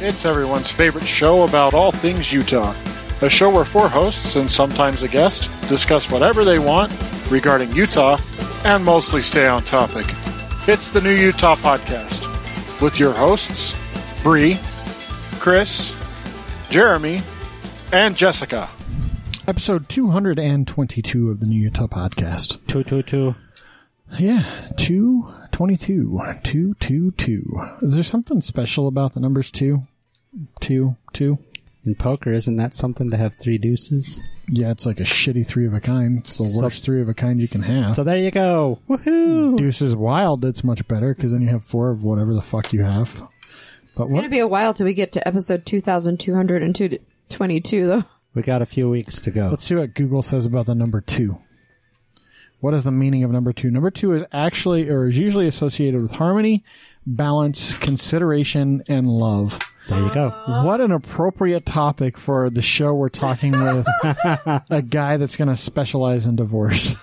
It's everyone's favorite show about all things Utah. A show where four hosts and sometimes a guest discuss whatever they want regarding Utah and mostly stay on topic. It's the New Utah Podcast with your hosts, Bree, Chris, Jeremy, and Jessica. Episode 222 of the New Utah Podcast. Two two two. Yeah, 222. 222. Is there something special about the numbers 2? 2? 2? In poker, isn't that something to have three deuces? Yeah, it's like a shitty three of a kind. It's the So- worst three of a kind you can have. So there you go. Woohoo! Deuce is wild. That's much better because then you have four of whatever the fuck you have. But It's what? gonna be a while till we get to episode 2,222, though. We got a few weeks to go. Let's see what Google says about the number two. What is the meaning of number two? Number two is actually or is usually associated with harmony, balance, consideration, and love. There you go. What an appropriate topic for the show we're talking with a guy that's going to specialize in divorce.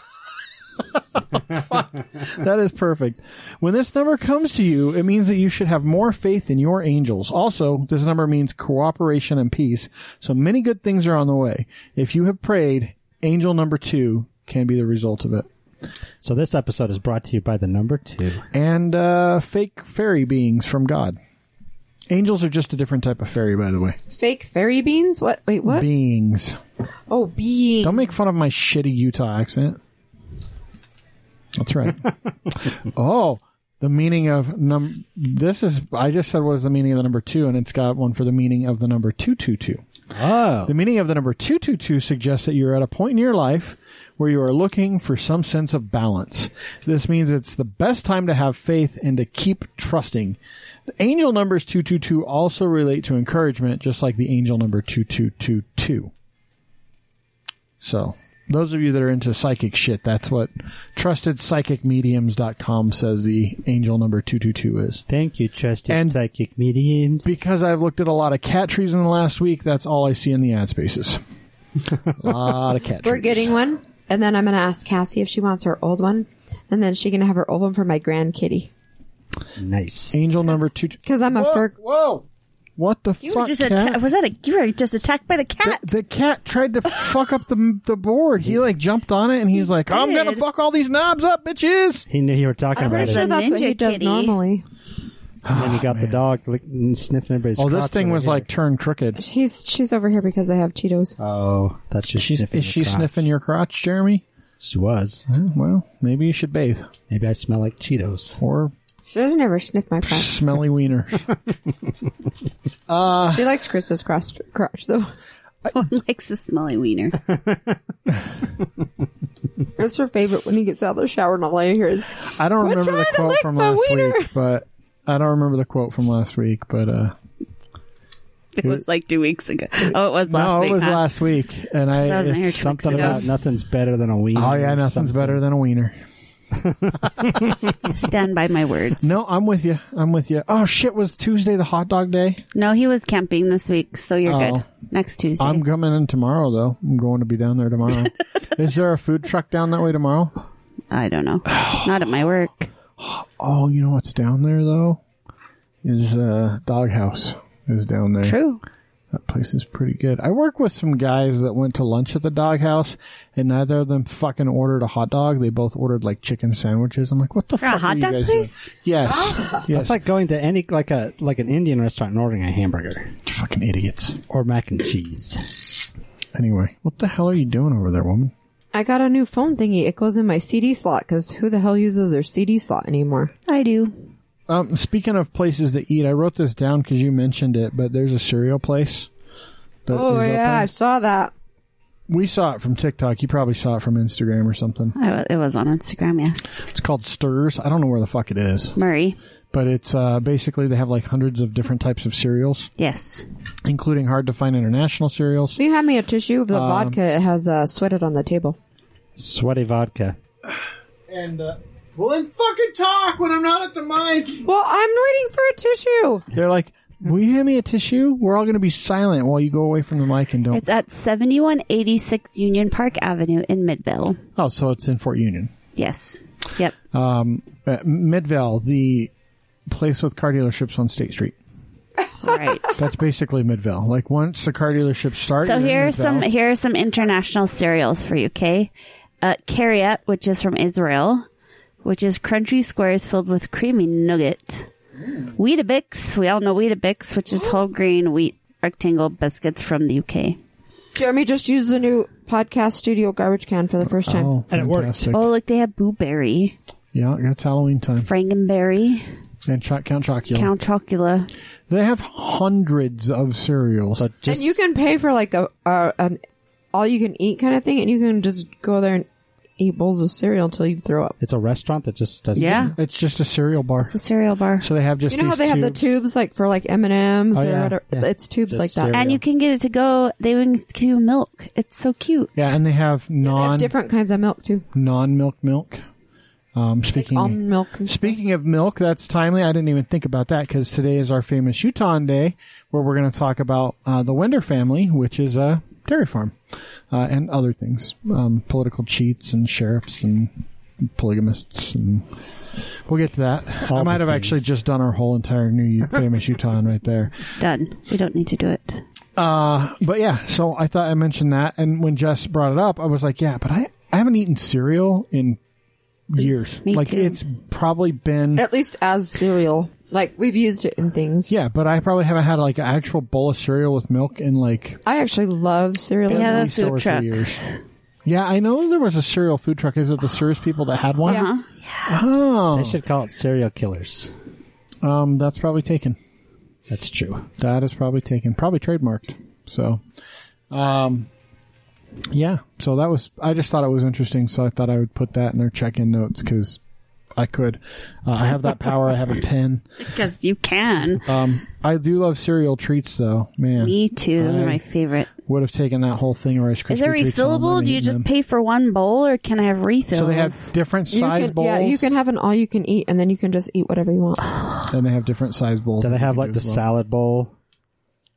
that is perfect. When this number comes to you, it means that you should have more faith in your angels. Also, this number means cooperation and peace. So many good things are on the way. If you have prayed, angel number two can be the result of it. So this episode is brought to you by the number two. And uh, fake fairy beings from God. Angels are just a different type of fairy, by the way. Fake fairy beans? What? Wait, what? Beings. oh, beans. Don't make fun of my shitty Utah accent. That's right. oh, the meaning of num. This is. I just said what is the meaning of the number two, and it's got one for the meaning of the number two two two. Oh, The meaning of the number 222 suggests that you're at a point in your life where you are looking for some sense of balance. This means it's the best time to have faith and to keep trusting. The angel numbers 222 also relate to encouragement, just like the angel number 2222. So, those of you that are into psychic shit, that's what trustedpsychicmediums.com says the angel number 222 is. thank you, trusted And- psychic mediums. Because I've looked at a lot of cat trees in the last week, that's all I see in the ad spaces. a lot of cat trees. We're getting one, and then I'm gonna ask Cassie if she wants her old one, and then she gonna have her old one for my grand kitty. nice. angel number two. Because I'm a fur. Whoa! What the You fuck? were just cat? atta- was that a you were just attacked by the the, cat? the cat tried to fuck up the the board. He like jumped on it and he's like, "I'm gonna did. fuck all these knobs up, bitches." He knew you were talking I'm about pretty it. sure Sure, that's what Ninja he does kitty. normally. and then you got the dog lick, sniffing everybody's Oh, this crotch thing over was here. like turned crooked. She's she's over here because I have Cheetos. Oh, that's just She's, sniffing is your she crotch. Hmm, sniffing your crotch, Jeremy? She was. Oh, well, maybe you should bathe Maybe I smell like Cheetos. or She doesn't ever sniff my crotch. smelly wiener. she likes Chris's crotch, crotch though. Likes a smelly wiener. That's her favorite when he gets out of the shower and all I hear is, I don't We're remember the trying to quote lick from my last wiener. week, but I don't remember the quote from last week, but uh It was like two weeks ago. Oh, it was last no, week. it was huh? last week, and I I wasn't here it's two something weeks ago. about About nothing's better than a wiener. oh yeah, or nothing's something. better than a wiener. Stand by my words. No, I'm with you. I'm with you. Oh shit, was Tuesday the hot dog day? No, he was camping this week, so you're Oh. good. Next Tuesday. I'm coming in tomorrow though. I'm going to be down there tomorrow. Is there a food truck down that way tomorrow? I don't know. Not at my work. Oh, you know what's down there though? Is uh Doghouse is down there. True. That place is pretty good. I work with some guys that went to lunch at the doghouse, and neither of them fucking ordered a hot dog. They both ordered like chicken sandwiches. I'm like, what the For a fuck hot are you dog guys place? Oh. doing? Yes, yes. That's like going to any like a like an Indian restaurant and ordering a hamburger fucking idiots. or mac and cheese. Anyway, what the hell are you doing over there, woman? I got a new phone thingy. It goes in my CD slot because who the hell uses their CD slot anymore? I do. Um, speaking of places to eat, I wrote this down because you mentioned it, but there's a cereal place. that Oh is yeah, I open. saw that. we saw it from TikTok. You probably saw it from Instagram or something. I wa- it was on Instagram. Yes, It's called Stirs. I don't know where the fuck it is, Murray. but it's uh, basically they have like hundreds of different types of cereals. Yes. including hard to find international cereals. Will you hand me a tissue of the vodka? It has uh, sweated on the table. Sweaty vodka. And uh, well, then fucking talk when I'm not at the mic. Well, I'm waiting for a tissue. They're like, "Will you hand me a tissue?" We're all going to be silent while you go away from the mic and don't. It's at 7186 Union Park Avenue in Midville. oh, so it's in Fort Union, Yes. Yep. um, uh, Midvale, the place with car dealerships on State Street. Right. That's basically Midvale. Like once the car dealerships start, So you're in here are Midvale. some here are some international cereals for you, okay? Uh, Karyat, which is from Israel, which is crunchy squares filled with creamy nugget. Weetabix, we all know Weetabix, which is whole grain wheat rectangle biscuits from the UK. Jeremy just used the new podcast studio garbage can for the first time. Oh, And it worked. fantastic. Oh, look, they have blueberry, Yeah, it's Halloween time. frankenberry, And Cho- Count Chocula. Count Chocula. They have hundreds of cereals. So just and you can pay for like a, a an all you can eat kind of thing, and you can just go there and eat bowls of cereal until you throw up. it's a restaurant that just does Yeah, it's just a cereal bar. it's a cereal bar. So they have just You know how these they have the tubes. tubes like for like M and M's Oh, or yeah, whatever. yeah. It's tubes Just like that. cereal. And you can get it to go. They even give you milk. It's so cute. Yeah, and they have They have non different kinds of milk too. non milk milk. Um, speaking Almond milk. and stuff. Speaking of milk, that's timely. I didn't even think about that because today is our famous Utah Day, where we're going to talk about uh, the Winder family, which is a dairy farm, uh, and other things, um, political cheats and sheriffs and polygamists, and we'll get to that. I the might have things. actually just done our whole entire new U- famous Utah right there. Done. We don't need to do it. Uh, but yeah, so I thought I mentioned that, and when Jess brought it up, I was like, yeah, but I, I haven't eaten cereal in years. Me like too. it's probably been At least as cereal, like we've used it in things. Yeah, but I probably haven't had like an actual bowl of cereal with milk in like I actually love cereal. They Yeah. have at a least over three food truck. years. Yeah, I know there was a cereal food truck. Is it the Sears people that had one? Yeah. They Oh, should call it serial killers. um, that's probably taken. That's true. That is probably taken. Probably trademarked. So, um, yeah. So that was. I just thought it was interesting, so I thought I would put that in our check-in notes because I could. Uh, I have that power. I have a pen. Because you can. Um, I do love cereal treats, though. Man, Me too. Those I are my favorite. would have taken that whole thing of Rice Krispie Is it treats and refillable? Do you eliminated just them. pay for one bowl, or can I have refills? So they have different You size can, bowls, yeah, you can have an all you can eat, and then you can just eat whatever you want. and they have different size bowls. Do they that you have can like do the as well. salad bowl?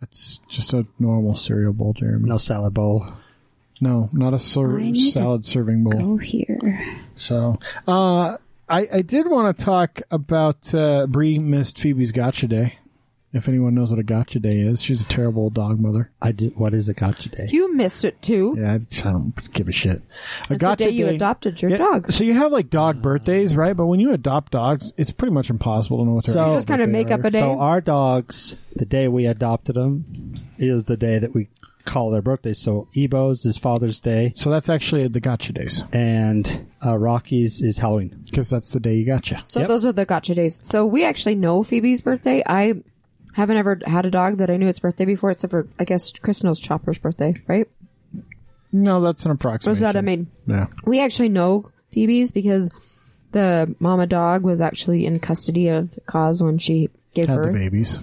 It's just a normal cereal bowl, Jeremy. No salad bowl. no, not a I ser- need to salad serving bowl. Go Oh, here. So, uh, I, I did want to talk about uh, Bree missed Phoebe's Gotcha Day. If anyone knows what a Gotcha Day is, she's a terrible dog mother. I did. What is a gotcha day? You missed it too. Yeah, I, just- I don't give a shit. A the day you adopted your dog. So you have like dog birthdays, right? But when you adopt dogs, it's pretty much impossible to know what their So- actual You just kind of birthday make up are. a day. So our dogs, the day we adopted them, is the day that we call their birthday. So Ebo's is Father's Day, So that's actually the Gotcha Days and uh, Rocky's is Halloween. because that's the day you gotcha. So those are the gotcha days. So we actually know Phoebe's birthday. I haven't ever had a dog that I knew its birthday before, except for I guess Chris knows Chopper's birthday, right? No, that's an approximation. What's that I mean? Yeah. We actually know Phoebe's because the mama dog was actually in custody of Cause when she gave Had the birth. babies.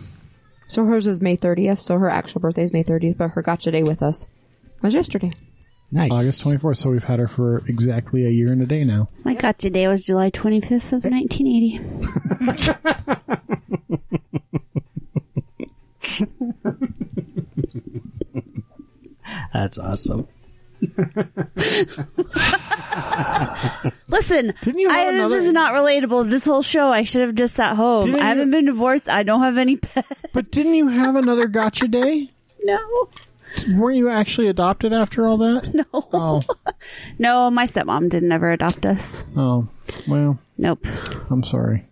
So hers is May 30th. So her actual birthday is May 30th, but her gotcha day with us was yesterday. Nice. August 24th, so we've had her for exactly a year and a day now. My God, today was July 25th of 1980. That's awesome. Listen, Didn't you have I, another- this is not relatable. This whole show, I should have just sat home. Didn't I haven't you- been divorced. I don't have any pets. But didn't you have another gotcha day? No. Weren't you actually adopted after all that? No. Oh, No, my stepmom didn't ever adopt us. oh. Well, Nope. I'm sorry.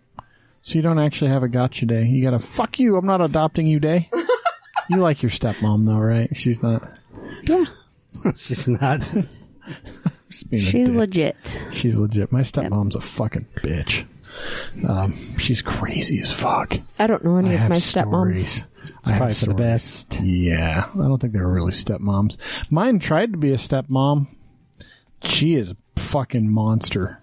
So you don't actually have a gotcha day. You got a fuck you, I'm not adopting you day. you like your stepmom, though, right? She's not. Yeah. She's not. She's, being a She's dick. legit. She's legit. My stepmom's a fucking bitch. Um, she's crazy as fuck. I don't know any I of have my stepmoms. stories. I have Probably for the stories. best. Yeah, I don't think they were really stepmoms. Mine tried to be a stepmom. She is a fucking monster.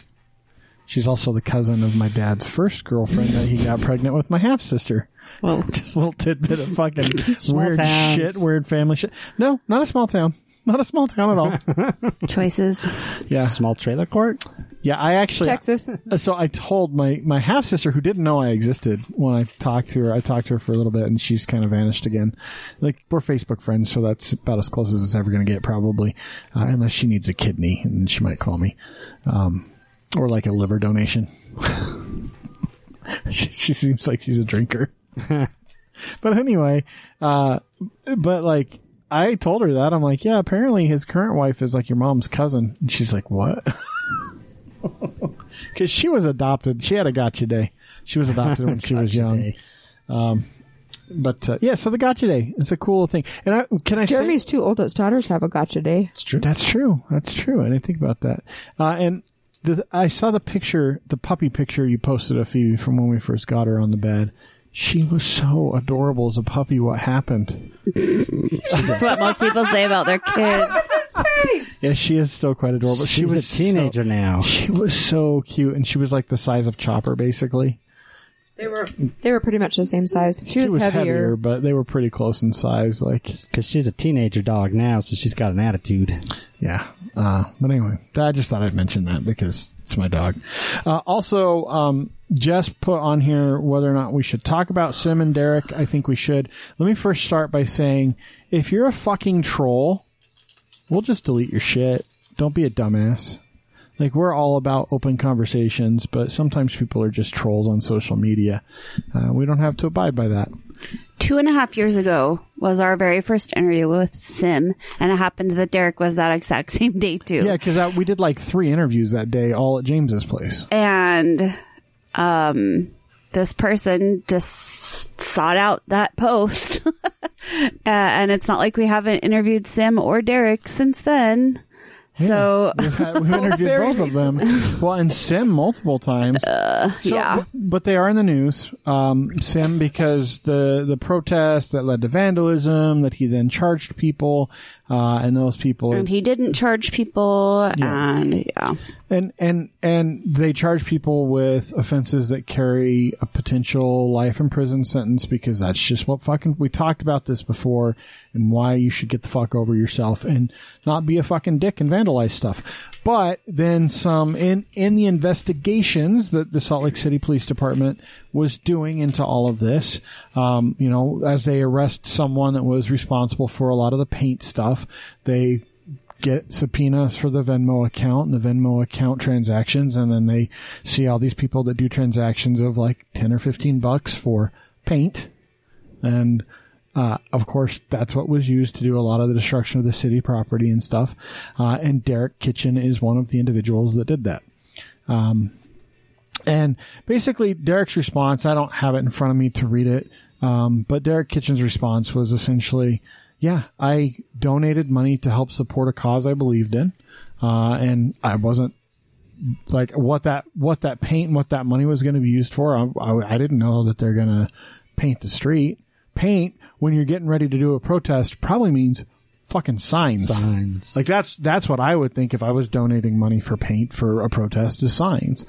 She's also the cousin of my dad's first girlfriend that he got pregnant with my half sister. Well, just a little tidbit of fucking Small weird towns. shit, weird family shit. No, not a small town. Not a small town at all. Choices. Yeah. Small trailer court. Yeah, I actually Texas. so I told my my half sister who didn't know I existed when I talked to her. I talked to her for a little bit, and she's kind of vanished again. Like we're Facebook friends, so that's about as close as it's ever going to get, probably, uh, unless she needs a kidney, and she might call me, um, or like a liver donation. she, she seems like she's a drinker. but anyway, uh, but like I told her that I'm like, yeah, apparently his current wife is like your mom's cousin, and she's like, what? Because she was adopted. She had a gotcha day. She was adopted when she was Gotcha young. Um, day. But uh, yeah, so the gotcha day. It's a cool thing. And I, can I say Jeremy's two oldest daughters have a gotcha day. That's true. That's true. I didn't think about that. Uh, and the, I saw the picture, the puppy picture you posted of Phoebe from when we first got her on the bed. She was so adorable as a puppy. What happened? That's what most people say about their kids. Yeah, she is still quite adorable. she She's was a teenager so- now. she was so cute, and she was like the size of Chopper, basically. They were they were pretty much the same size. She, was, heavier. but they were pretty close in size. Like, Because she's a teenager dog now, so she's got an attitude. Yeah. Uh, but anyway, I just thought I'd mention that because it's my dog. Uh, also, um, Jess put on here whether or not we should talk about Sim and Derek. I think we should. Let me first start by saying if you're a fucking troll, we'll just delete your shit. Don't be a dumbass. Like, we're all about open conversations, but sometimes people are just trolls on social media. Uh, we don't have to abide by that. two and a half years ago was our very first interview with Sim, and it happened that Derek was that exact same day too. Yeah, because uh, we did like three interviews that day, all at James's place. And um, this person just sought out that post, uh, and it's not like we haven't interviewed Sim or Derek since then. So We've, had, we've interviewed both of them. Well, and Sim multiple times. So, Uh, yeah. but- but they are in the news. Um, Sim because the the protest that led to vandalism that he then charged people, uh, and those people are and he didn't charge people, and yeah, and and and they charge people with offenses that carry a potential life in prison sentence because that's just what fucking we talked about this before and why you should get the fuck over yourself and not be a fucking dick and vandalize stuff. But then some in in the investigations that the Salt Lake City Police Department was doing into all of this, um, you know, as they arrest someone that was responsible for a lot of the paint stuff, they get subpoenas for the Venmo account and the Venmo account transactions, and then they see all these people that do transactions of like ten or fifteen bucks for paint, and uh, of course that's what was used to do a lot of the destruction of the city property and stuff. Uh, and Derek Kitchen is one of the individuals that did that. And basically, Derek's response, I don't have it in front of me to read it, um, but Derek Kitchen's response was essentially, yeah, I donated money to help support a cause I believed in, uh, and I wasn't like what that what that paint and what that money was going to be used for. I, I, I didn't know that they're going to paint the street. Paint when you're getting ready to do a protest probably means fucking signs. Signs. Like that's that's what I would think if I was donating money for paint for a protest is signs.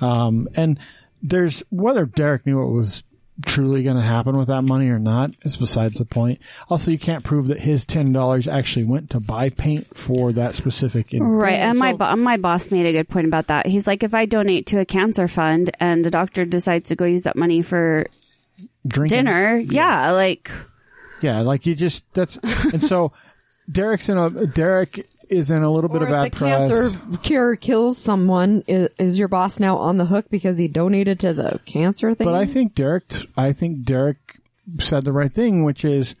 Um, and there's whether Derek knew what was truly going to happen with that money or not is besides the point. Also, you can't prove that his ten dollars actually went to buy paint for that specific. in- Right, and my So- bo- my boss made a good point about that. He's like, if I donate to a cancer fund and the doctor decides to go use that money for drinking. dinner, yeah, like Yeah, like you just that's and so Derek's in a Derek is in a little bit Or of bad if the press. cancer cure kills someone, is, is your boss now on the hook because he donated to the cancer thing? But I think Derek, t- I think Derek said the right thing, which is,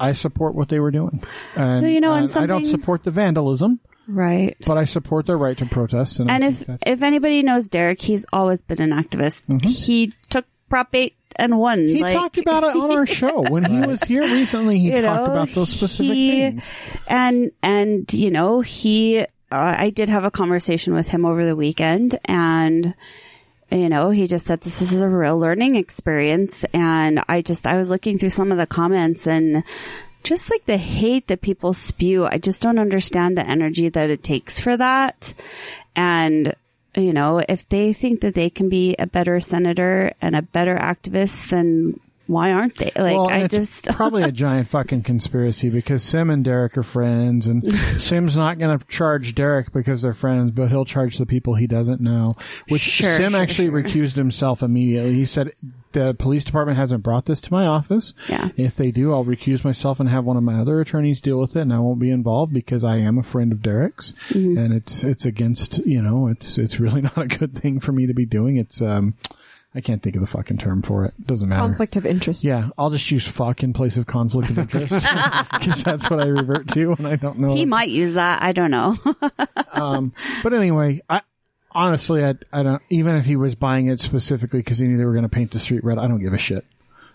I support what they were doing. And, Well, you know, and I don't something- support the vandalism, right. but I support their right to protest. And, I And think if that's, Mm-hmm. if anybody knows Derek, he's always been an activist. He took Prop Eight and won. he like, talked about it on our show when he was here recently, he you talked know, about those specific he- things. and and you know he. Uh, I did have a conversation with him over the weekend, and you know he just said this is a real learning experience. And I just I was looking through some of the comments and. Just like the hate that people spew, I just don't understand the energy that it takes for that. And, you know, if they think that they can be a better senator and a better activist, then why aren't they? Like, well, and I it's just. probably a giant fucking conspiracy because Sim and Derek are friends, and Sim's not going to charge Derek because they're friends, but he'll charge the people he doesn't know. Which Sure, Sim sure, actually recused himself immediately. He said, "The police department hasn't brought this to my office. Yeah. If they do, I'll recuse myself and have one of my other attorneys deal with it, and I won't be involved because I am a friend of Derek's, Mm-hmm. and it's it's against you know it's it's really not a good thing for me to be doing. It's um." I can't think of the fucking term for it. Doesn't matter. Conflict of interest. Yeah, I'll just use fuck in place of conflict of interest because that's what I revert to when I don't know. He might use that. I don't know. But anyway, I honestly, I, I don't. Even if he was buying it specifically because he knew they were going to paint the street red, I don't give a shit.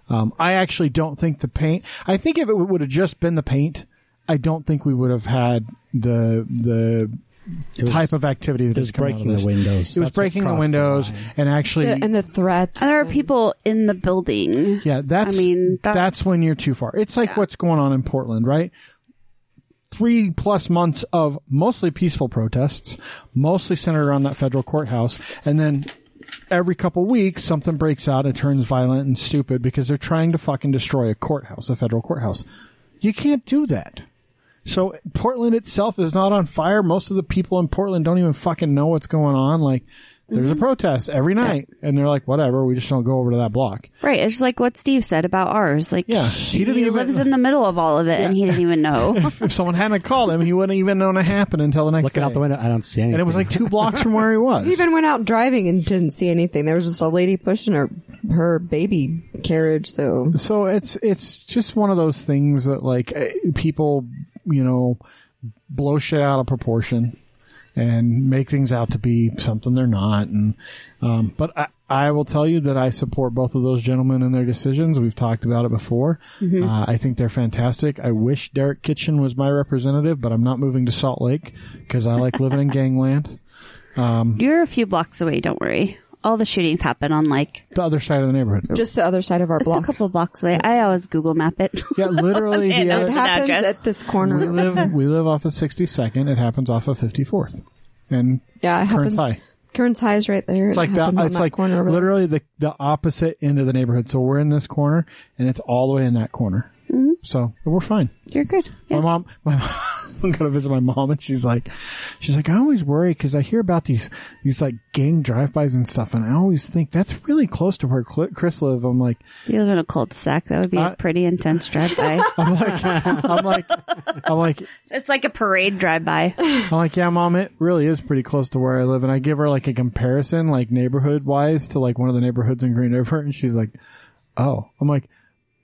Um, I actually don't think the paint. I think if it would have just been the paint, I don't think we would have had the the was- type of activity that it has was come out of breaking the this. windows. It was That's what breaking the crossed the windows line. and actually. The- and the threats. And there are and- people in the building. Yeah, that's I mean, that's, that's- when you're too far. It's like what's going on in Portland, right? Three plus months of mostly peaceful protests, mostly centered around that federal courthouse, and then every couple weeks something breaks out and turns violent and stupid because they're trying to fucking destroy a courthouse, a federal courthouse. You can't do that. So Portland itself is not on fire. Most of the people in Portland don't even fucking know what's going on. Like there's Mm-hmm. a protest every night and they're like, whatever, we just don't go over to that block. Right. It's just like what Steve said about ours. Like, Yeah, he he, didn't even- lives in the middle of all of it and he didn't even know. if someone hadn't called him, he wouldn't even known it happened until the next Looking day. out the window, I don't see anything. And it was like two blocks from where he was. He even went out driving and didn't see anything. There was just a lady pushing her her baby carriage. So so it's it's just one of those things that like eh, people, you know, blow shit out of proportion and make things out to be something they're not. And um, but I, I will tell you that I support both of those gentlemen and their decisions. We've talked about it before. Uh, I think they're fantastic. I wish Derek Kitchen was my representative, but I'm not moving to Salt Lake because I like living in gangland. You're a few blocks away. Don't worry. All the shootings happen on like The other side of the neighborhood. just the other side of our it's a block. couple blocks away. I always Google map it. Yeah, literally And the I It other, It's an happens address. at this we corner. live we live off of 62nd. It happens off of 54th, and Yeah, it Kearns happens. High. Kearns High is right there. It's like that. It's like corner over there. literally the the opposite end of the neighborhood. So we're in this corner, and it's all the way in that corner. So we're fine. You're good. My Yeah. mom, my mom, I'm gonna visit my mom, and she's like, she's like, I always worry because I hear about these these like gang drive-bys and stuff, and I always think that's really close to where Cl- Chris live. I'm like, You live in a cul-de-sac. That would be Uh, a pretty intense drive-by. I'm like, I'm like, I'm like, it's like a parade drive-by. I'm like, yeah, mom, it really is pretty close to where I live. And I give her like a comparison, like neighborhood wise to like one of the neighborhoods in Green River. And she's like, oh, I'm like,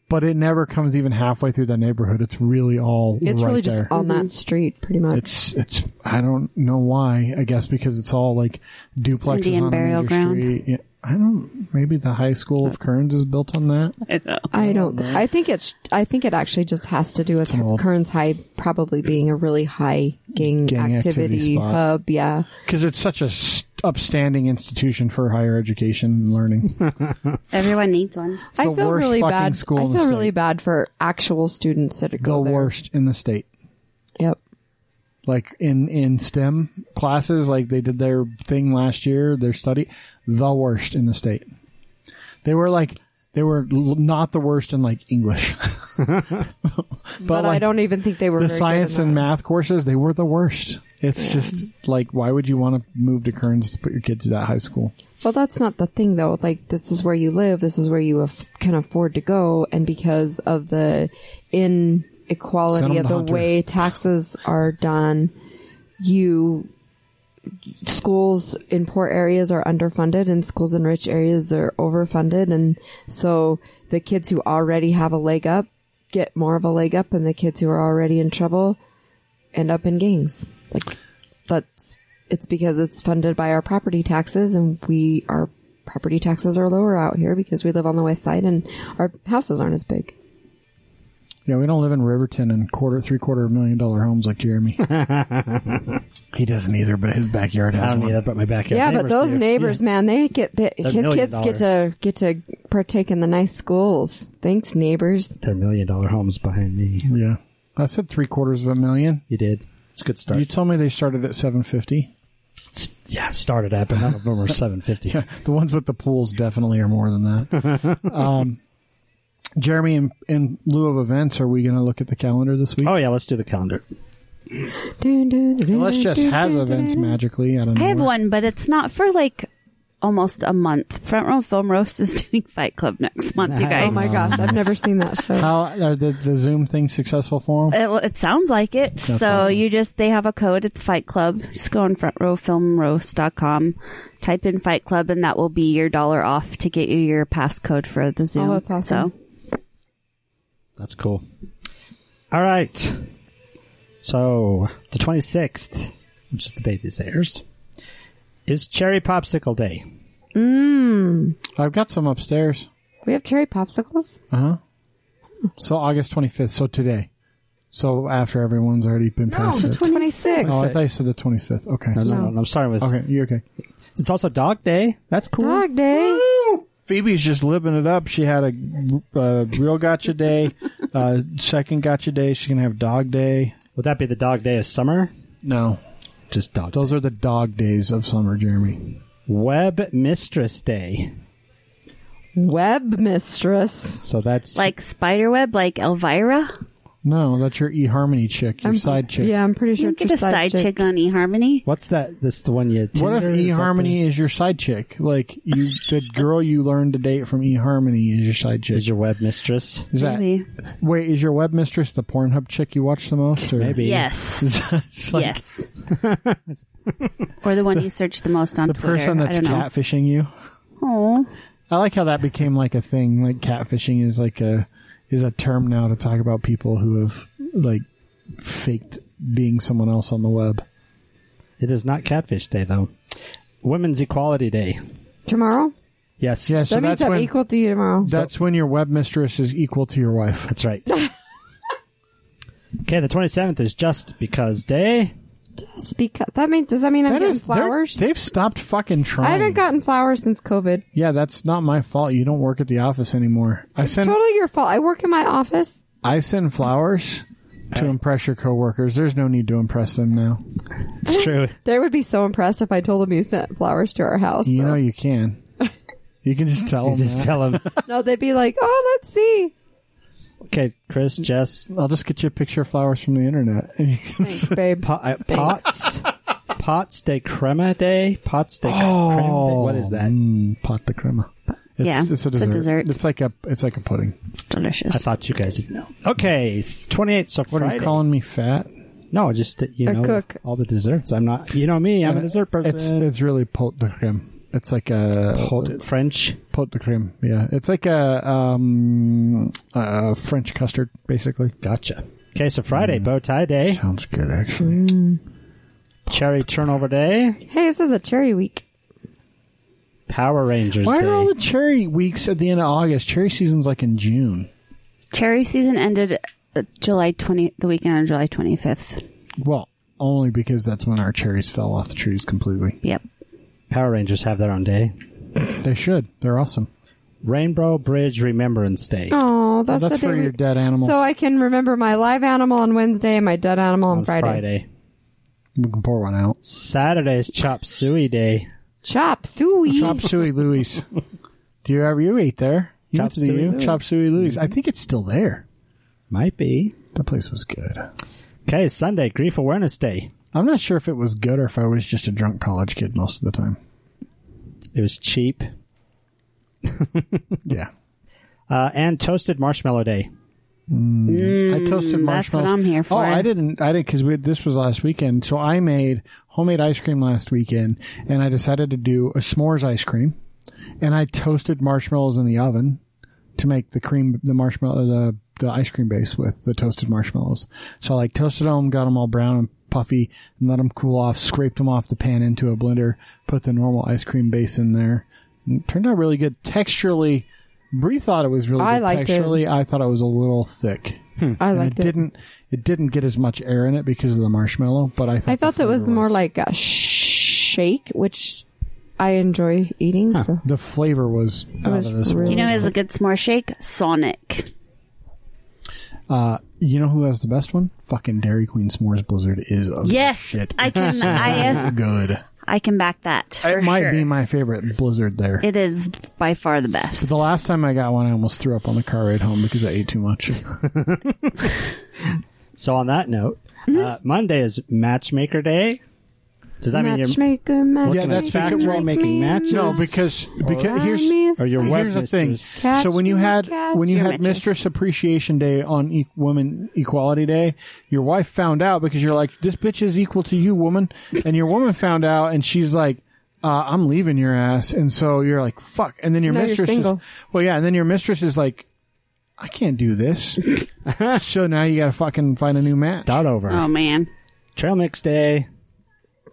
but it never comes even halfway through that neighborhood. It's really all It's right really just there. on that street, pretty much. it's, it's, I don't know why. I guess because it's all like duplexes Indian on a burial major ground. street. Yeah, I don't, maybe the high school of Kearns is built on that. I know. Oh, I don't. Th- I think it's. I think it actually just has to do with old- Kearns High probably being a really high gang, Gang activity activity spot. hub. Yeah, Cause it's such a s- upstanding institution for higher education and learning. Everyone needs one. I the feel worst really fucking bad. school I in the feel really state. bad for actual students that the go there. worst in the state. Yep. like in in STEM classes, like they did their thing last year, their study, the worst in the state. They were like they were l- not the worst in like English, but, But, I like, don't even think they were the very good science in and that. math courses. They were the worst. It's just like why would you want to move to Kearns to put your kid through that high school? Well, that's not the thing though. Like this is where you live. This is where you af- can afford to go, and because of the Send inequality 'em of to the Hunter. way taxes are done, you schools in poor areas are underfunded, and schools in rich areas are overfunded, and so the kids who already have a leg up get more of a leg up, and the kids who are already in trouble end up in gangs. Like that's it's because it's funded by our property taxes and we our property taxes are lower out here because we live on the west side and our houses aren't as big. Yeah, we don't live in Riverton in quarter three quarter million dollar homes like Jeremy. he doesn't either, but his backyard I has don't one. need that, but my backyard. yeah, but those do. neighbors, man, they get the, They're his million kids get to get to partake in the nice schools. Thanks, neighbors. They're million dollar homes behind me. Yeah, I said three quarters of a million. You did. It's a good start. You told me they started at 750. S- yeah, started up, and none of them are seven fifty. The ones with the pools definitely are more than that. um, Jeremy, in, in lieu of events, are we going to look at the calendar this week? Oh yeah, let's do the calendar. Dun, dun, dun, Unless Jess dun, has dun, events dun, dun. magically. I don't know. I have where. one, but it's not for like almost a month. Front Row Film Roast is doing Fight Club next month, you guys. Oh my gosh, I've never seen that show. How are the, the Zoom thing successful for them? It, it sounds like it. so awesome. you just, they have a code. It's Fight Club. Just go on frontrowfilmroast.com, type in Fight Club, and that will be your dollar off to get you your passcode for the Zoom. that's awesome. So That's cool. All right. So, the 26th, which is the day this airs, is Cherry Popsicle Day. I've got some upstairs. We have cherry popsicles. Uh-huh. So August 25th. So today. So after everyone's already been past it. twenty six. Oh, I thought you said the 25th. Okay. No, no, no, I'm starting with. Okay, you're okay. It's also Dog Day. That's cool. Dog day. Phoebe's just living it up. She had a uh, real gotcha day, uh, second gotcha day. She's gonna have dog day. Would that be the Dog Day of summer? No, Just Dog Day. those are the dog days of summer, Jeremy. Web Mistress Day. Web mistress. So that's like Spiderweb, like Elvira. No, that's your eHarmony chick, your side chick. Yeah, I'm pretty sure You it's can get your a side chick on eHarmony. what's that? This the one you. What if Tinder or something? eHarmony is your side chick? Like you, the girl you learned to date from eHarmony is your side chick. is your web mistress? Is that Maybe. wait? Is your web mistress the Pornhub chick you watch the most? Or? Maybe. Yes. It's like yes. or the one you search the most on the Twitter. person that's I don't catfishing you. Know. Aw. I like how that became like a thing. Like catfishing is like a is a term now to talk about people who have like faked being someone else on the web. It is not Catfish Day though. Women's Equality Day. Tomorrow? Yes. Yeah, so that means that's I'm when equal to you tomorrow. that's when your web mistress is equal to your wife. That's right. okay, the twenty seventh is Just Because Day. That's because that means does that mean I'm That getting is they're- flowers? They've stopped fucking trying. I haven't gotten flowers since COVID. Yeah, that's not my fault. You don't work at the office anymore. I send Totally your fault. I work in my office. I send flowers to impress your coworkers. There's no need to impress them now. It's true. They would be so impressed if I told them you sent flowers to our house. You know you can. You can just tell You them. just that. tell them. No, they'd be like, "Oh, let's see." Okay, Chris, Jess, I'll just get you a picture of flowers from the internet. And you can Thanks, babe. po- uh, Pots, Pots de Crema Day, Pots de oh, Creme. Day. What is that? Mm, pot de crema. It's, Yeah, it's a dessert. dessert. It's like a it's like a pudding. It's delicious. I thought you guys would know. Okay, twenty eighth. So What Friday. are you calling me fat? No, just that you A know cook. all the desserts. I'm not. You know me. I'm a dessert person. It's it's really pot de creme. It's like a Hold it. French. pot de creme. Yeah, it's like a um a French custard basically. Gotcha. Okay, so Friday, Mm. bow tie day, Sounds good actually. cherry turnover day, Hey, this is a cherry week. Power Rangers Why day. are all the cherry weeks at the end of August? Cherry season's like in June. Cherry season ended uh, July 20, the weekend of July 25th. Well, only because that's when our cherries fell off the trees completely. Yep. Power Rangers have their own day. They should. They're awesome. Rainbow Bridge Remembrance Day. Oh, that's, That's the for day your we- dead animals. So I can remember my live animal on Wednesday and my dead animal on, on Friday. we can pour one out. Saturday's Chop Suey Day. Chop suey. Chop Suey Louis. Do you ever you eat there? You Chop went to the Suey U? Louis. Chop Suey Louis. Mm-hmm. I think it's still there. Might be. That place was good. Okay, Sunday, Grief Awareness Day. I'm not sure if it was good or if I was just a drunk college kid most of the time. It was cheap. Yeah. Uh, and Toasted Marshmallow Day. I toasted marshmallows. Mm, that's what I'm here for. Oh, I didn't. I didn't because this was last weekend. So I made homemade ice cream last weekend, and I decided to do a s'mores ice cream, and I toasted marshmallows in the oven to make the cream, the marshmallow, the the ice cream base with the toasted marshmallows. So I like toasted them, got them all brown and puffy, and let them cool off. Scraped them off the pan into a blender, put the normal ice cream base in there. And it turned out really good texturally. Bree thought it was really I good liked it. texturally. I thought it was a little thick I and it, liked it. didn't it didn't get as much air in it because of the marshmallow but i thought I felt the it was flavor more like a shake, which I enjoy eating. So the flavor was out was of this really- You world know, is a good s'more shake. Sonic. uh you know who has the best one fucking dairy queen s'mores blizzard is a Yes, shit I can- It's I- so good I can back that. for it might sure. be my favorite blizzard there It is by far the best. the last time i got one i almost threw up on the car ride home because i ate too much Mm-hmm. So on that note, uh, Monday is Matchmaker Day. Does that mean you're matchmaker, matchmaker, Yeah, that's matchmaker, factory make making me matches? No, Just- because because Find here's me a or your web here's the thing. mistress. Catch So when you me, had catch when you me. had Your mistress. Mistress Appreciation Day on e- Women Equality Day, your wife found out because you're like, "This bitch is equal to you, woman," and your woman found out, and she's like. Uh, I'm leaving your ass, and so you're like, "Fuck!" And then your now you're mistress is, single. well, yeah, and then your mistress is like, "I can't do this," so now you gotta fucking find a new match. Start over. Oh man. Trail mix day.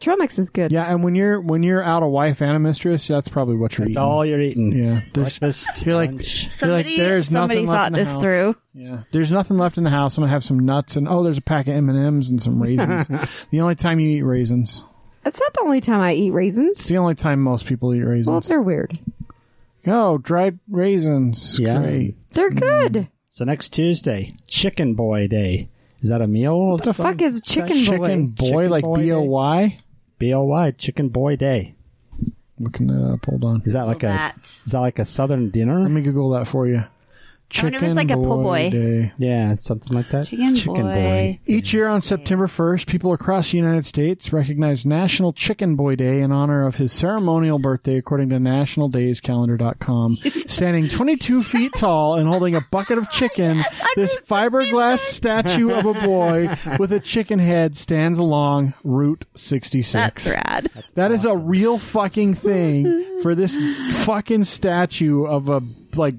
Trail mix is good. Yeah, and when you're when you're out a wife and a mistress, that's probably what you're That's eating. all you're eating. yeah, there's, Breakfast. You're like- lunch. Somebody, like, there's somebody nothing left in thought the this house. through. Yeah, there's nothing left in the house. I'm gonna have some nuts and oh, there's a pack of M and M's and some raisins. the only time you eat raisins. That's not the only time I eat raisins. It's the only time most people eat Well, raisins. they're weird. oh, dried raisins. Yeah. Great. They're good. So next Tuesday, Chicken Boy Day. Is that a meal? What The fuck is chicken boy? Chicken boy, Chicken like boy B O Y. B O Y Chicken Boy Day? Looking that up. Hold on. Is that like Well, a that. is that like a Southern Let dinner? me Google that for you. wonder Chicken if it's like a po' boy. Day. Yeah, something like that. Chicken, boy. Each year on September 1st, people across the United States recognize National Chicken Boy Day in honor of his ceremonial birthday, according to nationaldayscalendar.com. Standing 22 feet tall and holding a bucket of chicken, this fiberglass statue of a boy with a chicken head stands along Route 66. That's rad. That is a real fucking thing for this fucking statue of a, like,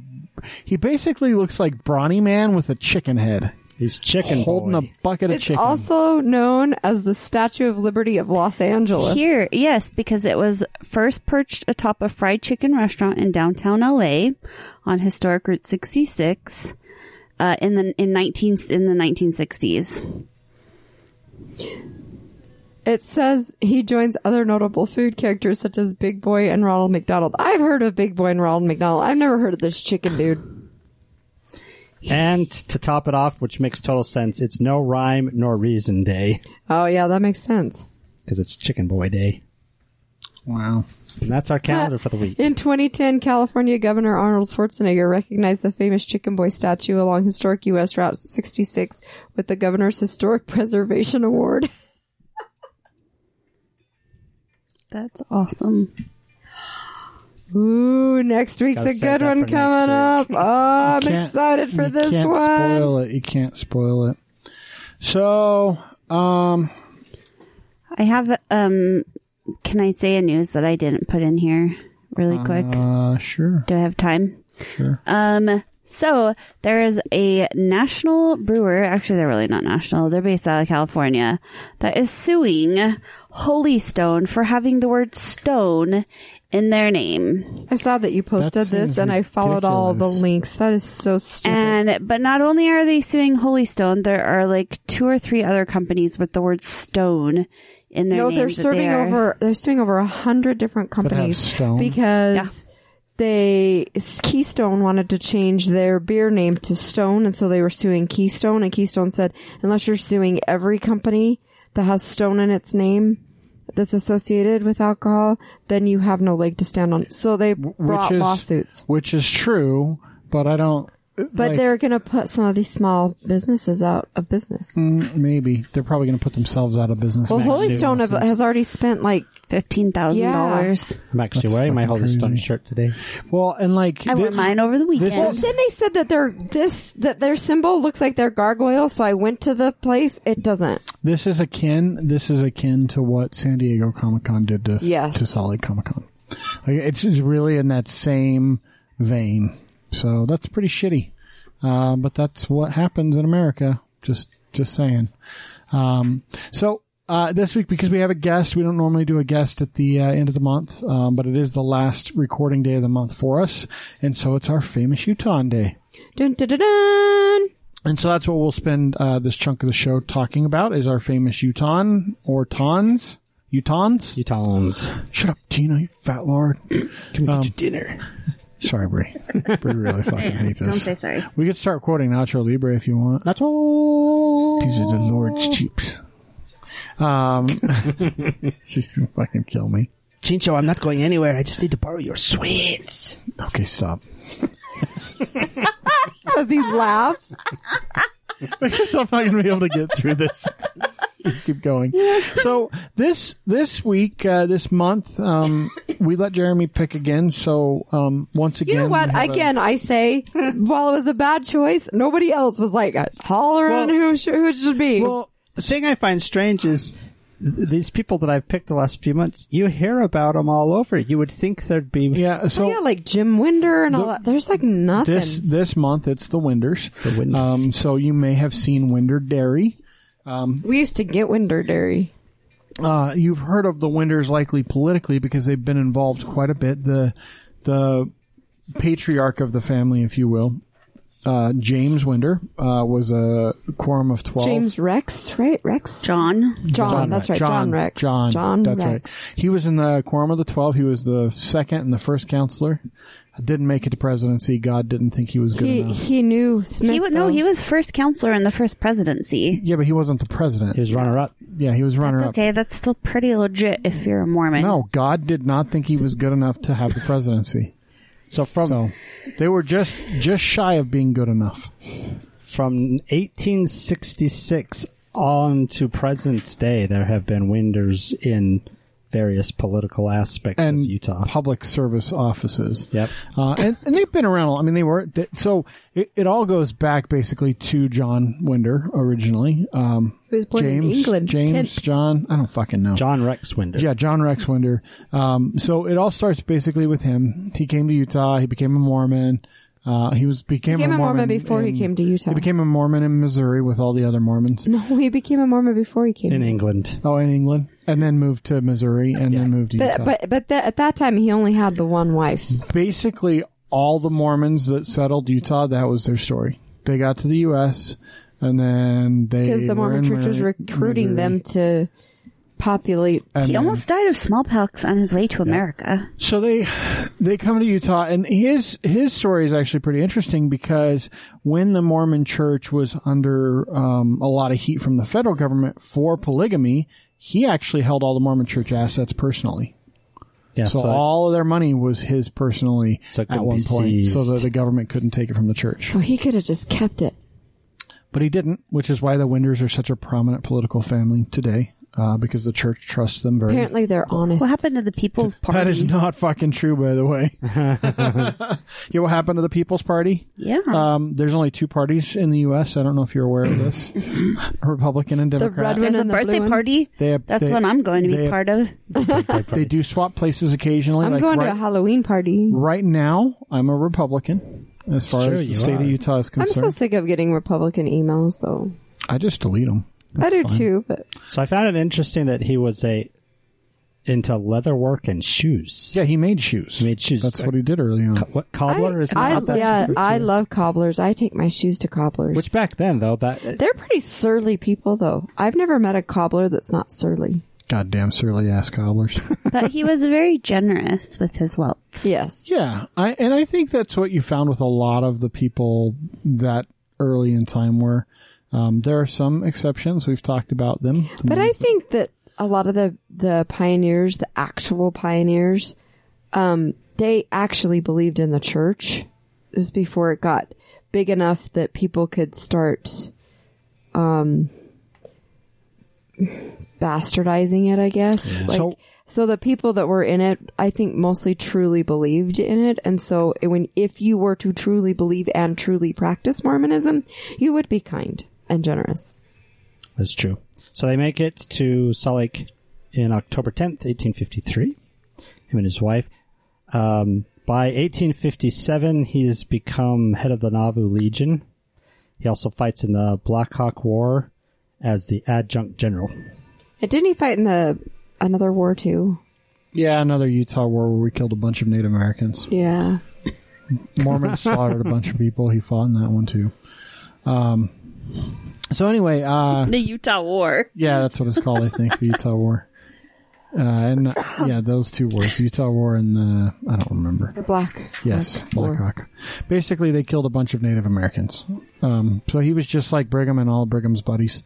he basically looks like Brawny Man with a chicken head He's Chicken holding Boy. a bucket of It's chicken. also known as the Statue of Liberty of Los Angeles. Here, yes, because it was first perched atop a fried chicken restaurant in downtown LA on historic Route 66 uh, in the in 19 in the 1960s. It says he joins other notable food characters such as Big Boy and Ronald McDonald. I've heard of Big Boy and Ronald McDonald. I've never heard of this chicken dude. And to top it off, which makes total sense, it's no rhyme nor reason day Oh yeah, that makes sense. because it's Chicken Boy Day. wow. And that's our calendar for the week. In 2010, California Governor Arnold Schwarzenegger recognized the famous Chicken Boy statue along historic U.S. Route 66 with the Governor's Historic Preservation Award. That's awesome. Ooh, next week's Gotta a save good that one for next coming up. Oh, I'm Can't- excited for you this can't one. Spoil it. You can't spoil it. So, um, I have um can I say a news that I didn't put in here really quick? uh, sure, Do I have time? sure. Um, so there is a national brewer. Actually, they're really not national. They're based out of California that is suing Holy Stone for having the word stone in their name. I saw that you posted That seems this and I followed all the ridiculous. links. That is so stupid. And, but not only are they suing Holy Stone, there are like two or three other companies with the word stone in their no, name. they're serving over they're suing over a hundred different have companies Stone? because Yeah. they Keystone wanted to change their beer name to Stone, and so they were suing Keystone, and Keystone said unless you're suing every company that has Stone in its name that's associated with alcohol, then you have no leg to stand on. So they brought Which is lawsuits, which is true, but I don't. but like, they're going to put some of these small businesses out of business. mm, maybe they're probably going to put themselves out of business. Well, Max Holy Davis Stone have, says. has already spent like $15,000. I'm actually That's wearing my fucking Holy Stone crazy. shirt today. well, and like I wore thi- mine over the weekend. Well, then they said that their this that their symbol looks like their gargoyle. So I went to the place. It doesn't. This is akin. This is akin to what San Diego Comic Con did to Yes. to Salt Lake Comic Con. Like, it's just really in that same vein. So that's pretty shitty. Uh, but that's what happens in America. Just just saying. Um, so uh, this week, because we have a guest, we don't normally do a guest at the uh, end of the month, um, but it is the last recording day of the month for us, and so it's our famous Utah Day. Dun, dun, dun, dun. And so that's what we'll spend uh, this chunk of the show talking about is our famous Uton or Tons. Utons? Utahns. Shut up, Tina, you fat lord. Come get your dinner. Um, Sorry, Brie. Brie really fucking hates Don't this. say sorry. We could start quoting Nacho Libre if you want. That's all. These are the Lord's cheeks. Um, she's gonna fucking kill me. Chincho, I'm not going anywhere. I just need to borrow your sweets. Okay, stop. As he laughs, Because I'm not gonna be able to get through this. keep going. So this this week, uh, this month, um, we let Jeremy pick again. So um, once again, You know what? we have a- Again, I say, while it was a bad choice, nobody else was like uh, hollering Well- who, sh- who it should be. Well, the thing I find strange is th- these people that I've picked the last few months, you hear about them all over. You would think there'd be yeah. So Oh, yeah, like Jim Winder and all that. There's like nothing. this this month it's the Winders. The Winders. Um, so you may have seen Winder Dairy. we used to get Winder dairy. Uh, you've heard of the Winders likely politically because they've been involved quite a bit. The the patriarch of the family, if you will, uh, James Winder, uh, was a quorum of twelve. James Rex, right? Rex? John. John, that's right. John, Rex. John, John that's Rex. right. He was in the quorum of the twelve. He was the second and the first counselor. Didn't make it to presidency. God didn't think he was good He, enough. he knew Smith. He would no. though. He was first counselor in the first presidency. yeah, but he wasn't the president. He was runner up. yeah, he was runner up. Okay, that's still pretty legit if you're a Mormon. No, God did not think he was good enough to have the presidency. So from So they were just just shy of being good enough. from 1866 on to present day, there have been winders in various political aspects And of Utah. public service offices. Yep. Uh, and, and they've been around. a- I mean, they were they, so it, it all goes back basically to John Winder originally. Um, He was born in James, England. James, Kent. John. I don't fucking know. John Rex Winder. Yeah, John Rex Winder. Um, so it all starts basically with him. He came to Utah. He became a Mormon. Uh, he was became, became a a Mormon, Mormon before he in- came to Utah. He became a Mormon in Missouri with all the other Mormons. No, he became a Mormon before he came. In England. Oh, in England, and then moved to Missouri, and then moved to Utah. but but but that at that time he only had the one wife. basically all the Mormons that settled Utah, that was their story. They got to the U.S. and then they because were the Mormon in Church was Missouri- recruiting them to populate. and uh, He then- almost died of smallpox on his way to America. so they they come to Utah, and his his story is actually pretty interesting because when the Mormon Church was under um, a lot of heat from the federal government for polygamy, he actually held all the Mormon Church assets personally. Yeah, So, all of their money was his personally So it at couldn't one be point, so seized. that the government couldn't take it from the church. So he could have just kept it. But he didn't, which is why the Winders are such a prominent political family today, uh, because the church trusts them very. Apparently, they're honest. What happened to the People's Party? That is not fucking true, by the way. you know what happened to the People's Party? Yeah. Hmm. Um, there's only two parties in the U.S. I don't know if you're aware of this: a Republican and The Democrat. red one There's a and the birthday blue one. party. They have- That's they- what I'm going to be they have- part of. they do swap places occasionally. I'm like going to right, a Halloween party. right now, I'm a Republican. As far Sure as the you state are. of Utah is I'm so concerned, sick of getting Republican emails, though. I just delete them. I do too, but So I found it interesting that he was a into leather work and shoes. Yeah, he made shoes. He made shoes. That's what he did early on. What I, cobbler is I, not that? yeah, I love cobblers. I take my shoes to cobblers. Which back then though that they're pretty surly people, though. I've never met a cobbler that's not surly. Goddamn surly ass cobblers. But he was very generous with his wealth. Yes. Yeah, I and I think that's what you found with a lot of the people that early in time were. Um, there are some exceptions. We've talked about them. The But I ones think that a lot of the the pioneers, the actual pioneers, um, they actually believed in the church. This is before it got big enough that people could start um, bastardizing it. I guess. Like, So- so, the people that were in it, I think, mostly truly believed in it, and so it- when if you were to truly believe and truly practice Mormonism, you would be kind and generous. That's true. So they make it to Salt Lake in October 10th, 1853. Him and his wife. Um, by 1857, he's become head of the Nauvoo Legion. He also fights in the Black Hawk War as the adjunct general. And didn't he fight in the another war too? yeah, another Utah war where we killed a bunch of Native Americans. Yeah. Mormons slaughtered a bunch of people. He fought in that one too. Um, so anyway, uh, The Utah War. yeah, that's what it's called. I think the Utah War. Uh, and uh, yeah, those two wars, the Utah War and uh, I don't remember. Or black. Yes, Or- Black Hawk. Basically, they killed a bunch of Native Americans. Um, so he was just like Brigham and all Brigham's buddies.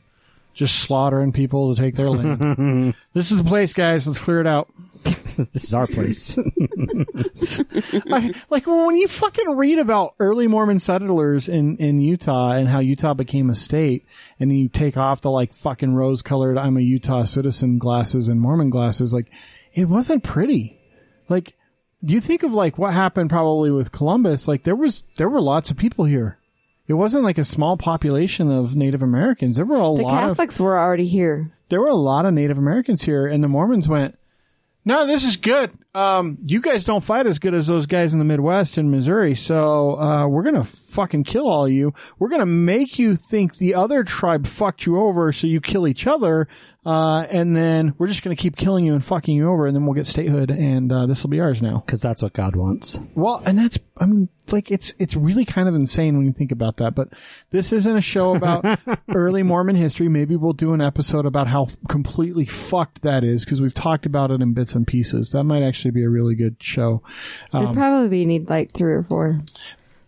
just slaughtering people to take their land. this is the place, guys. Let's clear it out. this is our place. I, like when you fucking read about early Mormon settlers in, in Utah and how Utah became a state, and you take off the like fucking rose colored "I'm a Utah citizen" glasses and Mormon glasses, like it wasn't pretty. Like you think of like what happened probably with Columbus, like there was there were lots of people here. It wasn't like a small population of Native Americans. There were a The lot of Catholics were already here. there were a lot of Native Americans here, and the Mormons went, "No, this is good. Um, you guys don't fight as good as those guys in the Midwest and Missouri, so uh, we're gonna fucking kill all you. We're gonna make you think the other tribe fucked you over, so you kill each other, uh, and then we're just gonna keep killing you and fucking you over, and then we'll get statehood, and uh, this will be ours now." Because that's what God wants. Well, and that's I mean, like it's it's really kind of insane when you think about that. But this isn't a show about early Mormon history. Maybe we'll do an episode about how completely fucked that is because we've talked about it in bits and pieces. That might actually be a really good show. We'd Um, probably need like three or four.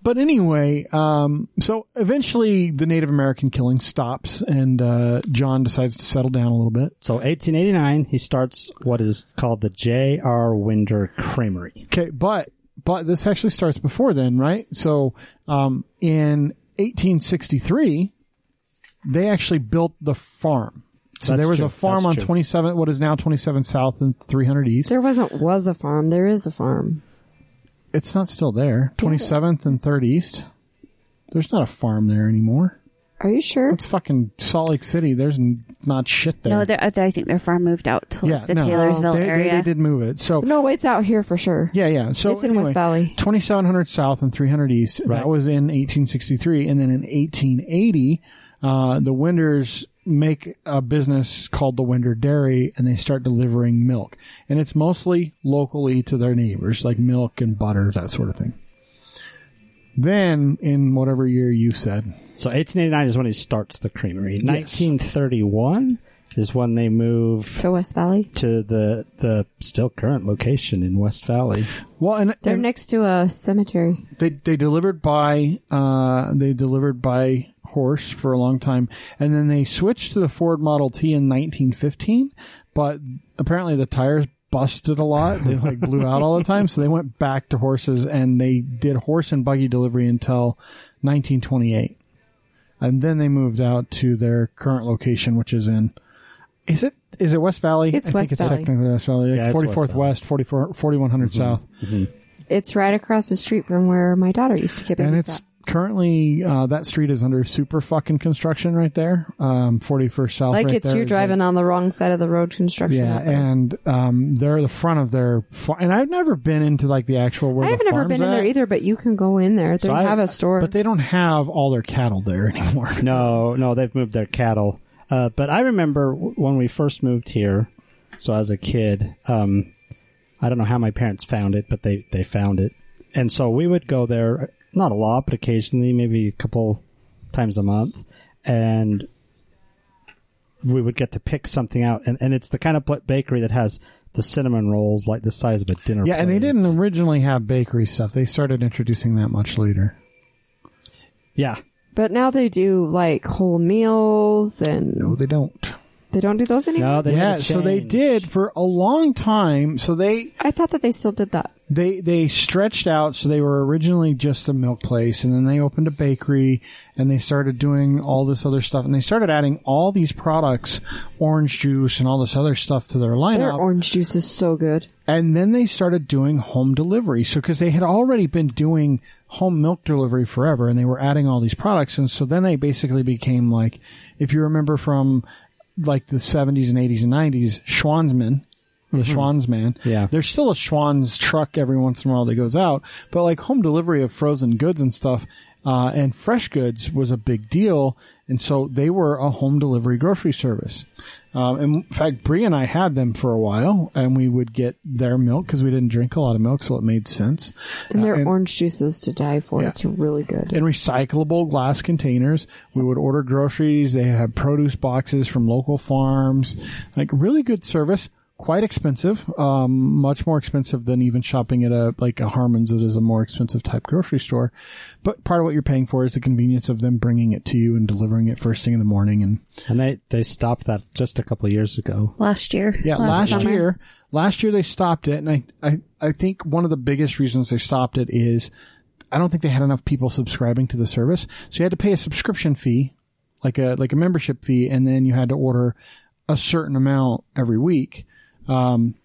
But anyway, um, so eventually the Native American killing stops, and uh, John decides to settle down a little bit. So 1889, he starts what is called the J.R. Winder Creamery. Okay, but but this actually starts before then, right? So um, in 1863, they actually built the farm. So That's there was true. a farm That's on true. 27, what is now 27 South and 300 East. There wasn't was a farm. There is a farm. It's not still there. 27th and 3rd East. There's not a farm there anymore. Are you sure? It's fucking Salt Lake City. There's n- not shit there. No, they're, I I think their farm moved out to like, yeah, the no. Taylorsville They- they- area. They, did move it. So No, it's out here for sure. Yeah, yeah. So It's in West Valley. Twenty seven hundred south and three hundred east. Right. That was in eighteen sixty three, and then in eighteen eighty, uh, the Winders make a business called the Winder Dairy, and they start delivering milk, and it's mostly locally to their neighbors, like milk and butter, that sort of thing. Then, in whatever year you said, So 1889 is when he starts the creamery. 1931 is when they move To West Valley. to the the still current location in West Valley. well, and, They're and next to a cemetery. they they delivered by uh they delivered by horse for a long time and then they switched to the Ford Model T in 1915 but apparently the tires busted a lot they like blew out all the time so they went back to horses and they did horse and buggy delivery until 1928 and then they moved out to their current location which is in is it is it West Valley? It's I West think it's Valley. technically West Valley. Like Yeah, it's West 44th Valley. Mm-hmm. West, 44, 4100 South. It's right across the street from where my daughter used to get and babies it's at. currently uh, that street is under super fucking construction right there. Um, 41st South. Like right it's there you is driving like- on the wrong side of the road construction. yeah, out there. and um, they're the front of their. Far- and I've never been into like the actual. Where I have the never farm's been in there at, either, but you can go in there. They I- have a store. But they don't have all their cattle there anymore. No, no, they've moved their cattle. Uh, but I remember w- when we first moved here. So as a kid, um, I don't know how my parents found it, but they they found it, and so we would go there not a lot, but occasionally, maybe a couple times a month, and we would get to pick something out, and, and it's the kind of pla- bakery that has the cinnamon rolls like the size of a dinner. Yeah, and they plate. didn't originally have bakery stuff. They started introducing that much later. Yeah, But now they do like whole meals and No, they don't. they don't do those anymore. no, they yeah, never so they changed. did for a long time. So they I thought that they still did that. they they stretched out so they were originally just a milk place and then they opened a bakery and they started doing all this other stuff and they started adding all these products orange juice and all this other stuff to their Their lineup orange juice is so good. and then they started doing home delivery so cuz they had already been doing home milk delivery forever and they were adding all these products and so then they basically became like if you remember from like the 70s and 80s and 90s Schwanzman the Schwan's man. Yeah. There's still a Schwan's truck every once in a while that goes out, but like home delivery of frozen goods and stuff, uh, and fresh goods was a big deal. And so they were a home delivery grocery service. Um, and in fact, Bree and I had them for a while and we would get their milk because we didn't drink a lot of milk. So it made sense And their and- orange juice is to die for. It's really good. in recyclable glass containers. We would order groceries. They had produce boxes from local farms, like really good service. quite expensive, um, much more expensive than even shopping at a like a Harmons that is a more expensive type grocery store. But part of what you're paying for is the convenience of them bringing it to you and delivering it first thing in the morning. And And they, they stopped that just a couple of years ago. last year. yeah, last, summer. year, last year they stopped it, and I, I I think one of the biggest reasons they stopped it is I don't think they had enough people subscribing to the service, so you had to pay a subscription fee, like a like a membership fee, and then you had to order a certain amount every week. Um,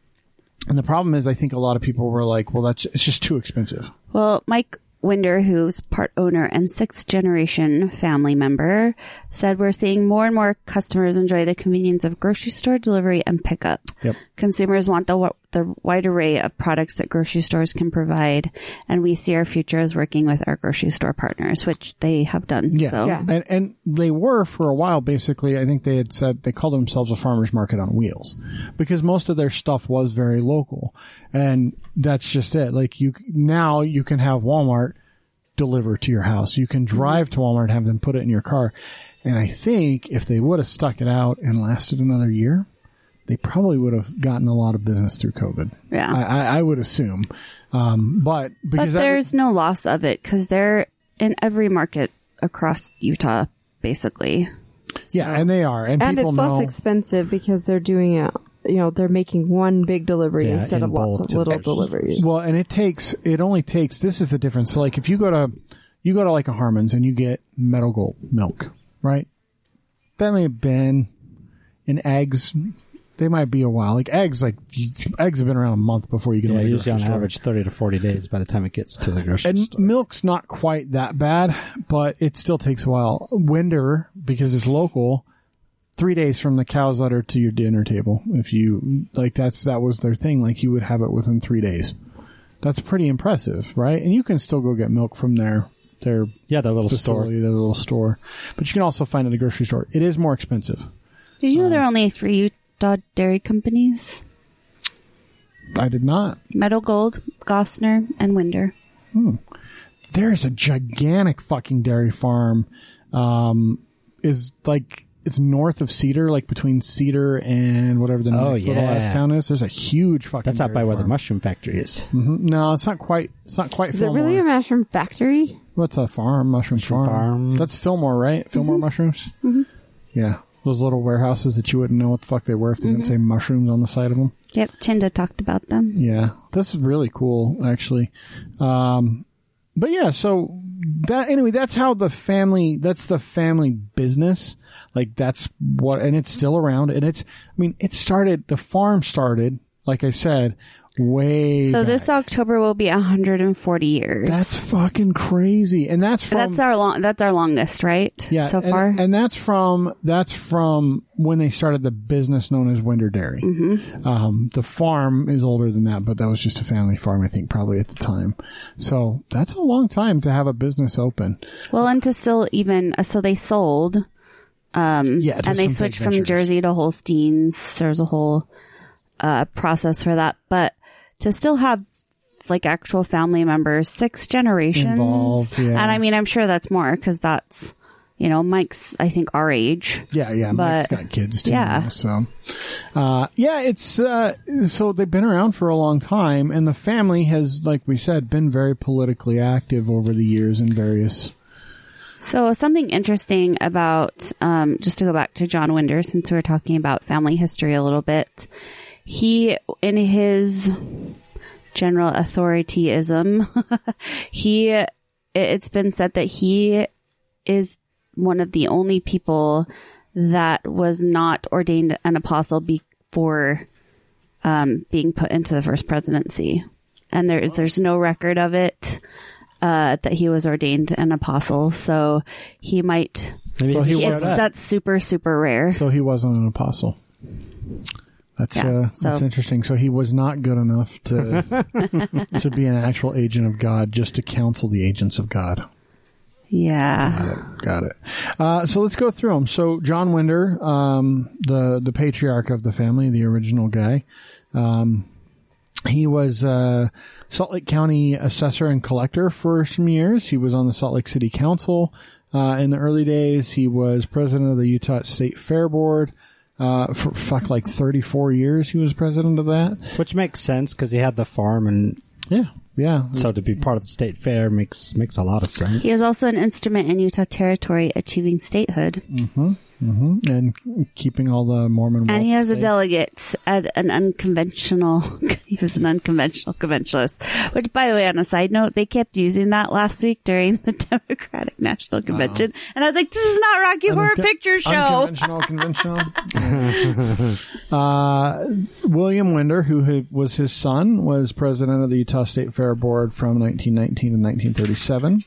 And the problem is, I think a lot of people were like, "Well, that's it's just too expensive." Well, Mike Winder, who's part owner and sixth generation family member, said we're seeing more and more customers enjoy the convenience of grocery store delivery and pickup. Yep. Consumers want the wa- the wide array of products that grocery stores can provide, and we see our future as working with our grocery store partners, which they have done. So. Yeah. and and they were for a while. Basically, I think they had said they called themselves a farmers market on wheels because most of their stuff was very local, and that's just it. Like you now, you can have Walmart deliver to your house. You can drive to Walmart and have them put it in your car. And I think if they would have stuck it out and lasted another year, they probably would have gotten a lot of business through COVID. Yeah. I, I, I would assume. Um, but But because that- there's no loss of it because they're in every market across Utah, basically. Yeah, and they are, and, and people it's know. less expensive because they're doing it. You know, they're making one big delivery Yeah, instead in of lots bulk of little deliveries. deliveries. well, and it takes. It only takes. This is the difference. So, like, if you go to, you go to like a Harmons and you get Metal Gold milk, right? That may have been, in eggs, they might be a while. Like eggs, like you, eggs have been around a month before you get Yeah, away. usually on average 30 to 40 days by the time it gets to the grocery And store. milk's not quite that bad, but it still takes a while. Winder, because it's local, three days from the cow's udder to your dinner table. If you like, that's that was their thing. Like you would have it within three days. That's pretty impressive, right? And you can still go get milk from their their Yeah, the little store. facility, their little store, but you can also find it at a grocery store. It is more expensive. Did you know there are only three Utah dairy companies? I did not. Meadow Gold, Gosner, and Winder. There's a gigantic fucking dairy farm. Um, is like it's north of Cedar, like between Cedar and whatever the Oh, next little yeah. ass town is. There's a huge fucking. That's out dairy by where the farm. mushroom factory is. Mhm. No, it's not quite. It's not quite. Is it Fillmore. really a mushroom factory? What's a farm? Mushroom, farm. farm. That's Fillmore, right? Fillmore mushrooms. Mm-hmm. Yeah, those little warehouses that you wouldn't know what the fuck they were if they Mm-hmm. didn't say mushrooms on the side of them. Yep, Chinda talked about them. Yeah, that's really cool, actually. Um, but yeah, so that anyway, that's how the family. That's the family business. Like that's what, and it's still around. And it's, I mean, it started. The farm started, like I said, way. So back. this October will be 140 years. That's fucking crazy, and that's from that's our long. That's our longest, right? yeah, so and- far. and that's from that's from when they started the business known as Winder Dairy. Mm-hmm. Um, the farm is older than that, but that was just a family farm, I think, probably at the time. So that's a long time to have a business open. well, and to still even uh, so they sold. Um, Yeah, to and some they big switched from ventures. Jersey to Holsteins. There's a whole uh, process for that, but to still have like actual family members, six generations Involved, yeah. And I mean, I'm sure that's more because that's you know Mike's. I think our age. Yeah, yeah. Mike's But- got kids too. yeah. now, so, uh, yeah, it's, uh, so they've been around for a long time and the family has, like we said, been very politically active over the years in various. So something interesting about um, just to go back to John Winder, since we were talking about family history a little bit, he in his general authorityism, he it- it's been said that he is one of the only people that was not ordained an apostle before um, being put into the first presidency, and there is there's no record of it uh, that he was ordained an apostle, so he might. Maybe So he just was- It's, showed up. that's super super rare. So he wasn't an apostle. That's Yeah, uh, so- that's interesting. So he was not good enough to to be an actual agent of God, just to counsel the agents of God. yeah, Got it. Got it. Uh, so let's go through them. So John Winder, um, the the patriarch of the family, the original guy, um, he was uh, Salt Lake County assessor and collector for some years. He was on the Salt Lake City Council uh, in the early days. He was president of the Utah State Fair Board. Uh, for fuck like 34 years he was president of that. Which makes sense because he had the farm, and Yeah. Yeah. so to be part of the state fair makes makes a lot of sense. He is also an instrument in Utah territory achieving statehood. Mm-hmm. And keeping all the Mormon And he wealth has a safe. delegate at an unconventional, he was an unconventional conventionalist, which by the way, on a side note, they kept using that last week during the Democratic National Convention. And I was like, this is not Rocky Horror Unco- Picture Show. Unconventional, conventional. uh, William Winder, who had, was his son, was president of the Utah State Fair Board from 1919 to 1937.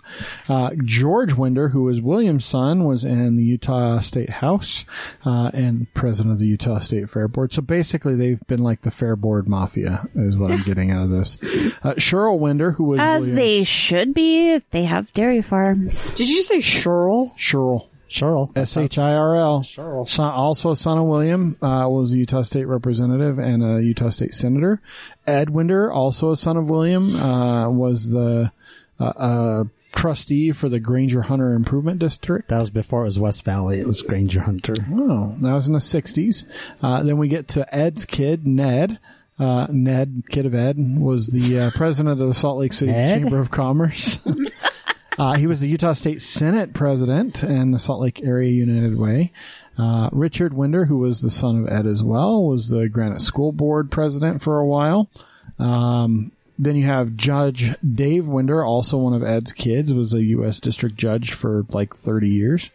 Uh, George Winder, who was William's son, was in the Utah State House uh, and president of the Utah State Fair Board. So basically, they've been like the Fair Board Mafia, is what I'm getting out of this. Uh, Cheryl Winder, who was As William's- they should be. They have dairy farms. Did you say Sherl? Cheryl. Cheryl, S H I R L. Sure. Son, also, son of William uh, was a Utah State representative and a Utah State senator. Ed Winder, also a son of William, uh, was the uh, uh, trustee for the Granger Hunter Improvement District. that was before it was West Valley. It was Granger Hunter. Oh, that was in the 60s. Uh, then we get to Ed's kid, Ned. Uh, Ned, kid of Ed, was the uh, president of the Salt Lake City Ned? Chamber of Commerce. uh, he was the Utah State Senate president and the Salt Lake Area United Way. Uh, Richard Winder, who was the son of Ed as well, was the Granite School Board president for a while. Um, then you have Judge Dave Winder, also one of Ed's kids, was a U.S. District Judge for like 30 years.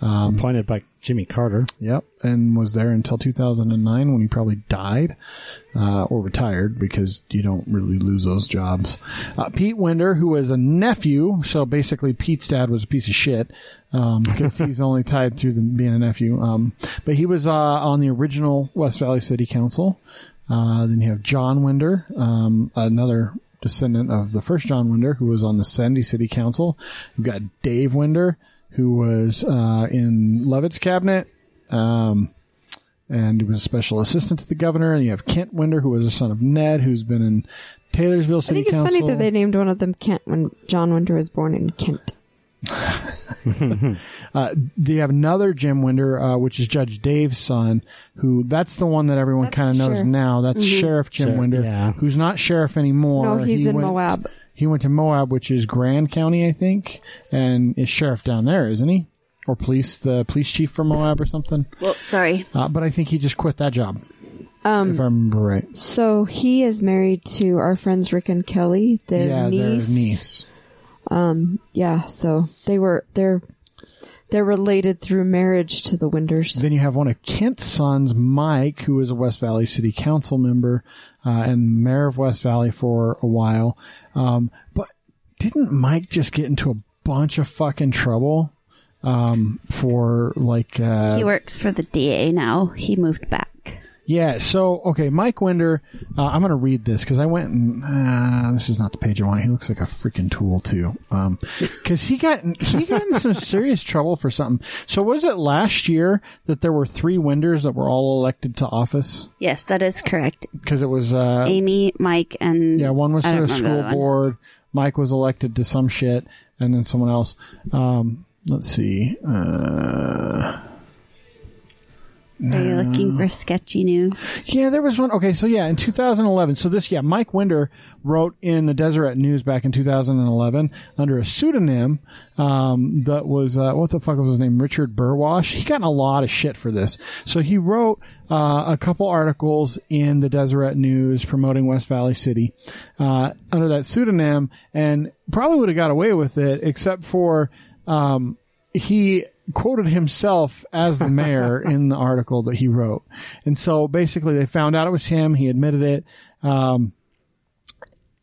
appointed by Jimmy Carter. Yep, and was there until 2009 when he probably died uh, or retired because you don't really lose those jobs. Uh, Pete Winder, who was a nephew, so basically Pete's dad was a piece of shit um, because he's only tied through the, being a nephew. Um, but he was uh, on the original West Valley City Council. Uh, then you have John Winder, um, another descendant of the first John Winder, who was on the Sandy City Council. You've got Dave Winder, who was uh, in Lovett's cabinet um, and he was a special assistant to the governor. And you have Kent Winder, who was a son of Ned, who's been in Taylorsville I City think it's Council. funny that they named one of them Kent when John Winter was born in Kent. Uh, they have another Jim Winder, uh, which is Judge Dave's son, who that's the one that everyone That's kind of the knows sheriff. Mm-hmm. now. That's Sheriff Jim Sheriff, Winder, yeah. who's not sheriff anymore. No, he's He in went- Moab. He went to Moab, which is Grand County, I think, and is sheriff down there, isn't he? Or police, the police chief for Moab or something. Well, sorry. Uh, but I think he just quit that job, um, if I remember right. So he is married to our friends Rick and Kelly. Their yeah, niece. their niece. Yeah, so they were they're they're related through marriage to the Winders. Then you have one of Kent's sons, Mike, who is a West Valley City Council member uh, and mayor of West Valley for a while. Um, but didn't Mike just get into a bunch of fucking trouble um, for like? Uh, He works for the DA now. He moved back. yeah. So okay, Mike Winder. Uh, I'm gonna read this because I went and uh, this is not the page I want. He looks like a freaking tool too. Um 'cause because he got he got in some serious trouble for something. So was it last year that there were three Winders that were all elected to office? Yes, that is correct. because it was uh Amy, Mike, and yeah one was I to don't the remember school other one. board mike was elected to some shit and then someone else um let's see uh Are you looking for sketchy news? yeah there was one okay so yeah in 2011 so this yeah mike winder wrote in the deseret news back in 2011 under a pseudonym um that was uh what the fuck was his name richard burwash he got in a lot of shit for this so he wrote uh, a couple articles in the deseret news promoting west valley city uh, under that pseudonym and probably would have got away with it except for um, he quoted himself as the mayor in the article that he wrote. And so basically they found out it was him. He admitted it. Um,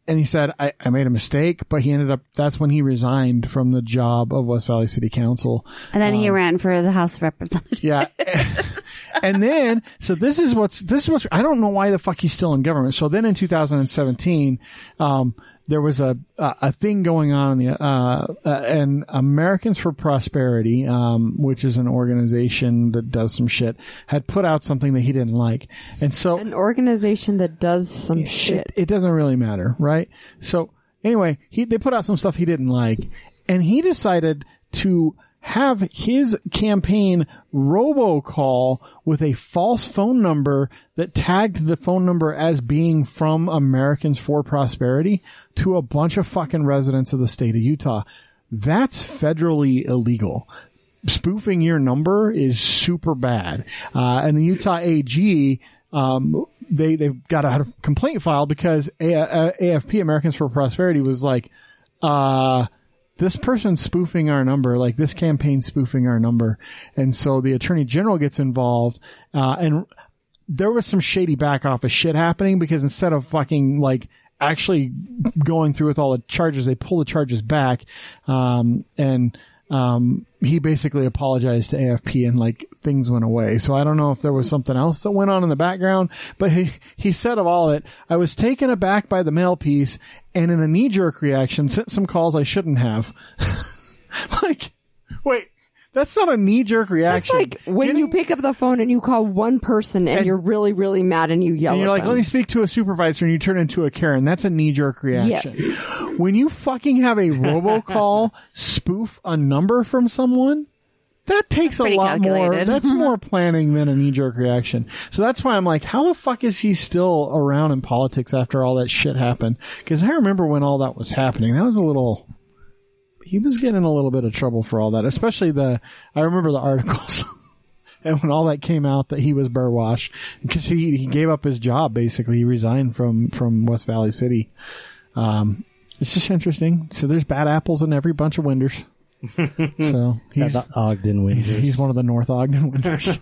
and he said, I, I made a mistake, but he ended up, that's when he resigned from the job of West Valley City Council. And then Um, he ran for the House of Representatives. Yeah. and then, so this is what's, this is what's, I don't know why the fuck he's still in government. So then in 2017, um, there was a, a a thing going on in the, uh, uh, and Americans for Prosperity, um, which is an organization that does some shit, had put out something that he didn't like. And so, An organization that does some shit. it, it doesn't really matter, right? So anyway, he they put out some stuff he didn't like, and he decided to have his campaign robocall with a false phone number that tagged the phone number as being from Americans for Prosperity to a bunch of fucking residents of the state of Utah. That's federally illegal spoofing your number is super bad. Uh, and the Utah AG, um, they, they've got a complaint filed because a- A- AFP, Americans for Prosperity, was like, uh, this person's spoofing our number, like this campaign's spoofing our number. And so the attorney general gets involved, uh, and there was some shady back office shit happening because instead of fucking like actually going through with all the charges, they pull the charges back. Um, and, um, he basically apologized to AFP and like things went away. So I don't know if there was something else that went on in the background, but he, he said of all of it, I was taken aback by the mail piece and in a knee jerk reaction sent some calls I shouldn't have. like, wait, that's not a knee jerk It's reaction. like when you Getting- pick up the phone and you call one person and, you're really, really mad and you yell and you're at like, them. let me speak to a supervisor, and you turn into a Karen. That's a knee jerk reaction. When you fucking have a robocall spoof a number from someone, that takes a pretty lot more. calculated. That's more planning than a knee jerk reaction. So that's why I'm like, how the fuck is he still around in politics after all that shit happened? Because I remember when all that was happening. That was a little. He was getting in a little bit of trouble for all that, especially the. I remember the articles. And when all that came out, that he was Burwash, because he, he gave up his job basically, he resigned from from West Valley City. Um, it's just interesting. So there's bad apples in every bunch of winders. so he's the Ogden wins. he's, he's one of the North Ogden winders.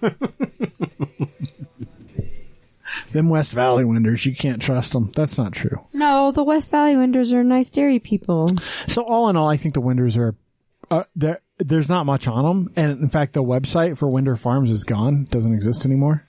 Them West Valley winders, you can't trust them. That's not true. no, the West Valley Winders are nice dairy people. So all in all, I think the winders are uh, there. There's not much on them, and in fact, the website for Winder Farms is gone. Doesn't exist anymore.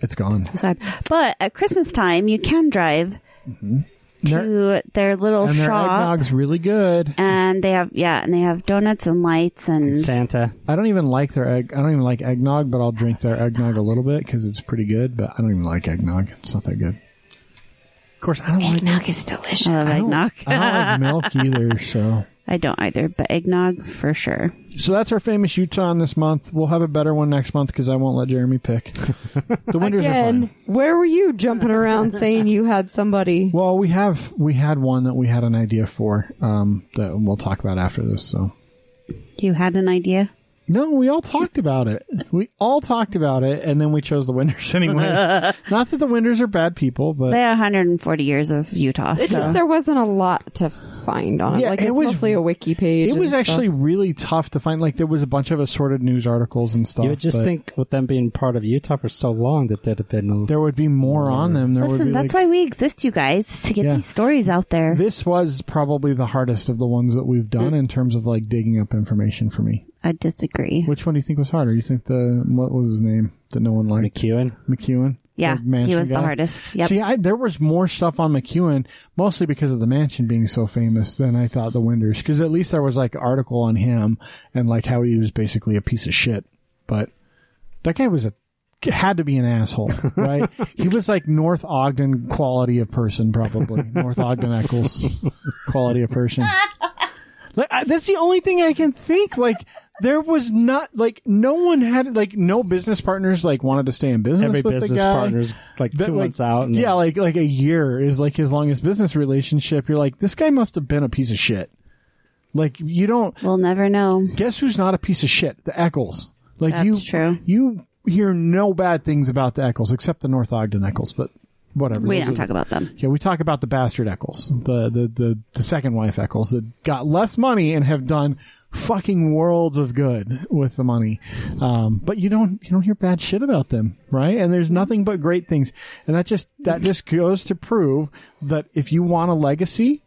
It's gone. Sad. But at Christmas time, you can drive Their- to their little Mm-hmm. and their shop, eggnog's really good. and they have yeah, and they have donuts and lights and Santa. I don't even like their egg. I don't even like eggnog, but I'll drink their eggnog a little bit because it's pretty good. But I don't even like eggnog. It's not that good. Of course, I don't like. Eggnog is delicious. uh, eggnog. I don't like milk either. So. I don't either, but eggnog for sure. So that's our famous Utah this month. We'll have a better one next month because I won't let Jeremy pick. The winters are Again, fun. where were you jumping around saying you had somebody? Well, we have we had one that we had an idea for um, that we'll talk about after this. So You had an idea? no, we all talked about it. We all talked about it, and then we chose the winters anyway. Not that the winters are bad people, but They are 140 years of Utah. It's so. just there wasn't a lot to find on it. Yeah, like it it's was- mostly a wiki page. it was and actually stuff. really tough to find. Like there was a bunch of assorted news articles and stuff. You would just but think with them being part of Utah for so long that there'd have been a there would be more on them. There would Listen, be that's like, why we exist, you guys, is to get Yeah. these stories out there. this was probably the hardest of the ones that we've done in terms of like digging up information for me. I disagree. Which one do you think was harder? You think the what was his name that no one liked? McEwen. McEwen. yeah, The mansion he was guy? the hardest. Yep. See, I, there was more stuff on McEwen, mostly because of the mansion being so famous than I thought the Winders. Because at least there was like article on him and like how he was basically a piece of shit. But that guy was a had to be an asshole, right? he was like North Ogden quality of person, probably North Ogden Eccles quality of person. Like, I, that's the only thing I can think. Like there was not like no one had like no business partners like wanted to stay in business. Every with the business guy partner's like two that, like, months out. And yeah, then- like like a year is like his longest business relationship. You're like, this guy must have been a piece of shit. Like you don't we'll never know. guess who's not a piece of shit? The Eccles. Like That's you, true. you hear no bad things about the Eccles except the North Ogden Eccles, but whatever. We Those don't are- talk about them. yeah, we talk about the bastard Eccles, the, the, the, the second wife Eccles that got less money and have done fucking worlds of good with the money. Um, but you don't, you don't hear bad shit about them, right? And there's nothing but great things. And that just, that just goes to prove that if you want a legacy,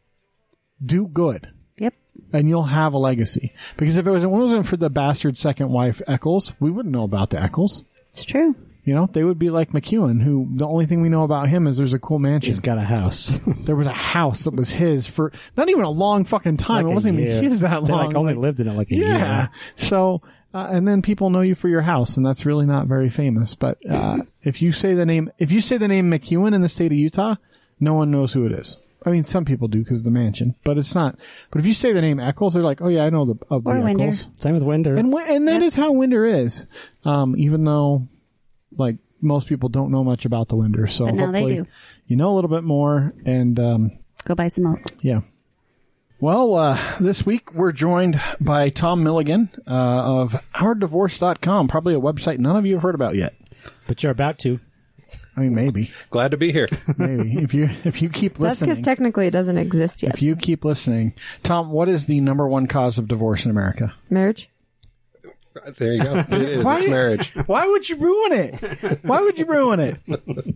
do good Yep. and you'll have a legacy. Because if it wasn't, wasn't for the bastard second wife Eccles, we wouldn't know about the Eccles. It's true. You know, they would be like McEwen, who the only thing we know about him is there's a cool mansion He's got a house. there was a house that was his for not even a long fucking time. Like it a wasn't year. even his that They long. like only Like, lived in it like a yeah. year. So, uh, and then people know you for your house, and that's really not very famous. But uh, if you say the name, if you say the name McEwen in the state of Utah, no one knows who it is. I mean, some people do because the mansion, but it's not. But if you say the name Eccles, they're like, oh yeah, I know the of the Or Winder. Eccles. Same with Winder. And wi- and that is how Winder is. Um, even though, like most people don't know much about the Winder, so But now they hopefully do. you know a little bit more. And um, Go buy some milk. yeah. Well, uh, this week we're joined by Tom Milligan uh, of OurDivorce.com, probably a website none of you have heard about yet. but you're about to. I mean, maybe, Glad to be here. maybe if you if you keep That's listening, because technically it doesn't exist yet. if you keep listening, Tom, what is the number one cause of divorce in America? Marriage. there you go. It is. Why- It's marriage. Why would you ruin it? Why would you ruin it?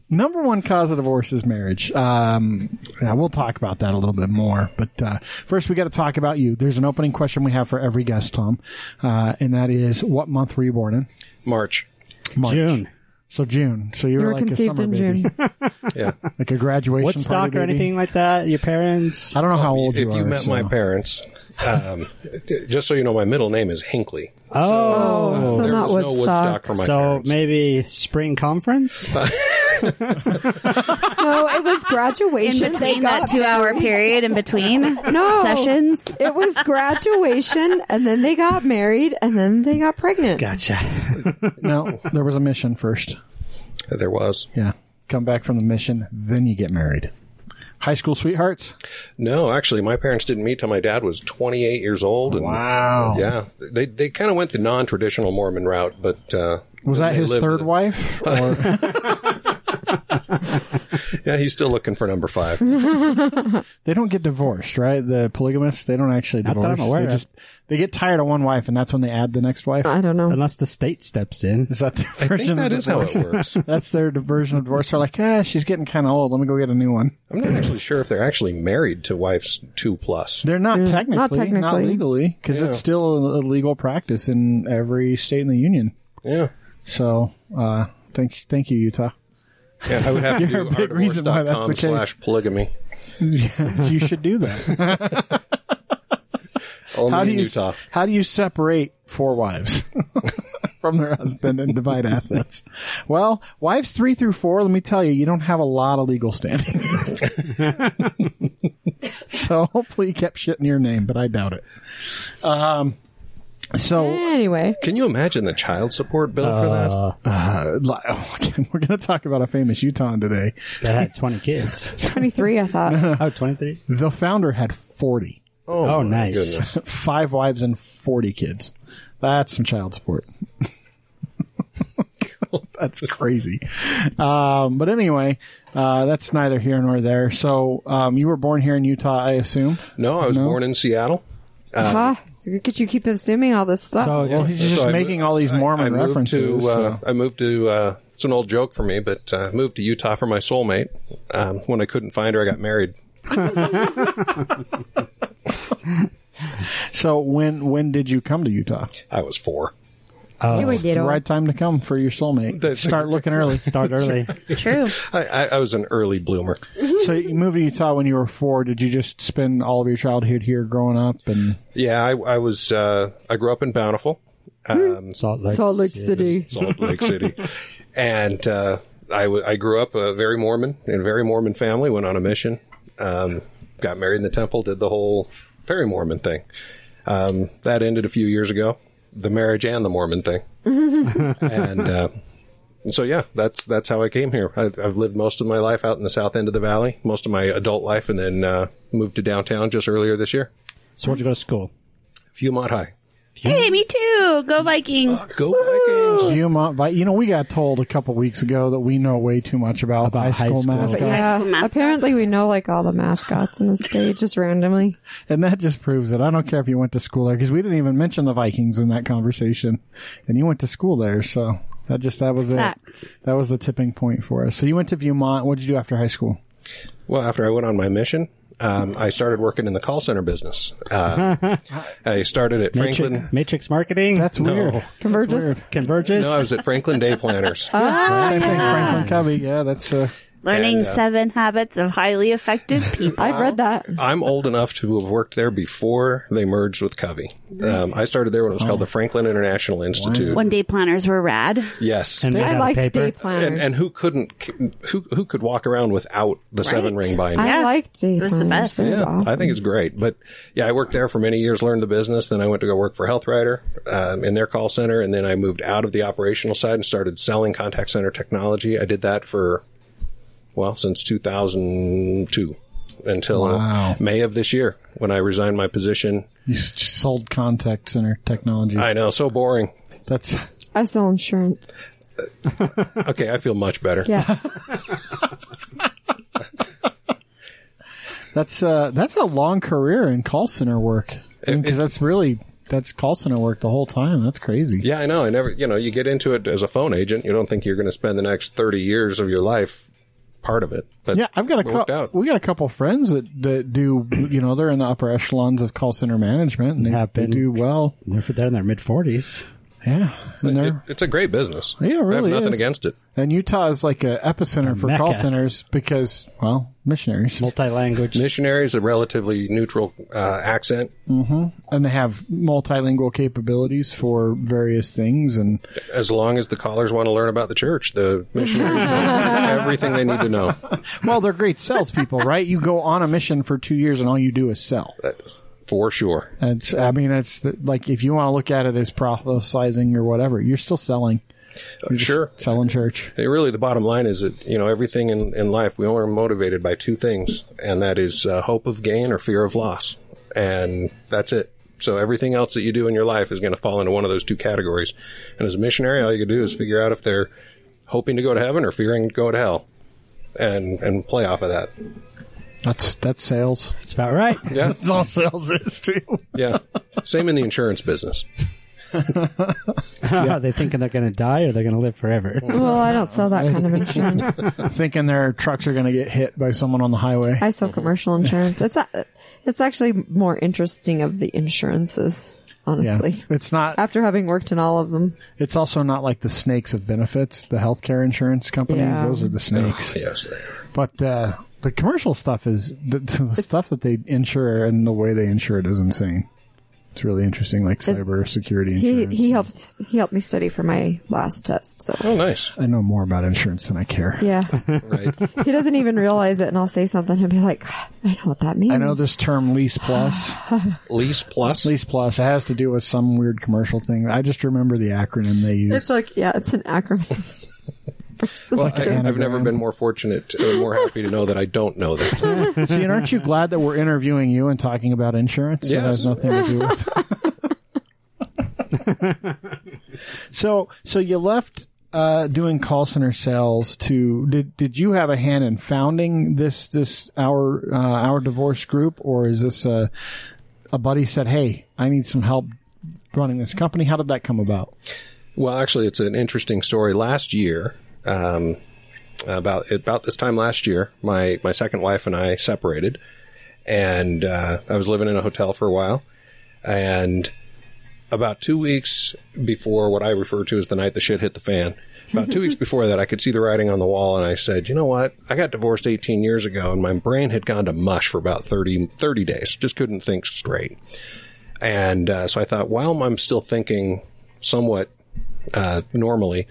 Number one cause of divorce is marriage. Um, yeah, we'll talk about that a little bit more. But uh, first, we got to talk about you. There's an opening question we have for every guest, Tom, uh, and that is, what month were you born in? March. March. June. So June. So you You were, were like a conceived summer in baby, June. Yeah. like a graduation What party stock or baby. anything like that? Your parents? I don't know how old Um, if you are. you met so- my parents, um, t- just so you know, my middle name is Hinkley. Oh, so there not was no Woodstock Woodstock. for my so parents. maybe spring conference? no, it was In graduation. they between got that two hour period, in between No. sessions, It was graduation, and then they got married, and then they got pregnant. gotcha. No, there was a mission first. there was Yeah, come back from the mission, then you get married. High school sweethearts. no. Actually, my parents didn't meet till my dad was 28 years old. And Wow. Yeah, they they kind of went the non-traditional Mormon route, but uh, Was that they his lived third the- wife? Or Yeah, he's still looking for number five. they don't get divorced, right? The polygamists, they don't actually Not that divorce. I'm aware they of. just they get tired of one wife and that's when they add the next wife. I don't know. Unless the state steps in. Is that their I think version that of is how divorce? it works. That's their d- version of divorce. They're like, ah, she's getting kind of old. Let me go get a new one. I'm not actually sure if they're actually married to wives two plus. They're not, technically, not technically. legally, because it's still a, a legal practice in every state in the union. Yeah, So, uh, thank thank you, Utah. yeah. I would have to You're a do big reason why that's the artdivorce.com case. slash polygamy. you should do that. Only How do in you Utah. s- how do you separate four wives? From their husband and divide assets. Well, wives three through four, let me tell you, you don't have a lot of legal standing. so hopefully you kept shit in your name, but I doubt it. Um, so Anyway, Can you imagine the child support bill for that? Uh, li- oh, again, we're going to talk about a famous Utah today. They had 20 kids. 23, I thought. Oh, 23? The founder had 40, Oh, my nice. goodness. five wives and 40 kids. That's some child support. that's crazy. Um, but anyway, uh, that's neither here nor there. So, um, you were born here in Utah, I assume. No, I was born in Seattle. Huh? Look at Ah, you keep assuming all this stuff. Oh, well, he's just So I making mo- all these I- Mormon I moved references. To, so- uh, I moved to. Uh, it's an old joke for me, but uh, I moved to Utah for my soulmate. Um, when I couldn't find her, I got married. so when, when did you come to Utah? I was four. Here we get Right time to come for your soulmate. That's- Start looking early. Start early. it's true. I, I, I was an early bloomer. So you moved to Utah when you were four. Did you just spend all of your childhood here growing up? And Yeah, I, I was. Uh, I grew up in Bountiful, um, Salt Lake. Salt Lake City. Salt Lake City, and uh, I, w- I grew up a very Mormon in a very Mormon family. Went on a mission, um, got married in the temple, did the whole very Mormon thing. Um, that ended a few years ago, the marriage and the Mormon thing, and uh, so yeah, that's that's how I came here. I, I've lived most of my life out in the south end of the valley, most of my adult life, and then uh, moved to downtown just earlier this year, So where'd you go to school? Fremont High. hey, me too. Go Vikings. Uh, Go Vikings! Beaumont, uh, Vi- you know, we got told a couple weeks ago that we know way too much about, About high high school, school. mascots, High school Yeah. mascot. Apparently, we know like all the mascots in the state just randomly. and that just proves it. I don't care if you went to school there because we didn't even mention the Vikings in that conversation, and you went to school there, so that just that was Facts. it. That was the tipping point for us. So you went to Beaumont. What did you do after high school? Well, after I went on my mission, um, I started working in the call center business. Uh, I started at Franklin. Matrix, Matrix marketing. That's weird. Converges. Ah, Converges. No, I was at Franklin Day Planners. Same thing, Franklin Covey. Yeah, that's uh, Learning And, uh, Seven Habits of Highly Effective People. I've read that. I'm old enough to have worked there before they merged with Covey. Um, I started there when it was called the Franklin International Institute. One day planners were rad. Yes, And and, made out I of liked paper. day planners. and who couldn't who who could walk around without the seven ring binder? I Yeah. liked day It was the planners. best. That was Yeah, awesome. I think it's great. But yeah, I worked there for many years, learned the business. Then I went to go work for Health Rider um, in their call center, and then I moved out of the operational side and started selling contact center technology. I did that for well since 2002 until Wow. May of this year when I resigned my position. You s- sold contact center technology. I know, so boring. That's I sell insurance. Okay, I feel much better. Yeah. that's uh, that's a long career in call center work because that's really that's call center work the whole time. That's crazy. Yeah, I know. I never, you know, you get into it as a phone agent. You don't think you're going to spend the next 30 years of your life part of it. But Yeah, I've got a it worked couple. out. We got a couple friends that, that do. You know, they're in the upper echelons of call center management, and they, Have they been. do well. They're, they're in their mid 40s. Yeah, and It- they're it's a great business. Yeah, it I have really nothing is. against it. and Utah is like a epicenter for call mecca. centers because well, missionaries, Multi language. Missionary is a relatively neutral uh, accent. and they have multilingual capabilities for various things, and As long as the callers want to learn about the church, the missionaries know everything they need to know. well, they're great salespeople, right? You go on a mission for two years, and all you do is sell. That's For sure. It's, I mean, it's the, like if you want to look at it as proselytizing or whatever, you're still selling. You're just Sure. selling church. It really, the bottom line is that, you know, everything in, in life, we only are motivated by two things, and that is uh, hope of gain or fear of loss. And that's it. So everything else that you do in your life is going to fall into one of those two categories. And as a missionary, all you can do is figure out if they're hoping to go to heaven or fearing to go to hell and, and play off of that. That's that's sales. That's about right. Yeah. That's all sales is too. Yeah. Same in the insurance business. Are they thinking they're going to die or they're going to live forever? well, I don't sell that kind of insurance. Thinking their trucks are going to get hit by someone on the highway. I sell commercial insurance. It's a, it's actually more interesting of the insurances, honestly. It's not. After having worked in all of them, It's also not like the snakes of benefits. The healthcare insurance companies, Yeah. those are the snakes. Yes, they are. But uh, the commercial stuff is the, the stuff that they insure and the way they insure it is insane. It's really interesting, like cyber security he insurance. he helped he helped me study for my last test. So Oh, nice. I know more about insurance than I care. yeah, Right. he doesn't even realize it, and I'll say something, he'll be like, "God, "I know what that means." I know this term lease plus. Lease plus. lease plus it has to do with some weird commercial thing. I just remember the acronym they use. It's like yeah, it's an acronym. Well, like an I, I've never anagram. been more fortunate or more happy to know that I don't know that. See, and aren't you glad that we're interviewing you and talking about insurance? That has Yes. nothing to do with. so, so you left uh, doing call center sales to did did you have a hand in founding this this our uh, our divorce group or is this a a buddy said, "Hey, I need some help running this company." How did that come about? Well, actually, it's an interesting story. Last year, um, about about this time last year, my my second wife and I separated, and uh, I was living in a hotel for a while, and about two weeks before what I refer to as the night the shit hit the fan. About two weeks before that, I could see the writing on the wall, and I said, "You know what? I got divorced 18 years ago, and my brain had gone to mush for about 30 30 days. Just couldn't think straight." And uh, so I thought, while I'm still thinking somewhat uh, normally,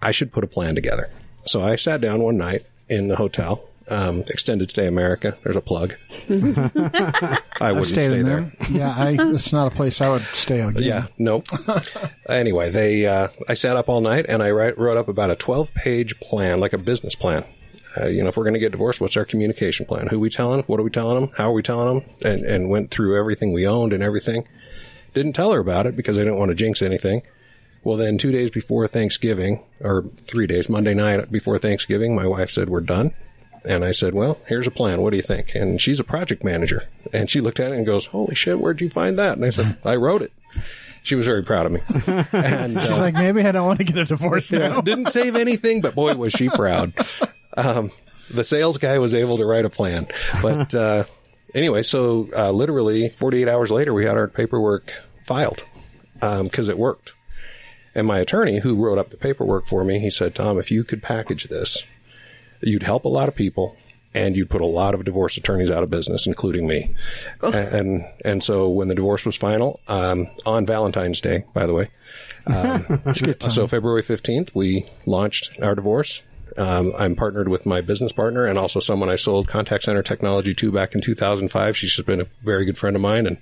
I should put a plan together. So I sat down one night in the hotel, um, Extended Stay America. There's a plug. I wouldn't Stayed stay in there. yeah, I, it's not a place I would stay again. Yeah, nope. anyway, they uh, I sat up all night and I write, wrote up about a 12 page plan, like a business plan. Uh, you know, if we're going to get divorced, what's our communication plan? Who we telling? What are we telling them? How are we telling them? And and went through everything we owned and everything. Didn't tell her about it because I didn't want to jinx anything. Well, then two days before Thanksgiving, or three days, Monday night before Thanksgiving, my wife said, We're done. And I said, Well, here's a plan. What do you think? And she's a project manager. And she looked at it and goes, Holy shit, where'd you find that? And I said, I wrote it. She was very proud of me. And uh, She's like, maybe I don't want to get a divorce now. didn't save anything, but boy, was she proud. Um, the sales guy was able to write a plan. But uh, anyway, so uh, literally 48 hours later, we had our paperwork filed because it worked. And my attorney, who wrote up the paperwork for me, he said, Tom, if you could package this you'd help a lot of people and you'd put a lot of divorce attorneys out of business, including me. And and so when the divorce was final, um, on Valentine's Day, by the way, um, so February fifteenth, we launched our divorce. Um, I'm partnered with my business partner and also someone I sold contact center technology to back in 2005. She's just been a very good friend of mine, and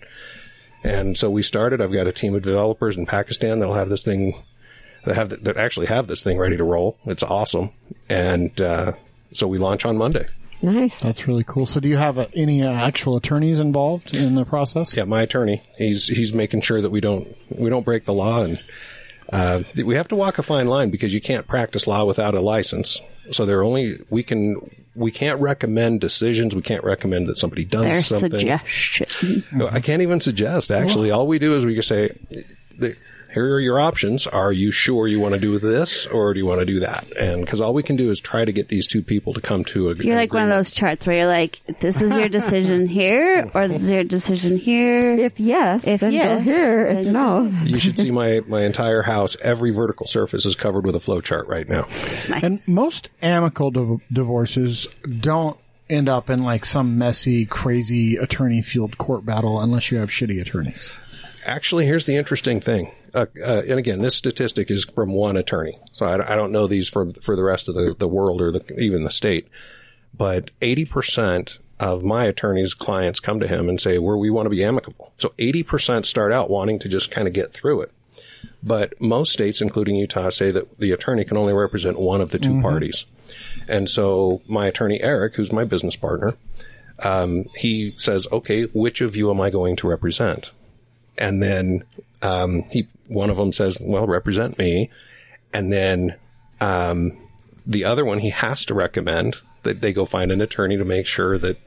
and so we started. I've got a team of developers in Pakistan that'll have this thing that have that actually have this thing ready to roll. It's awesome, and uh, so we launch on Monday. Nice. That's really cool. So, do you have uh, any uh, actual attorneys involved in the process? Yeah, my attorney. He's he's making sure that we don't we don't break the law, and uh, th- we have to walk a fine line because you can't practice law without a license. So there are only we can we can't recommend decisions. We can't recommend that somebody does Their something. suggestion. No, I can't even suggest. Actually, all we do is we can say, "The- "Here are your options. Are you sure you want to do this, or do you want to do that?" And because all we can do is try to get these two people to come to a. You're like one of those charts where you're like, this is your decision here, or this is your decision here. If yes, If then yes, go here. If then- no, You should see my my entire house. Every vertical surface is covered with a flow chart right now. And most amicable div- divorces don't end up in like some messy, crazy attorney fueled court battle unless you have shitty attorneys. Actually, here's the interesting thing. Uh, uh, and again, this statistic is from one attorney, so I, I don't know these for for the rest of the, the world or the, even the state. But eighty percent of my attorney's clients come to him and say, "Where we want to be amicable." So eighty percent start out wanting to just kind of get through it. But most states, including Utah, say that the attorney can only represent one of the 2 parties. And so my attorney Eric, who's my business partner, um, he says, "Okay, which of you am I going to represent?" and then um, he one of them says, "Well, represent me," and then um, the other one he has to recommend that they go find an attorney to make sure that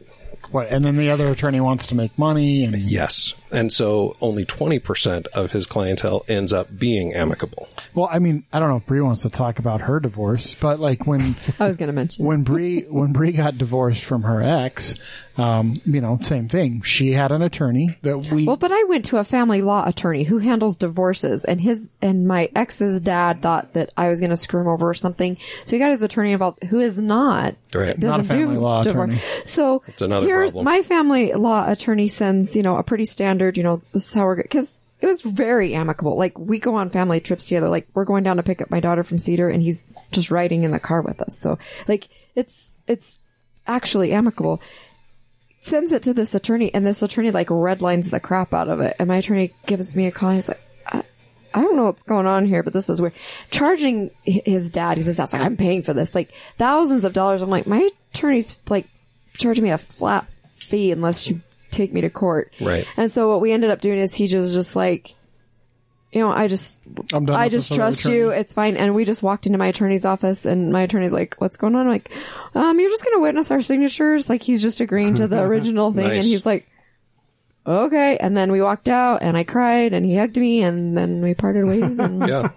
What? And then the other attorney wants to make money. And yes, and so only twenty percent of his clientele ends up being amicable. well, I mean, I don't know if Brie wants to talk about her divorce, but like when I was going to mention. when Bree when Bree got divorced from her ex, um, you know, same thing. She had an attorney that we well, but I went to a family law attorney who handles divorces, and his and my ex's dad thought that I was going to screw him over or something. So he got his attorney involved, who is not Right. doesn't Not a family do law divorce. attorney. So another here's problem. my family law attorney sends you know a pretty standard you know this is how we're because it was very amicable. Like we go on family trips together. Like we're going down to pick up my daughter from Cedar, and he's just riding in the car with us. So like it's it's actually amicable. Sends it to this attorney, and this attorney like redlines the crap out of it. And my attorney gives me a call. And he's like, I, I don't know what's going on here, but this is weird. Charging hi- his dad, he's just like, I'm paying for this, like thousands of dollars. I'm like, my attorney's like charging me a flat fee unless you take me to court. Right. And so what we ended up doing is he just just like, you know, I just I'm done I with just this other trust you. attorney. It's fine. And we just walked into my attorney's office, and my attorney's like, "What's going on?" I'm like, um, you're just gonna witness our signatures. Like he's just agreeing to the original thing, and Nice. he's like, "Okay." And then we walked out, and I cried, and he hugged me, and then we parted ways. And yeah.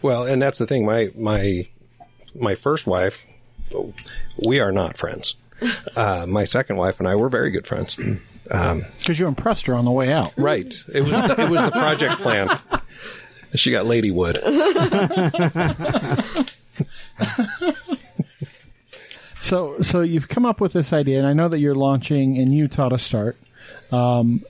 Well, and that's the thing. My my my first wife, we are not friends. Uh, my second wife and I were very good friends. Um, because you impressed her on the way out. Right. It was it was the project plan. She got Ladywood. So, so you've come up with this idea, and I know that you're launching in Utah to start. Um,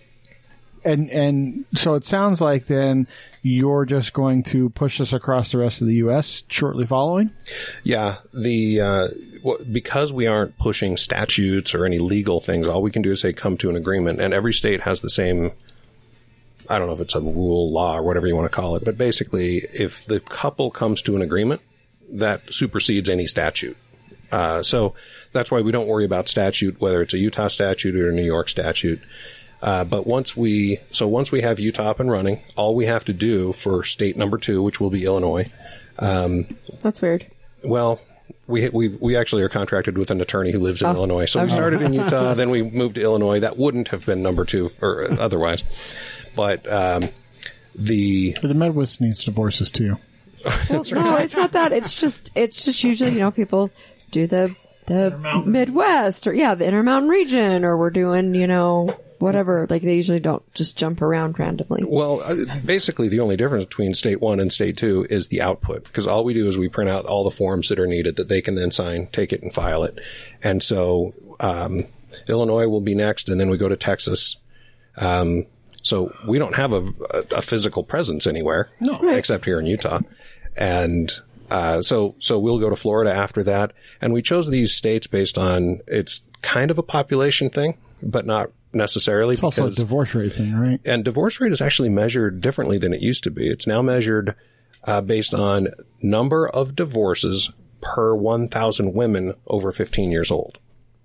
and and so it sounds like then you're just going to push this across the rest of the U.S. shortly following. Yeah, the uh, wha- because we aren't pushing statutes or any legal things, all we can do is say come to an agreement, and every state has the same. I don't know if it's a rule, law, or whatever you want to call it, but basically, if the couple comes to an agreement, that supersedes any statute. Uh, so that's why we don't worry about statute, whether it's a Utah statute or a New York statute. Uh, but once we, so once we have Utah up and running, all we have to do for state number two, which will be Illinois, that's weird. well, we we we actually are contracted with an attorney who lives in Illinois. So we started in Utah, then we moved to Illinois. That wouldn't have been number two or otherwise, but um, the But the Midwest needs divorces too. Well, no, it's not that. It's just it's just usually you know people do the the Midwest or yeah the Intermountain region or we're doing you know whatever. Like they usually don't just jump around randomly. Well, uh, basically, the only difference between state one and state two is the output, because all we do is we print out all the forms that are needed that they can then sign, take it, and file it. And so um, Illinois will be next, and then we go to Texas. Um, so we don't have a, a, a physical presence anywhere, except here in Utah, and. Uh, so, so we'll go to Florida after that, and we chose these states based on it's kind of a population thing, but not necessarily. It's also a divorce rate thing, right? and divorce rate is actually measured differently than it used to be. It's now measured uh, based on number of divorces per 1,000 women over 15 years old.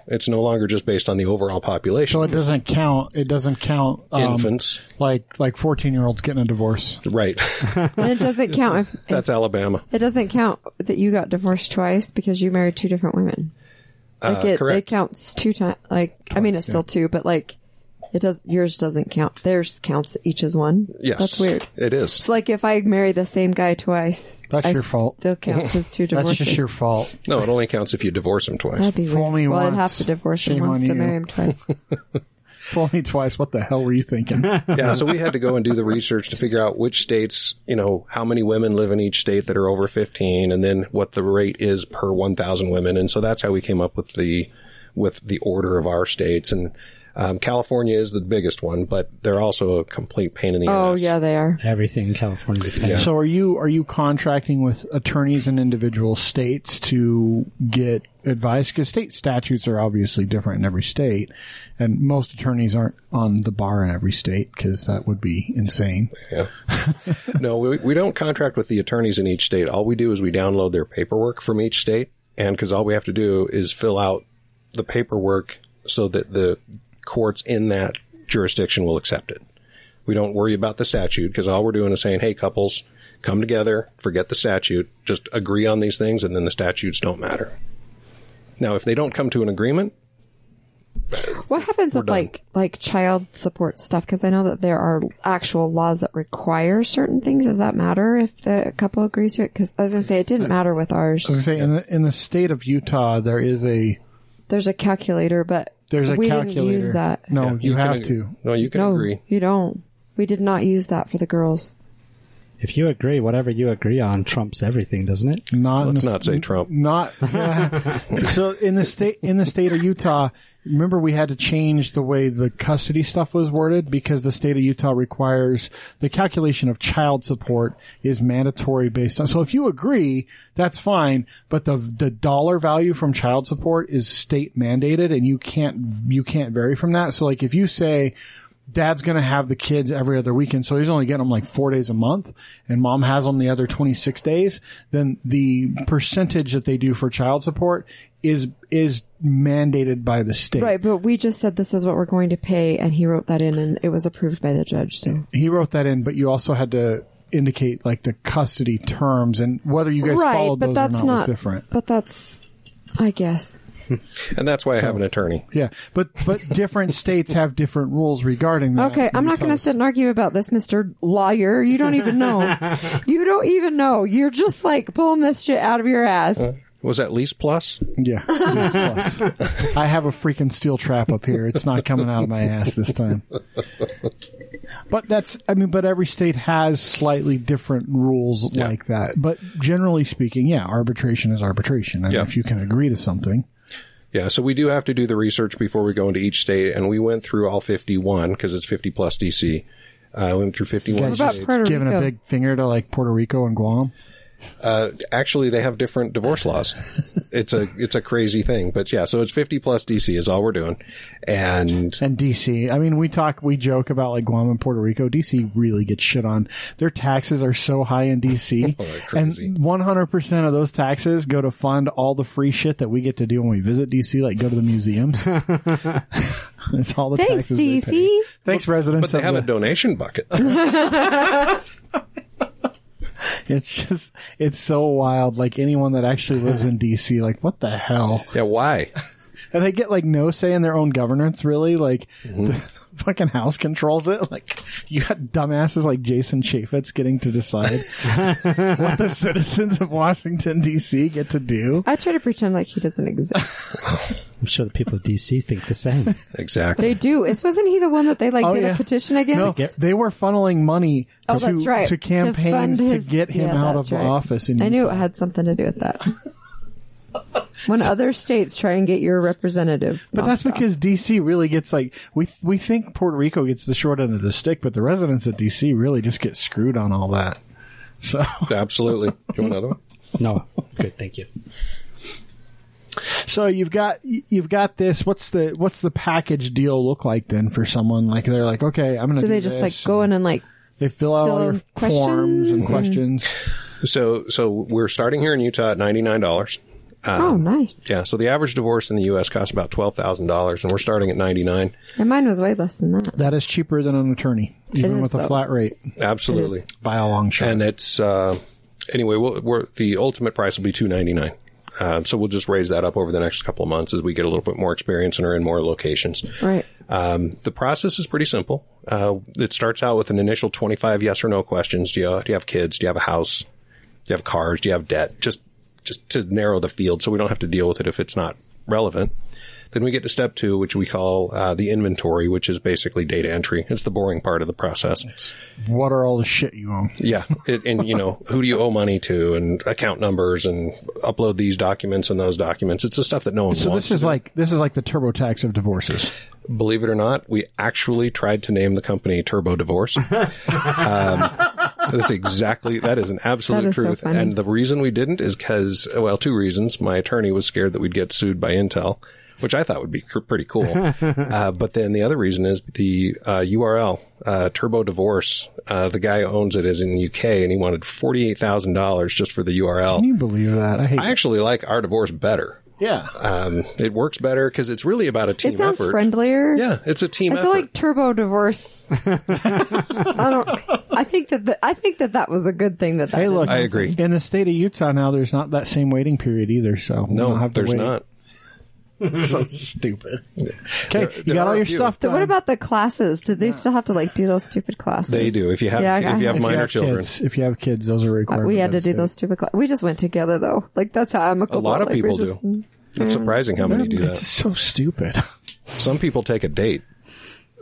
It's no longer just based on the overall population. So it doesn't count. It doesn't count um, Infants. like like fourteen year olds getting a divorce. Right. And it doesn't count. If, That's Alabama. it doesn't count that you got divorced twice because you married two different women. Like it, Uh, correct. it counts two times. Like I mean, it's still two, but like it does. Yours doesn't count. Theirs counts each as one. Yes. that's weird. It is. It's like if I marry the same guy twice. That's I your fault. Still counts as two That's divorces. just your fault. No, it only counts if you divorce them twice. That'd be Fool weird. me well, I'd have once, to divorce him shame once on to you. marry him twice. Fool me twice. What the hell were you thinking? yeah, so we had to go and do the research to figure out which states, you know, how many women live in each state that are over 15 and then what the rate is per 1000 women. And so that's how we came up with the with the order of our states and um, California is the biggest one, but they're also a complete pain in the oh ass. yeah, they are. Everything in California is a pain. So are you are you contracting with attorneys in individual states to get advice? Because state statutes are obviously different in every state, and most attorneys aren't on the bar in every state because that would be insane. Yeah. no, we, we don't contract with the attorneys in each state. All we do is we download their paperwork from each state. And because all we have to do is fill out the paperwork so that the courts in that jurisdiction will accept it. We don't worry about the statute because all we're doing is saying, hey, couples, come together, forget the statute, just agree on these things, and then the statutes don't matter. Now, if they don't come to an agreement, What happens with done. like like child support stuff? Because I know that there are actual laws that require certain things. Does that matter if the couple agrees to it? Because I was gonna say it didn't matter with ours. I was gonna say in the, in the state of Utah there is a There's a calculator, but there's a we calculator. didn't use that. No, Yeah, you, can have ag- to. No, you can no, agree. you don't. We did not use that for the girls. If you agree, whatever you agree on trumps everything, doesn't it? Not Let's in the- not say Trump. Not so in the state in the state of Utah. Remember, we had to change the way the custody stuff was worded because the state of Utah requires the calculation of child support is mandatory based on. So if you agree, that's fine. But the the dollar value from child support is state mandated, and you can't you can't vary from that. So like if you say dad's going to have the kids every other weekend, so he's only getting them like four days a month, and mom has them the other 26 days, then the percentage that they do for child support is is mandated by the state. Right, but we just said this is what we're going to pay, and he wrote that in, and it was approved by the judge. So He wrote that in, but you also had to indicate like the custody terms and whether you guys followed those or not, was different. But that's, I guess, And that's why I have an attorney. Yeah, but but different states have different rules regarding that. Okay, I'm not going to Utah's- sit and argue about this, Mister Lawyer. You don't even know. you don't even know. You're just like pulling this shit out of your ass. Uh, Was that lease plus? Yeah. yes, plus. I have a freaking steel trap up here. It's not coming out of my ass this time. But that's, I mean, but every state has slightly different rules Yeah. like that. But generally speaking, yeah, arbitration is arbitration. And Yeah. if you can agree to something, Yeah, so we do have to do the research before we go into each state, and we went through all 51 because it's 50 plus DC. I uh, went through 51 What about states. Puerto giving Rico? a big finger to like Puerto Rico and Guam. Uh, actually, they have different divorce laws. it's a it's a crazy thing, but yeah, so it's 50 plus DC is all we're doing, and and DC. I mean, we talk, we joke about like Guam and Puerto Rico. DC really gets shit on. Their taxes are so high in DC, they're crazy. and 100% of those taxes go to fund all the free shit that we get to do when we visit DC, like go to the museums. it's all the Thanks, taxes they pay. DC. Thanks, residents. but they of have the- a donation bucket. it's just, it's so wild. Like anyone that actually lives in DC, like what the hell? yeah, why? and they get like no say in their own governance really like fucking house controls it. Like you got dumbasses like Jason Chaffetz getting to decide what the citizens of Washington D.C. get to do. I try to pretend like he doesn't exist. I'm sure the people of DC think the same. Exactly. They do. It's, wasn't he the one that they like Oh, did yeah. a petition against? No, they were funneling money Oh, to, that's right. to campaigns to, fund his- get him yeah, out that's of right. office. In I knew Utah. it had something to do with that. when other states try and get your representative, But that's knocked off. because DC really gets like we we think Puerto Rico gets the short end of the stick, but the residents of DC really just get screwed on all that. So Absolutely. Do you want another one? no, good, thank you. so you've got you've got this. What's the what's the package deal look like then for someone like they're like okay I'm gonna do do they just like this. go in and like they fill out fill all in your forms and questions? questions. So, so we're starting here in Utah at ninety nine dollars. oh nice Yeah. So the average divorce in the U.S. costs about twelve thousand dollars, and we're starting at ninety nine. and mine was way less than that That is cheaper than an attorney, even is, with a though. flat rate Absolutely. It by a long shot. And it's uh, anyway. We'll, we're the ultimate price will be two ninety nine. Um, so we'll just raise that up over the next couple of months as we get a little bit more experience and are in more locations. right Um, the process is pretty simple. Uh, it starts out with an initial 25 yes or no questions. Do you, do you have kids? Do you have a house? Do you have cars? Do you have debt? Just, just to narrow the field so we don't have to deal with it if it's not relevant. Then we get to step two, which we call uh, the inventory, which is basically data entry. It's the boring part of the process. what are all the shit you own? Yeah, it, and you know who do you owe money to, and account numbers, and upload these documents and those documents. It's the stuff that no one So wants. this is like this is like the TurboTax of divorces. believe it or not, we actually tried to name the company Turbo Divorce. um, that's exactly that is an absolute That is so truth. funny. and the reason we didn't is because well, two reasons. My attorney was scared that we'd get sued by Intel, which I thought would be cr- pretty cool. uh, but then the other reason is the uh, URL uh, Turbo Divorce. Uh, the guy who owns it is in the UK, and he wanted forty eight thousand dollars just for the URL. Can you believe that? I hate. I actually like our divorce better. yeah. Um, it works better because it's really about a team it sounds effort. friendlier Yeah, it's a team I effort. feel like turbo divorce I don't I think that the, I think that that was a good thing that that Hey, look, I agree. In the state of Utah now, there's not that same waiting period either. So we don't No, have to there's wait. not. so stupid. Okay, There- you there got are all a your few. stuff Th- done. what about the classes? Did they still have to like do those stupid classes? They do. If you have Yeah, I- if you have If you minor have children, Kids, if you have kids, those are Uh, required. we had to do those stupid classes. We just went together though. Like that's how I'm a a lot of like, we're people just- do. It's surprising how many do It's that. so stupid. Some people take a date.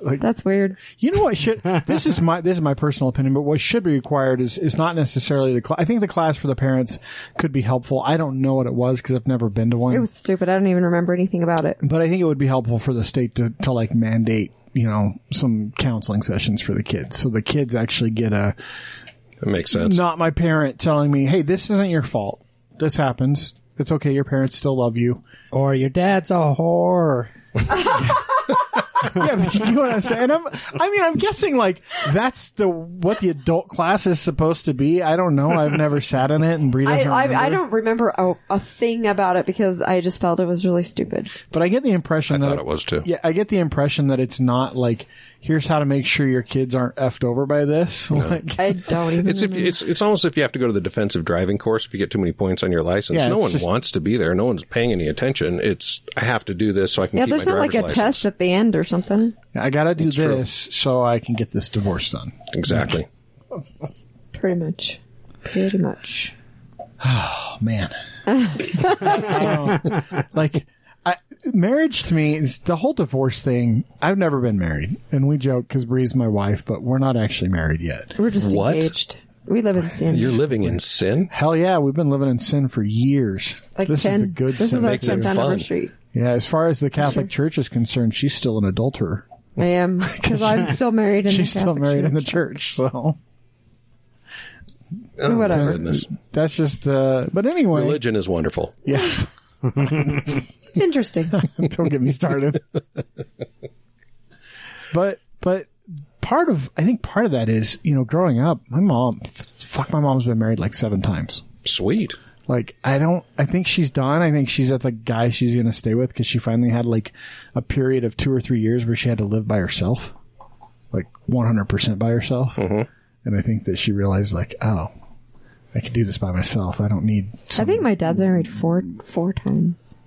That's weird. You know what should this is my this is my personal opinion, but what should be required is is not necessarily the class. I think the class for the parents could be helpful. I don't know what it was because I've never been to one. It was stupid. I don't even remember anything about it. but I think it would be helpful for the state to, to like mandate, you know, some counseling sessions for the kids. So the kids actually get a, It makes sense. not my parent telling me, "Hey, this isn't your fault. This happens. It's okay. Your parents still love you." Or your dad's a whore. yeah, but you know what I'm saying. And I'm, I mean, I'm guessing like that's the what the adult class is supposed to be. I don't know. I've never sat in it, and Bree I, doesn't. remember. I, I don't remember a, a thing about it because I just felt it was really stupid. But I get the impression I that thought it was too. Yeah, I get the impression that it's not like here's how to make sure your kids aren't effed over by this. Like, I don't even. It's if remember. it's it's almost if you have to go to the defensive driving course if you get too many points on your license. Yeah, no it's one just- wants to be there. No one's paying any attention. It's I have to do this so I can yeah, keep my there's not like driver's a license. test at the end or something. I gotta do true. this so I can get this divorce done. Exactly. Pretty much. Pretty much. Oh man. I know. Like I, marriage to me is the whole divorce thing. I've never been married, and we joke because Bree's my wife, but we're not actually married yet. We're just What? engaged. We live in San. You're living in sin. Hell yeah, we've been living in sin for years. like this 10, is the good This sin. is our Makes it tenth fun. anniversary. yeah, as far as the Catholic Church is concerned, she's still an adulterer. I am because I'm still married. In she's the still Catholic married Church. in the church, so Oh, my Whatever. goodness. that's just. Uh, but anyway, Religion is wonderful. yeah. It's interesting. Don't get me started. but but part of I think part of that is you know growing up, my mom, fuck, my mom's been married like seven times. Sweet. Like I don't, I think she's done. I think she's at the guy she's gonna stay with because she finally had like a period of two or three years where she had to live by herself, like one hundred percent by herself. And I think that she realized like, oh, I can do this by myself. I don't need. I think my dad's married four four times.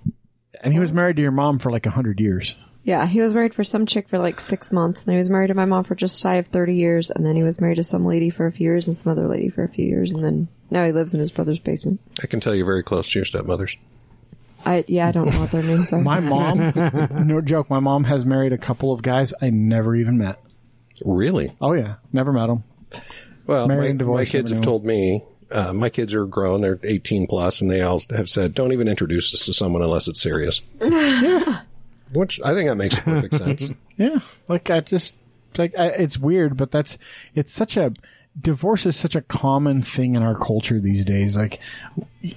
And he was married to your mom for like a hundred years. Yeah, he was married for some chick for like six months, and he was married to my mom for just shy of thirty years, and then he was married to some lady for a few years, and some other lady for a few years, and then now he lives in his brother's basement. I can tell you're very close to your stepmothers. I yeah, I don't know what their names are. My mom, no joke, my mom has married a couple of guys I never even met. Really? Oh yeah, never met them. Well, Married my, and my divorced, kids never have knew. told me, uh, my kids are grown, they're 18 plus, and they all have said, don't even introduce this to someone unless it's serious. Which I think that makes perfect sense. Yeah, like I just like I, it's weird, but that's it's such a divorce is such a common thing in our culture these days. Like,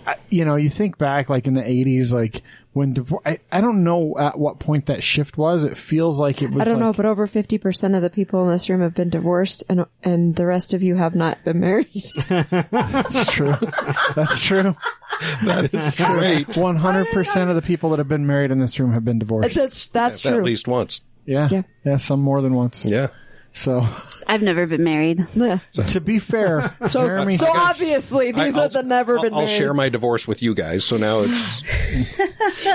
I, you know, you think back like in the eighties, like when divorce. I, I don't know at what point that shift was. It feels like it was. I don't know, like- but over fifty percent of the people in this room have been divorced, and and the rest of you have not been married. that's true. That's true. That is great. One hundred percent of the people that have been married in this room have been divorced. That's that's At true. least once. yeah, Yeah. yeah, some more than once. Yeah. So, I've never been married. Yeah. to be fair, Jeremy, So obviously, I- these I'll- are the never I'll, been I'll married. share my divorce with you guys, so now it's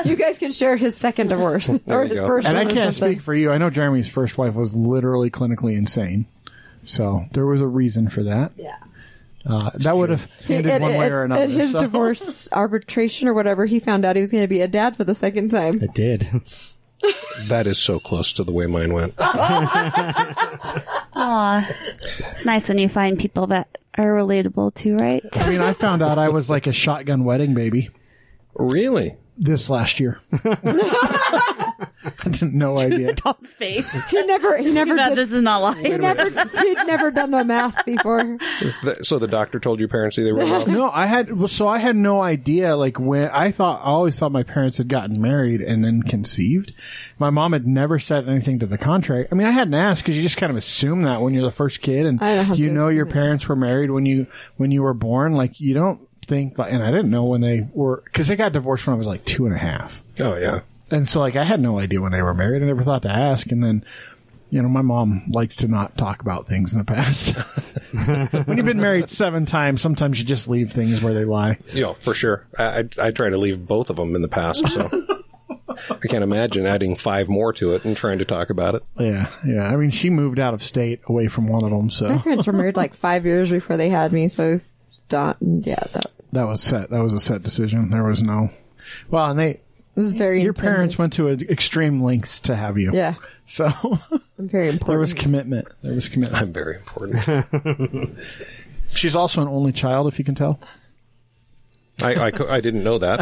you guys can share his second divorce or you his go. first. and I one or can't something. speak for you. I know Jeremy's first wife was literally clinically insane, so there was a reason for that. Yeah, uh, that would have ended At- one way at- or another. at his so- divorce arbitration or whatever, he found out he was going to be a dad for the second time. It did. that is so close to the way mine went. Aw, it's nice when you find people that are relatable to, right? I mean, I found out I was like a shotgun wedding baby Really? this last year. I didn't no idea. Tom's face. He never, he never No, did. this is not he lying. never, he'd never done the math before. Th- so the doctor told your parents they were in love? No, I had well, so I had no idea. Like when I thought, I always thought my parents had gotten married and then conceived. My mom had never said anything to the contrary. I mean, I hadn't asked because you just kind of assume that when you're the first kid and I don't have you to know your assume it. parents were married when you when you were born. Like you don't think, like, and I didn't know when they were because they got divorced when I was like two and a half. Oh, yeah. And so like I had no idea when they were married. I never thought to ask. And then, you know, my mom likes to not talk about things in the past. when you've been married seven times, sometimes you just leave things where they lie. You know, for sure. I, I, I try to leave both of them in the past, so I can't imagine adding five more to it and trying to talk about it. Yeah, yeah. I mean, she moved out of state away from one of them, My so parents were married like five years before they had me, so don't, yeah, that that was set. That was a set decision. There was no. Well, and they, was very. your intended. parents went to an extreme lengths to have you. Yeah, So I'm very important. there was commitment. There was commitment. I'm very important. She's also an only child, if you can tell. I, I, cou- I didn't know that,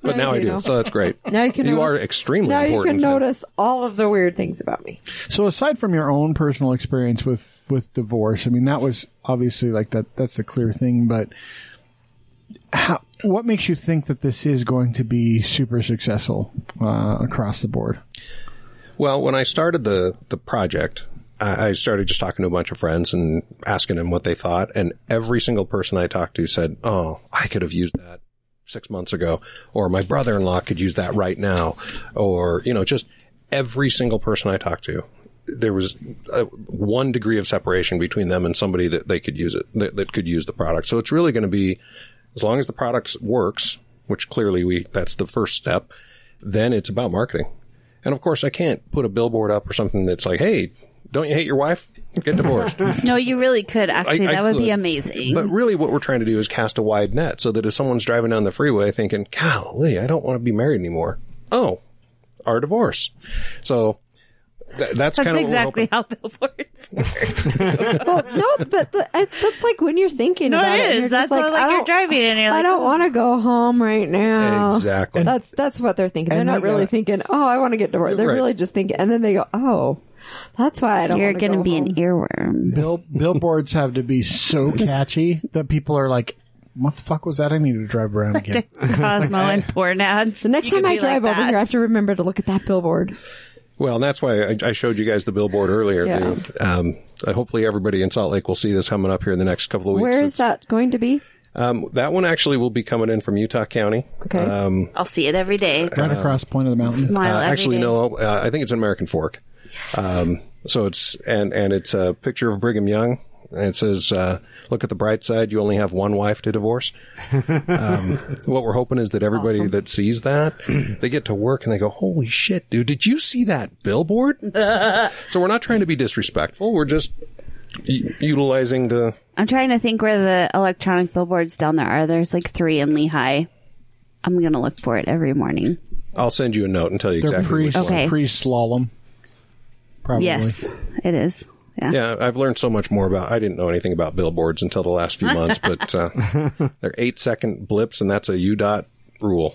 but now I you do. know. So that's great. Now you can You are notice- extremely now you important. can notice all of the weird things about me. So aside from your own personal experience with with divorce, I mean that was obviously like that that's the clear thing, but how what makes you think that this is going to be super successful uh, across the board? Well, when I started the the project, I I started just talking to a bunch of friends and asking them what they thought, and every single person I talked to said, "Oh, I could have used that six months ago," or "My brother in law could use that right now," or you know, just every single person I talked to, there was uh one degree of separation between them and somebody that they could use it that, that could use the product. So it's really going to be as long as the product works, which clearly we that's the first step. Then it's about marketing. And of course, I can't put a billboard up or something that's like, "Hey, don't you hate your wife? Get divorced." No, you really could actually. I that would be could. amazing. but really, what we're trying to do is cast a wide net, so that if someone's driving down the freeway thinking, "Golly, I don't want to be married anymore," oh, our divorce. So tha- that's, That's kind of exactly how billboards work. Well, no, but the, I, that's like when you're thinking no, about it it. and is. you're That's just like, I like you're don't- driving and you're I like, "Oh." don't want to go home right now. Exactly. That's that's what they're thinking. They're and not they really gotta- thinking, "Oh, I want to get divorced." They're Right. really just thinking, and then they go, "Oh, that's why I don't." you're want going to go be home. an earworm. Bill, billboards have to be so catchy that people are like, "What the fuck was that? I need to drive around again." Cosmo and porn ads. The next time I drive over here, I have to remember to look at that billboard. Well, and that's why I, I showed you guys the billboard earlier. Yeah. The, um, uh, hopefully, everybody in Salt Lake will see this coming up here in the next couple of weeks. Where is It's- that going to be? Um, that one actually will be coming in from Utah County. Okay. Um, I'll see it every day. Right across point of the mountain. Smile Uh, every actually, day. no. Uh, I think it's an American Fork. Um, so it's and and it's a picture of Brigham Young and it says, uh, "Look at the bright side. You only have one wife to divorce." Um, what we're hoping is that everybody that sees that they get to work and they go, "Holy shit, dude! Did you see that billboard?" so we're not trying to be disrespectful. We're just u- utilizing the I'm trying to think where the electronic billboards down there are. There's like three in Lehigh. I'm gonna look for it every morning. I'll send you a note and tell you They're exactly. pre which one. Okay. pre slalom. Probably. Yes, it is. Yeah. Yeah, I've learned so much more about. I didn't know anything about billboards until the last few months, but uh, they're eight second blips, and that's a U dot rule.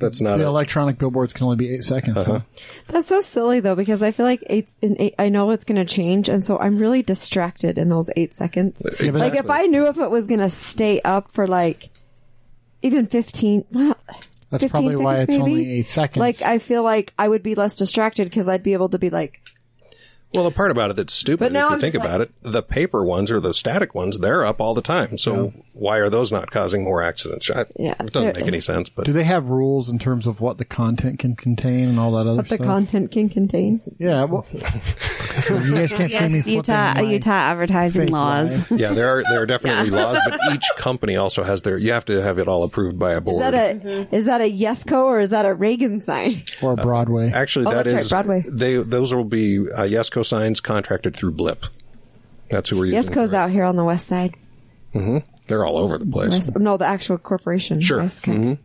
That's not The a, electronic billboards can only be eight seconds. huh? That's so silly though, because I feel like eight, in eight I know it's going to change, and so I'm really distracted in those eight seconds. but- Like if I knew if it was going to stay up for like even fifteen, well, That's 15 probably why it's seconds maybe? only eight seconds. Like I feel like I would be less distracted because I'd be able to be like, well. The part about it that's But stupid, now if you I'm think just about it, the paper ones or the static ones, they're up all the time. So why are those not causing more accidents? I, Yeah, it doesn't they're- make any sense. But Do they have rules in terms of what the content can contain and all that other what the stuff? content can contain. yeah. Well, you guys can't see me Yes, flipping Utah my Utah advertising fake laws. eye. yeah, there are there are definitely laws, but each company also has their. You have to have it all approved by a Is board. that a Mm-hmm. is that a Yesco or is that a Reagan sign? or Broadway. Actually, Oh, that that's right, is- Broadway. They They those will be uh, Yesco signs contracted through Blip. That's who we're using. Yesco's for it. out here on the west side. They're all over the place. West- no, the actual corporation. Sure. Mm-hmm. Yesco.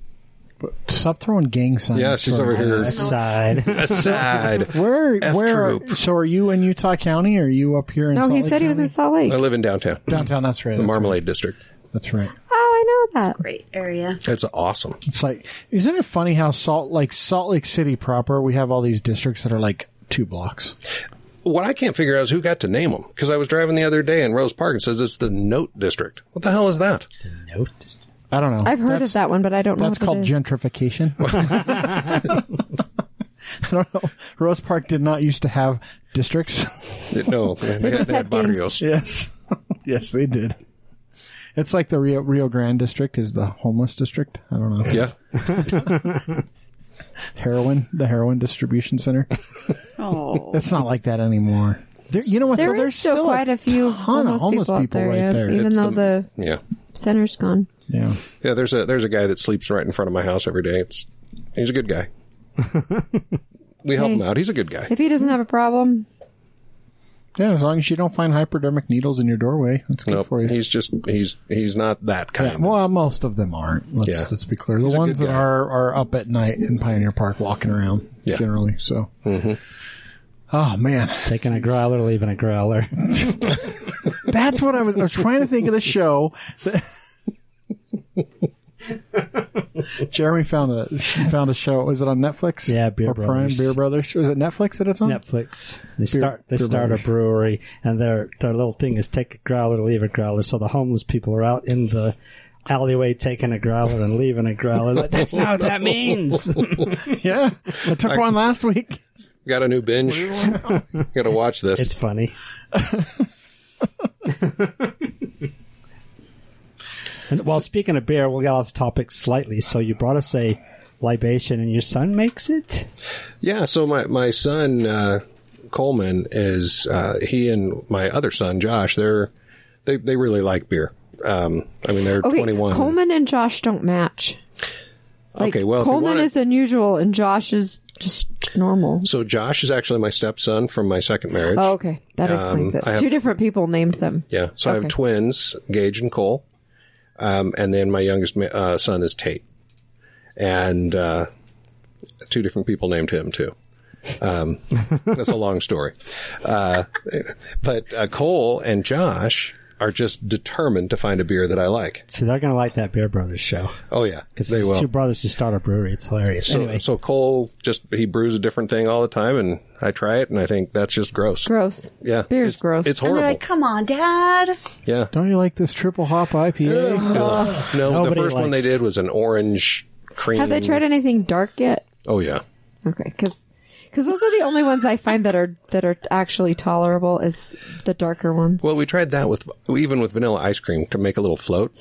Stop throwing gang signs. Yeah, she's to over our- here. Side. Aside. Where? F where? troop. So are you in Utah County? Or are you up here in? No, Salt he Lake said he was in County? Salt Lake. I live in downtown, the downtown. That's right. That's right. Marmalade District. That's right. Oh, I know that. Great area. It's awesome. It's like, isn't it funny how Salt like Salt Lake City proper? We have all these districts that are like two blocks. What I can't figure out is who got to name them. Because I was driving the other day in Rose Park and says it's the Note District. What the hell is that? Note. I don't know. I've heard That's- of that one, but I don't know. That's what it called is. gentrification. I don't know. Rose Park did not used to have districts. No, they had, they just had had things. barrios. Yes. yes, they did. It's like the Rio, Rio Grande district is the homeless district. I don't know. Yeah. Heroin, the heroin distribution center. Oh. It's not like that anymore. There, you know what? There though? is There's still quite a few ton of homeless, people, out there, right yeah, there. even It's though the- the, Yeah. center's gone. yeah. Yeah, there's a there's a guy that sleeps right in front of my house every day. It's he's a good guy. we help him out. He's a good guy. If he doesn't have a problem, Yeah, as long as you don't find hypodermic needles in your doorway, that's good Nope. for you. He's just he's he's not that Yeah, kind. well, most of them aren't. Let's Yeah. let's be clear. The a ones good that guy. are are up at night in Pioneer Park walking around Yeah. Mm-hmm. generally. So, oh man, Taking a growler, leaving a growler. that's what I was. I was trying to think of the show. that- Jeremy found a found a show. Was it on Netflix? Yeah, Beer or Prime Brothers. Beer Brothers. Was it Netflix that it's on? Netflix. They start they beer start brothers. a brewery, and their their little thing is take a growler, leave a growler. So the homeless people are out in the alleyway taking a growler and leaving a growler. Like, That's not what that means. Yeah, I took one last week. Got a new binge. Got to watch this. it's funny. and well, speaking of beer, we'll get off topic slightly. So you brought us a libation, and your son makes it. Yeah, so my my son uh, Coleman is uh, he and my other son Josh. They're they they really like beer. Um, I mean, they're okay. 21. Coleman and Josh don't match. Like, okay, well, if you Coleman wanna- is unusual and Josh is just normal. so Josh is actually my stepson from my second marriage. Oh, okay, that explains it. Um, I have- Two different people named them. Yeah, so I have Okay. twins, Gage and Cole, um, and then my youngest ma- uh, son is Tate, and uh, two different people named him too. Um, that's a long story, uh, but uh, Cole and Josh are just determined to find a beer that I like. So they're going to like that Beer Brothers show Oh yeah, because they these will. two brothers just start a brewery. It's hilarious. so, anyway, so Cole just he brews a different thing all the time, and I try it, and I think that's just gross. Gross. Yeah, Beer's it's, gross. It's And horrible. they're like, come on, Dad. yeah, Don't you like this triple hop IPA? no, the Nobody first one they likes- did was an orange cream. Have they tried anything dark yet? Oh yeah. Okay, because those are the only ones I find that are that are actually tolerable is the darker ones. Well, we tried that with even with vanilla ice cream to make a little float,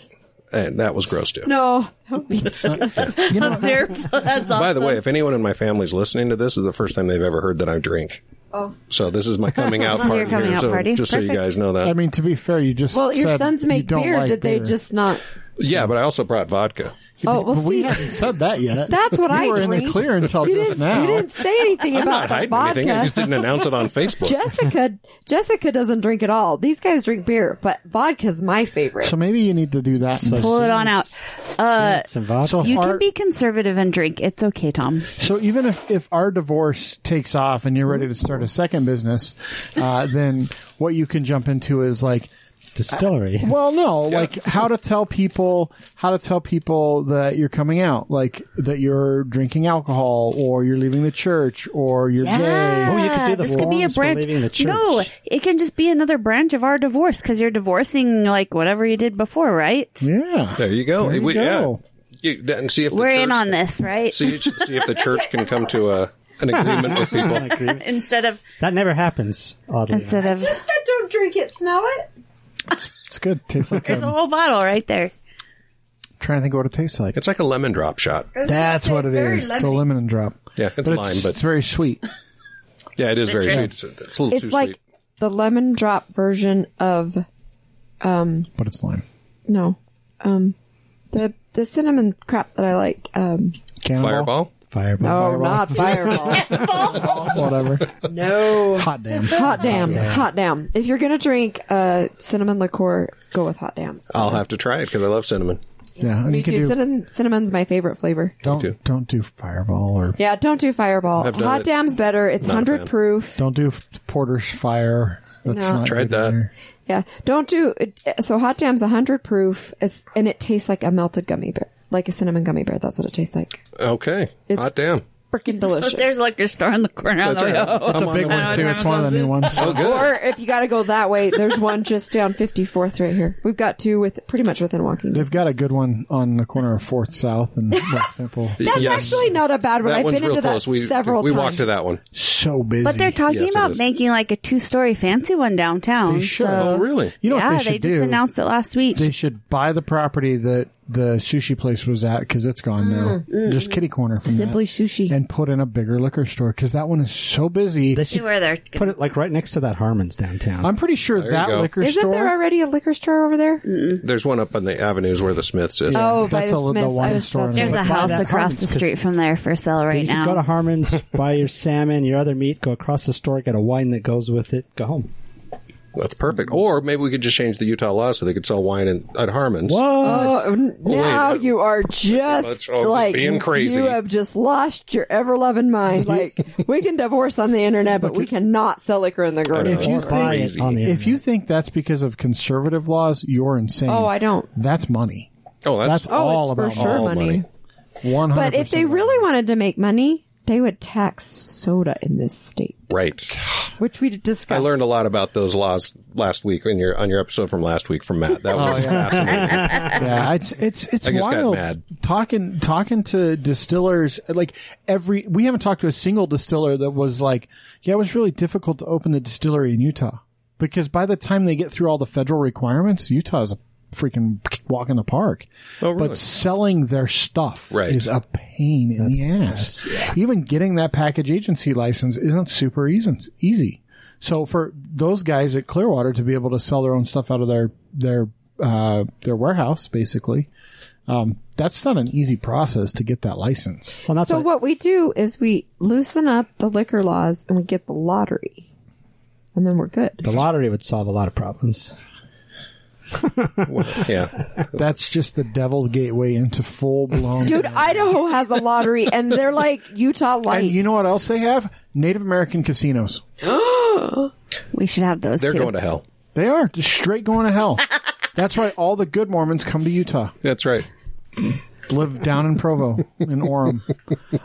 and that was gross too. No, that would be disgusting. That's awesome. By the way, if anyone in my family's listening to this, this is the first time they've ever heard that I drink. Oh. So this is my coming out This is your party. coming here, out so party. Just so you Perfect. guys know that. I mean, to be fair, you just Well, your said sons you make don't beer. like Did they beer. just not? yeah, but I also brought vodka. Oh, well, But we see, haven't said that yet. that's what you I were in the drink. clear until you just didn't, now. you didn't say anything I'm about not the hiding vodka. anything. I just didn't announce it on Facebook. Jessica, Jessica doesn't drink at all. These guys drink beer, but vodka's my favorite. So maybe you need to do that. So Pull it on out. Uh, It's involved. so you can our- be conservative and drink. It's okay, Tom. So even if, if our divorce takes off and you're ready to start a second business, uh, then what you can jump into is like, distillery. well, no, like how to tell people, how to tell people that you're coming out, like that you're drinking alcohol or you're leaving the church or you're Yeah. gay. you could do the Ah, this could be a forms for branch. leaving the church. No, it can just be another branch of our divorce because you're divorcing like whatever you did before, right? Oh, Yeah. There you go. There you We- go. Yeah. You, and see if the We're church, in on this, right? See, see if the church can come to a an agreement with people. instead of That never happens, oddly. instead of Just said don't drink it. Smell it. It's good. Tastes like there's a I'm whole bottle right there. trying to think what it tastes like. It's like a lemon drop shot. That's what it is. It's a lemon and drop. Yeah, it's but lime, it's, but- it's very sweet. Yeah, it is very sweet. It's, it's a little too It's like sweet. the lemon drop version of But it's lime. no, um, the the cinnamon crap that I like. Um, Cannonball, Fireball. Fireball. oh, not fireball. whatever. no, Hot damn. hot damn, hot damn. If you're gonna drink uh, cinnamon liqueur, go with hot damn. I'll have to try it because I love cinnamon. Yeah, and Me you can too. do- Cinnamon, cinnamon's my favorite flavor. Don't too. don't do Fireball or Yeah, don't do Fireball. I've done Hot it. Dam's better. It's Not a hundred fan. proof. don't do Porter's Fire. That's No. not Tried good that. either. Yeah, don't do. So Hot Dam's hundred proof. It's and it tastes like a melted gummy bear, like a cinnamon gummy bear. That's what it tastes like. Okay. It's- Hot damn. Freaking delicious. There's a liquor store in the corner. on the way right. out. That's a I'm big on the one way. too. It's one of the new ones. Oh, good. or if you got to go that way, there's one just down 54th right here. We've got two with pretty much within walking. They've distance. got a good one on the corner of Fourth South and West Temple. That's Yes. actually not a bad one. That I've one's been real into close. that we several we times. walked to that one. So busy. But they're talking Yes, it about is. making like a two-story fancy one downtown. They should. so- Oh, really? You know yeah, what they should just do? announced it last week. they should buy the property that the sushi place was at because it's gone Mm. now. Just kitty corner from Simply that, sushi. and put in a bigger liquor store because that one is so busy. They See should where they're put it like right next to that Harmon's downtown. I'm pretty sure you that go. liquor Isn't store. there already a liquor store over there? There's one up on the avenues where the Smiths is. Oh, by that's the a- the Smiths. wine I was, store that's in There's right. a buy house that across Harmon's the 'cause- street from there for sale right you now. can go to Harmon's, buy your salmon, your other meat, go across the store, get a wine that goes with it, go home. That's perfect. Or maybe we could just change the Utah law so they could sell wine in, at Harmon's. Oh, n- now wait. you are Let's just all just like being crazy. You have just lost your ever loving mind. Like we can divorce on the internet, but we cannot sell liquor in the grocery If store. you Or buy think- it on the if internet. you think that's because of conservative laws, you're insane. Oh, I don't. That's money. Oh, that's, That's Oh, all it's about for sure all money. money. One hundred. But if they really wanted to make money, they would tax soda in this state, right. which we discussed. I learned a lot about those laws last week in your on your episode from last week from Matt. That Oh, was fascinating. yeah, it's it's it's I just got wild. mad. Talking talking to distillers, like every we haven't talked to a single distiller that was like, yeah, it was really difficult to open the distillery in Utah because by the time they get through all the federal requirements, Utah's a freaking walk in the park. Oh, really? But selling their stuff Right. is a pain in the ass. Even getting that package agency license isn't super easy. easy. So for those guys at Clearwater to be able to sell their own stuff out of their their uh, their warehouse, basically, um, that's not an easy process to get that license. Well, that's So what- what we do is we loosen up the liquor laws and we get the lottery, and then we're good. the lottery would solve a lot of problems. yeah. That's just the devil's gateway into full blown. Dude, Idaho has a lottery, and they're like Utah light. and you know what else they have? Native American casinos. we should have those. They're too. going to hell. They are just straight going to hell. That's why all the good Mormons come to Utah. That's right. live down in Provo in Orem.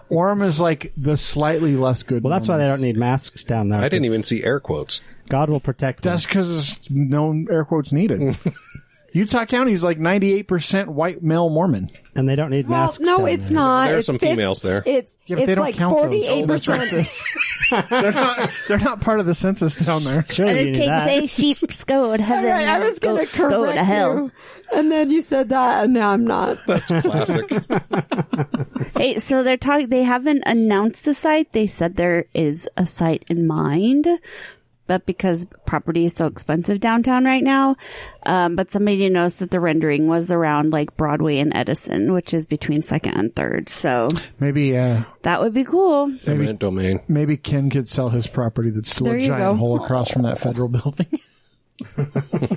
Orem is like the slightly less good. Well, that's why they don't need masks down there. I didn't 'cause even see air quotes. God will protect them. That's because no air quotes needed. Utah County is like 98% white male Mormon. and they don't need Well, masks. no, down it's there. not. There are It's some fif- females there. It's Yeah, but it's they don't like count those. forty eight percent. They're not, they're not part of the census down there. Sure, Other you kings knew that. say sheep go to heaven. Right, I was go- going to correct go to hell. you, and then you said that, and now I'm not. That's classic. Hey, so they're talking. They haven't announced a site. They said there is a site in mind, but because property is so expensive downtown right now, um, but somebody noticed that the rendering was around like Broadway and Edison, which is between second and third. So Maybe, uh, that would be cool. Eminent domain. maybe Ken could sell his property that's still There a you giant go. hole across from that federal building.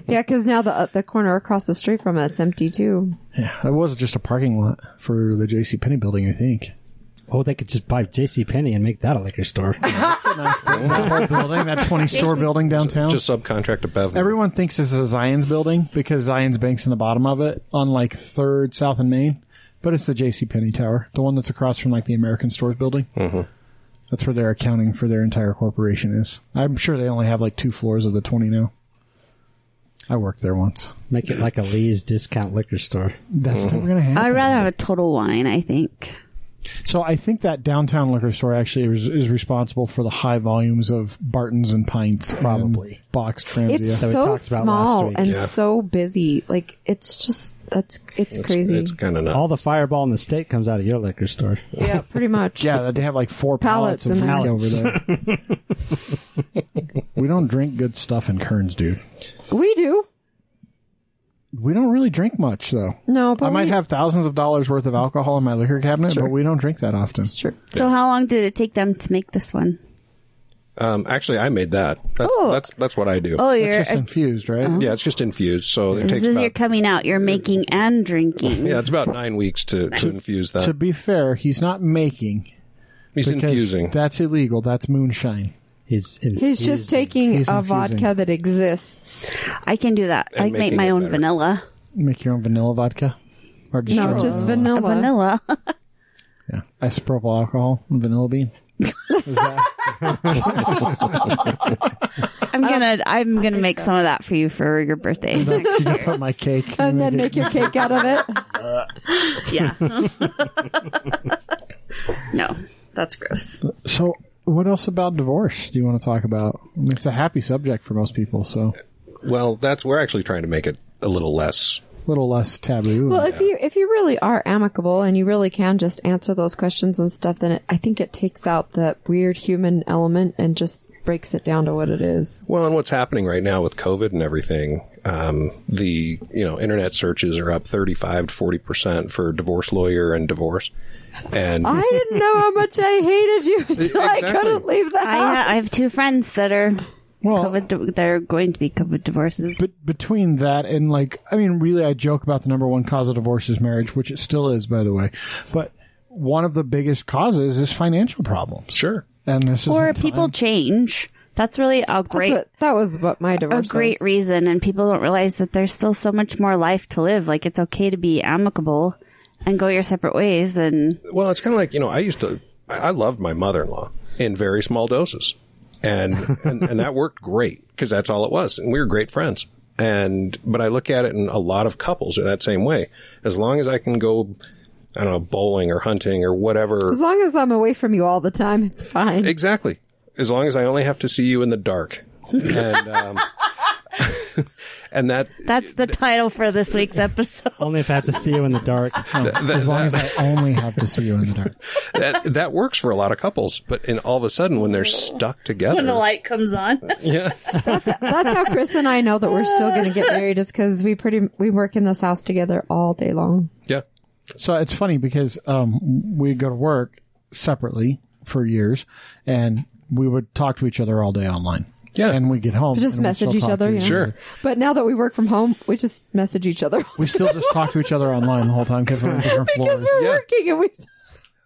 Yeah, because now the the corner across the street from it's empty too. yeah, that was just a parking lot for the J.C. Penney building, I think. Oh, they could just buy J.C. Penney and make that a liquor store. that whole building, that 20 store building downtown. Just subcontract to Bevan. Everyone thinks this is a Zion's building because Zion's Bank's in the bottom of it on like 3rd South and Main, but it's the J.C. Penney Tower, the one that's across from like the American Stores building. Mm-hmm. That's where their accounting for their entire corporation is. I'm sure they only have like two floors of the 20 now. I worked there once. make it like a Lee's discount liquor store. That's never going to happen. I'd rather have a total wine. I think. So I think that downtown liquor store actually is, is responsible for the high volumes of Bartons and pints, and Probably. boxed transient. It's we so talked about last small week. and Yeah. so busy. Like it's just that's it's, crazy. It's kind of nuts. All the fireball in the state comes out of your liquor store. yeah, pretty much. Yeah, they have like four pallets, Pallets of and weed pallets. over there. we don't drink good stuff in Kearns, dude. we do. We don't really drink much, though. No, but I might we- have thousands of dollars worth of alcohol in my liquor cabinet, but we don't drink that often. It's true. So how long did it take them to make this one? um, actually, I made that. That's Oh. that's that's what I do. Oh, It's you're. just infused, right? Uh-huh. Yeah, it's just infused, so This it takes is your about coming out. You're making and drinking. yeah, it's about nine weeks to, to infuse that. To be fair, he's not making He's because infusing. that's illegal. That's moonshine. He's He's just taking He's a infusing. vodka that exists. I can do that. And I can make making my it own better. vanilla. Make your own vanilla vodka, or just No, straight just vanilla. Vanilla. Oh, yeah. isopropyl alcohol and vanilla bean. I'm gonna I'm gonna make some of that for you for your birthday. You can put my cake And make then it- make your cake out of it. yeah. no, that's gross. So, what else about divorce do you want to talk about? I mean, it's a happy subject for most people, so well, that's we're actually trying to make it a little less. a little less taboo. Well, if you if you really are amicable and you really can just answer those questions and stuff, then it, I think it takes out that weird human element and just breaks it down to what it is. Well, and what's happening right now with COVID and everything, um, the you know internet searches are up thirty five to forty percent for divorce lawyer and divorce, and I didn't know how much I hated you until I Exactly. couldn't leave the I house. ha- I have two friends that are Well- COVID di- they're going to be COVID divorces. but between that and like, I mean, really, I joke about the number one cause of divorce is marriage, which it still is, by the way. But one of the biggest causes is financial problems, sure, and this is Or people change. That's really a That's great what, that was what my a divorce great was. reason and people don't realize that there's still so much more life to live. Like it's okay to be amicable and go your separate ways and well, it's kind of like you know I used to I I loved my mother in law in very small doses, and and, and that worked great because that's all it was, and we were great friends. And but I look at it, and a lot of couples are that same way. As long as I can go, I don't know, bowling or hunting or whatever. As long as I'm away from you all the time, it's fine. Exactly. As long as I only have to see you in the dark. And, um, and that, that's the title for this week's episode. Only if I have to see you in the dark. as long as I only have to see you in the dark. that, that works for a lot of couples. But in all of a sudden, when they're stuck together, when the light comes on. yeah, That's how Chris and I know that we're still going to get married is because we pretty we work in this house together all day long. yeah, So it's funny because um, we go to work separately for years, and we would talk to each other all day online. Yeah. and we get home, Just and we'd still message each talk to other, you know. sure. But now that we work from home, we just message each other We still just talk to each other online the whole time because we're on different because floors. we're Yeah. working and we.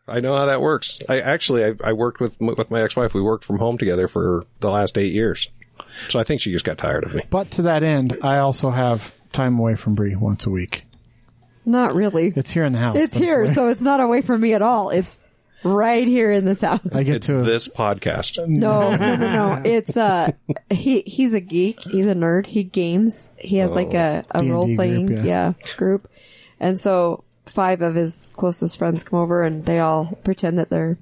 I know how that works. I actually, I, I worked with, m- with my ex-wife. We worked from home together for the last eight years. So I think she just got tired of me. But to that end, I also have time away from Bree once a week. Not really. It's here in the house. It's but here, away. so it's not away from me at all. It's right here in this house. I get It's to this podcast. No, no, no, no. It's uh he he's a geek, he's a nerd, he games. He has like a, a D&D role playing group, yeah. group. And so five of his closest friends come over and they all pretend that they're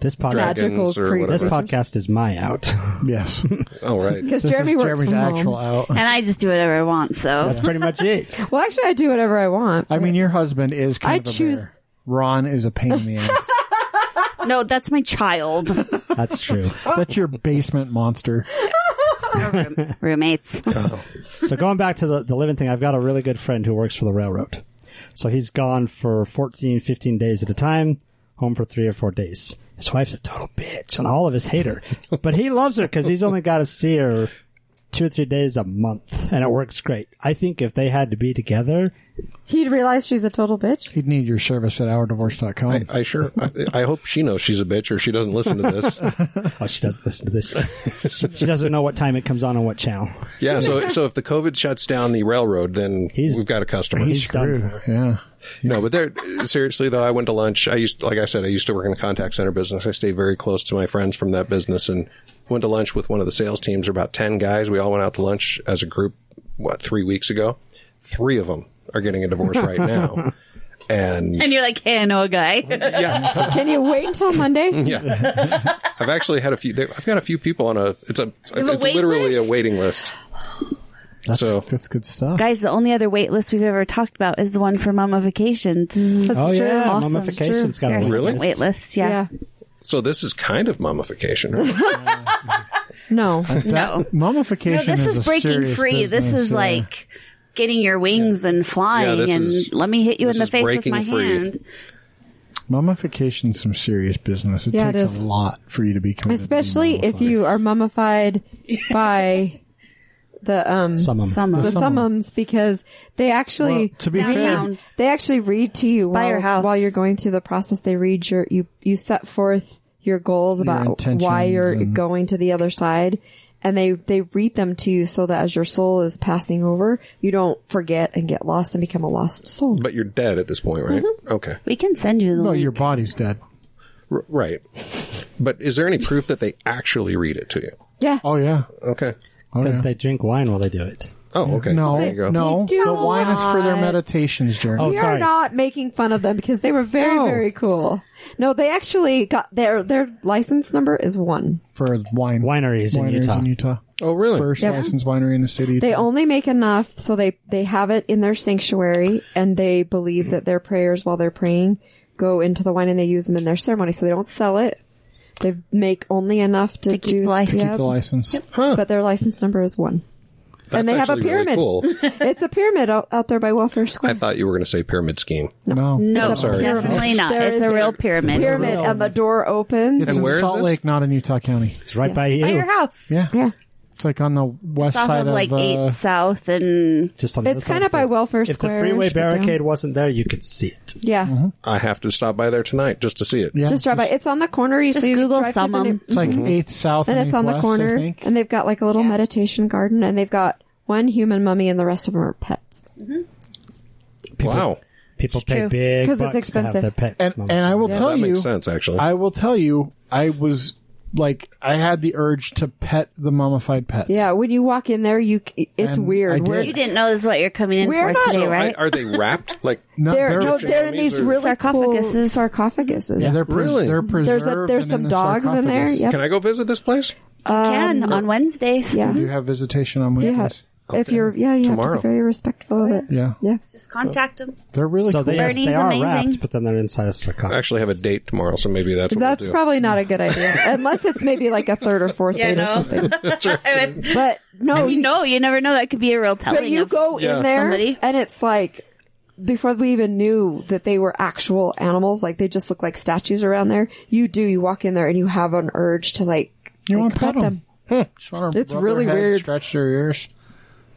This podcast, Dragons magical or creatures. this whatever. podcast is my out. yes. Oh, right. because This Jeremy is works Jeremy's from actual home. out. And I just do whatever I want, so. That's pretty much it. Well, actually, I do whatever I want. I mean, your husband is kind I of a choose- bear. Ron is a pain in the ass. No, that's my child. That's true. That's your basement monster. Roommates. So going back to the, the living thing, I've got a really good friend who works for the railroad. So he's gone for 14, 15 days at a time, home for three or four days. His wife's a total bitch and all of us hate her, but he loves her because he's only got to see her two or three days a month and it works great. I think if they had to be together, He'd realize she's a total bitch. He'd need your service at ourdivorce.com. I, I sure. I, I hope she knows she's a bitch, or she doesn't listen to this. oh, she doesn't listen to this. she, she doesn't know what time it comes on and what channel. Yeah. So, so if the COVID shuts down the railroad, then He's- we've got a customer. He's done True, for. Yeah. No, but there, seriously though, I went to lunch. I used, like I said, I used to work in the contact center business. I stay very close to my friends from that business and went to lunch with one of the sales teams, There were about 10 guys. We all went out to lunch as a group, what, three weeks ago? Three of them are getting a divorce right now. And And you're like, hey, I know a guy. yeah, Can you wait until Monday? yeah. I've actually had a few, there- I've got a few people on a, it's a, have a it's wait literally list? a waiting list. That's, So- that's good stuff. Guys, the only other wait list we've ever talked about is the one for Mama Vacations. Oh true. yeah, Awesome. mummification's got a There's wait Really? a list. wait list, Yeah. yeah. So this is kind of mummification. right? No. No. Mummification No, this is, is a breaking serious free. business, this is yeah. like getting your wings and flying this and is- let me hit you this in the is face with breaking my free. hand. Mummification's some serious business. It Yeah, it takes is. a lot for you to be committed. to being Especially if mummified. you are mummified by the um Some of 'em. Some the of summums because they actually Well, to be Down, fair, down. they actually read to you By your while, house. while you're going through the process. They read your you you set forth your goals about intentions why you're and- going to the other side, and they they read them to you so that as your soul is passing over, you don't forget and get lost and become a lost soul. but you're dead at this point, right? Mm-hmm. Okay. We can send you the well, link. your body's dead. R- right. But is there any proof that they actually read it to you? yeah, Oh yeah. Okay. Oh, Because yeah. they drink wine while they do it. Oh, okay. no, There you go. no. They do The wine is for their not. meditations, Jeremy. Oh, we sorry. are not making fun of them because they were very No. very cool. No, they actually got their their license number is one. for wine Wineries in Utah. Oh, really? First Yep. licensed winery in the city. They only make enough so they they have it in their sanctuary and they believe that their prayers while they're praying go into the wine and they use them in their ceremony so they don't sell it. They make only enough to, To keep do, the license. yeah, keep the license. but their license number is one. That's and they have a actually pyramid. Really cool. it's a pyramid out, out there by Welfare Square. I thought you were going to say pyramid scheme. No, no, I'm sorry. definitely not. There It's is a real pyramid. pyramid and the door opens. it's in where is Salt this? Lake, not in Utah County. It's right by you. By your house. Yeah, Yeah. it's like on the west South side of like uh, 8 South and Just on the It's other side kind of by the- Welfare If the Square. freeway straight down. barricade wasn't there, you could see it. Yeah. I have to stop by there tonight just to see it. yeah, Just drive by. It's on the corner. You Just so you Google um, drive through the Summum. neigh- It's like eighth south and and it's on the West, I corner, think. and they've got like a little meditation garden, and they've got one human mummy, and the rest of them are pets. Wow. People pay true. big 'Cause it's bucks to have expensive. their pets. And, mummified. and I will tell That you, makes sense, actually. I will tell you, I was like, I had the urge to pet the mummified pets. Yeah, when you walk in there, you c- it's And I weird. did. We're, you didn't know this is what you're coming in We're for not- today, So right? I- are they wrapped? Like, no, they're, they're, no, Egyptian they're in mummies these or- really Sarcophaguses. cool sarcophaguses. yeah, they're, pres- Really? they're There's preserved. a, there's and some in a dogs in there. sarcophagus. Yep. can I go visit this place? You can on Wednesdays. Um, yeah. You have visitation on You weekends. have- if you're yeah, you have Tomorrow. to be very respectful of it. Yeah, Yeah. Just contact them. they're really so cool. they, yes, Bernie's they are amazing. wrapped, but then they're inside a sarcophagus. I actually have a date tomorrow, so maybe that's what That's we'll do. probably not a good idea, unless it's maybe like a third or fourth Yeah, date no. or something. I mean, But no, you know, you never know. That could be a real telling. But you of- go Yeah. in there, Somebody. and it's like before we even knew that they were actual animals, like they just look like statues around there. You do, you walk in there, and you have an urge to like, You like, want to pet them? Just wanna It's rub their really head, weird. Scratch their ears.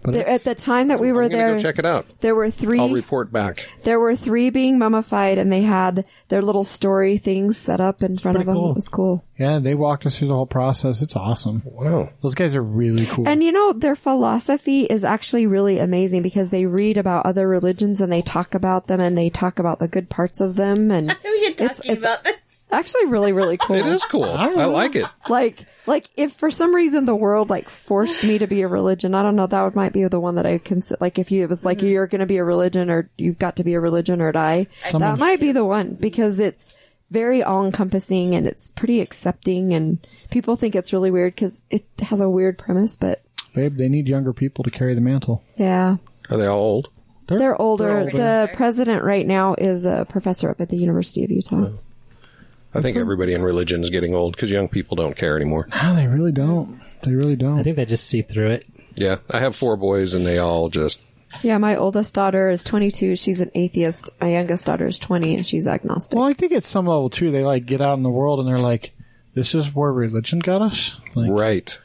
But There- at the time that we were I'm gonna there, go check it out. there were 3 I'll report back. there were three being mummified, and they had their little story things set up in front of pretty them. cool. It was cool. yeah, they walked us through the whole process. It's awesome. Wow. Those guys are really cool. And you know, their philosophy is actually really amazing because they read about other religions and they talk about them and they talk about the good parts of them and We get It's- talking it's- about this. actually really, really cool. It is cool. I like it. Like, like if for some reason the world like forced me to be a religion, I don't know. That would might be the one that I consider. Like, if you it was like Mm-hmm. you're going to be a religion, or you've got to be a religion, or die. that might be the one because it's very all encompassing and it's pretty accepting, and people think it's really weird because it has a weird premise. But Babe, they need younger people to carry the mantle. yeah, Are they all old? they're older. The president right now is a professor up at the University of Utah. I think everybody in religion is getting old because young people don't care anymore. No, they really don't. They really I don't. think they just see through it. Yeah, I have four boys and they all just Yeah, my oldest daughter is 22. She's an atheist. My youngest daughter is 20 and she's agnostic. Well, I think at some level too, they like get out in the world and they're like, "This is where religion got us." Like right.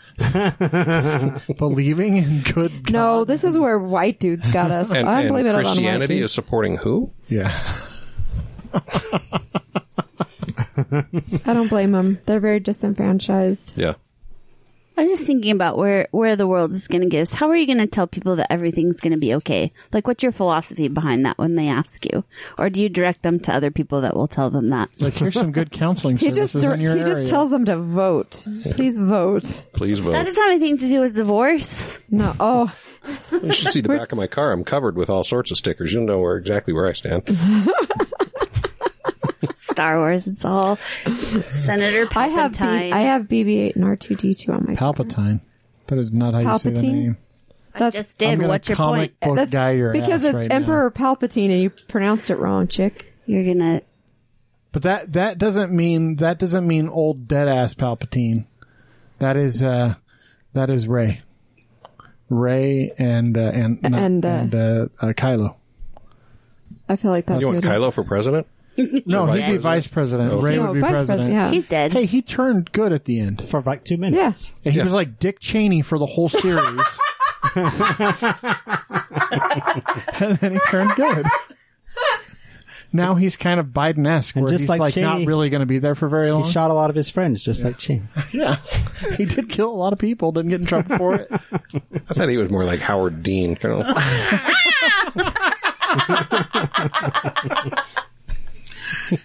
believing in good. no, this is where white dudes got us. And, I blame and it on white Christianity dudes. is supporting who? Yeah. I don't blame them. They're very disenfranchised. Yeah. I was just thinking about where where the world is going to get us. How are you going to tell people that everything's going to be okay? Like, what's your philosophy behind that when they ask you, or do you direct them to other people that will tell them that? Like here's some good counseling He services just dir- in he your area. just tells them to vote. Please vote. Please vote. That doesn't have anything to do with divorce. No. Oh, you should see the back of my car. I'm covered with all sorts of stickers. You'll know where exactly where I stand. Star Wars. It's all Senator Palpatine. I have B- I have BB-8 and R2D2 on my. Palpatine. That is not how you say the Palpatine? name. That's just I'm did. gonna What's your comic point? book that's guy your because ass it's right now. Emperor Palpatine and you pronounced it wrong, chick. You're gonna. But that that doesn't mean that doesn't mean old dead ass Palpatine. That is uh that is Ray. Ray and uh, and no, And, uh, and uh, uh, Kylo. I feel like that's You want what it is. Kylo for president? No, he'd be president? vice president. Ray No, would be vice president. president. Yeah. He's dead. Uh, Hey, he turned good at the end. for like two minutes. yes. He Yeah. was like Dick Cheney for the whole series. and then he turned good. Now he's kind of Biden esque, where just he's like, like not Cheney- really going to be there for very long. He shot a lot of his friends, just like Cheney. Yeah. he did kill a lot of people, didn't get in trouble for it. I thought he was more like Howard Dean. You know?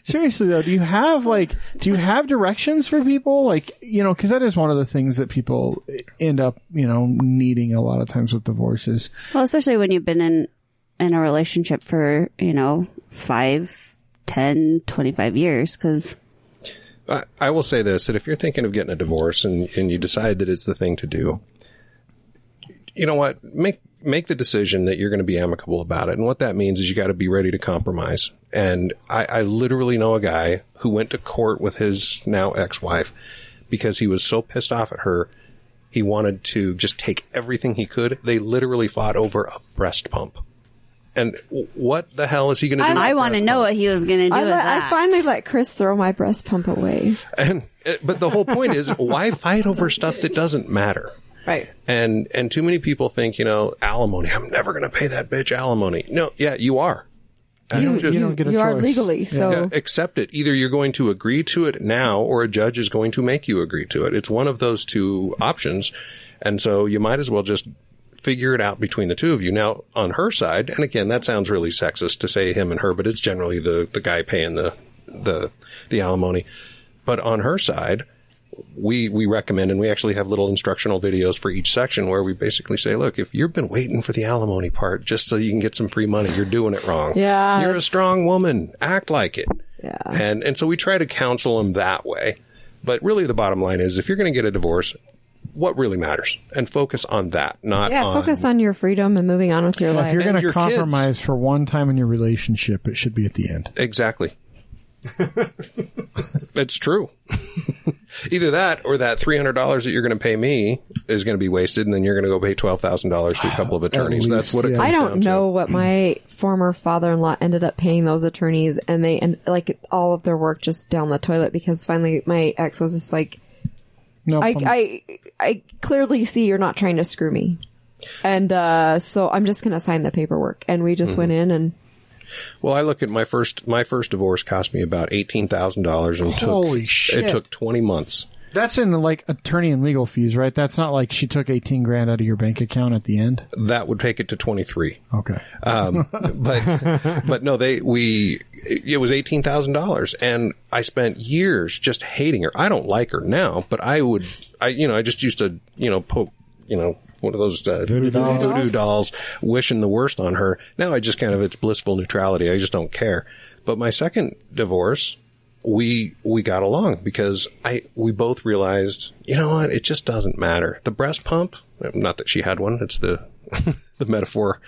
Seriously though, do you have like, do you have directions for people? Like, you know, cause that is one of the things that people end up, you know, needing a lot of times with divorces. Well, especially when you've been in in a relationship for you know five, ten, twenty-five years, because I, I will say this that if you're thinking of getting a divorce and, and you decide that it's the thing to do, you know what? Make make the decision that you're going to be amicable about it. And what that means is you got to be ready to compromise. And I, I literally know a guy who went to court with his now ex wife because he was so pissed off at her. He wanted to just take everything he could. They literally fought over a breast pump. And w- what the hell is he going to do? with I a want to breast know pump? what he was going to do. I, with let, that. I finally let Chris throw my breast pump away. And uh, but the whole point is why fight over stuff that doesn't matter? Right. And and too many people think, you know, alimony, I'm never going to pay that bitch alimony. No, yeah, you are. I don't just you don't get a you are choice. legally so. uh, accept it. Either you're going to agree to it now or a judge is going to make you agree to it. It's one of those two options. And so you might as well just figure it out between the two of you. Now, on her side, and again, that sounds really sexist to say him and her, but it's generally the, the guy paying the, the, the alimony. But on her side, we we recommend and we actually have little instructional videos for each section where we basically say, look, if you've been waiting for the alimony part just so you can get some free money, you're doing it wrong. Yeah, You're a it's- strong woman. Act like it. Yeah. And and so we try to counsel them that way. But really the bottom line is if you're going to get a divorce, what really matters and focus on that, not Yeah, on focus on your freedom and moving on with your If you're life. And going to your kids. compromise for one time in your relationship, it should be at the end. Exactly. it's true. Either that or that three hundred dollars that you're going to pay me is going to be wasted, and then you're going to go pay twelve thousand dollars to a couple of attorneys. At That's what it least, comes I down don't to. know what my former father-in-law ended up paying those attorneys, and they and like all of their work just down the toilet because finally my ex was just like, No, I um, I I clearly see you're not trying to screw me, and uh, so I'm just gonna sign the paperwork. And we Mm-hmm. just went in and Well, I look at my first my first divorce cost me about eighteen thousand dollars and Holy took shit. it took twenty months. That's in like attorney and legal fees, right? That's not like she took 18 grand out of your bank account at the end. That would take it to 23. Okay. Um, but but no, they we it was eighteen thousand dollars, and I spent years just hating her. I don't like her now, but I would I you know I just used to you know poke you know one of those uh, voodoo, dolls. wishing the worst on her. Now I just kind of it's blissful neutrality. I just don't care. But my second divorce, we we got along because I we both realized you know what it just doesn't matter. The breast pump, not that she had one. It's the the metaphor.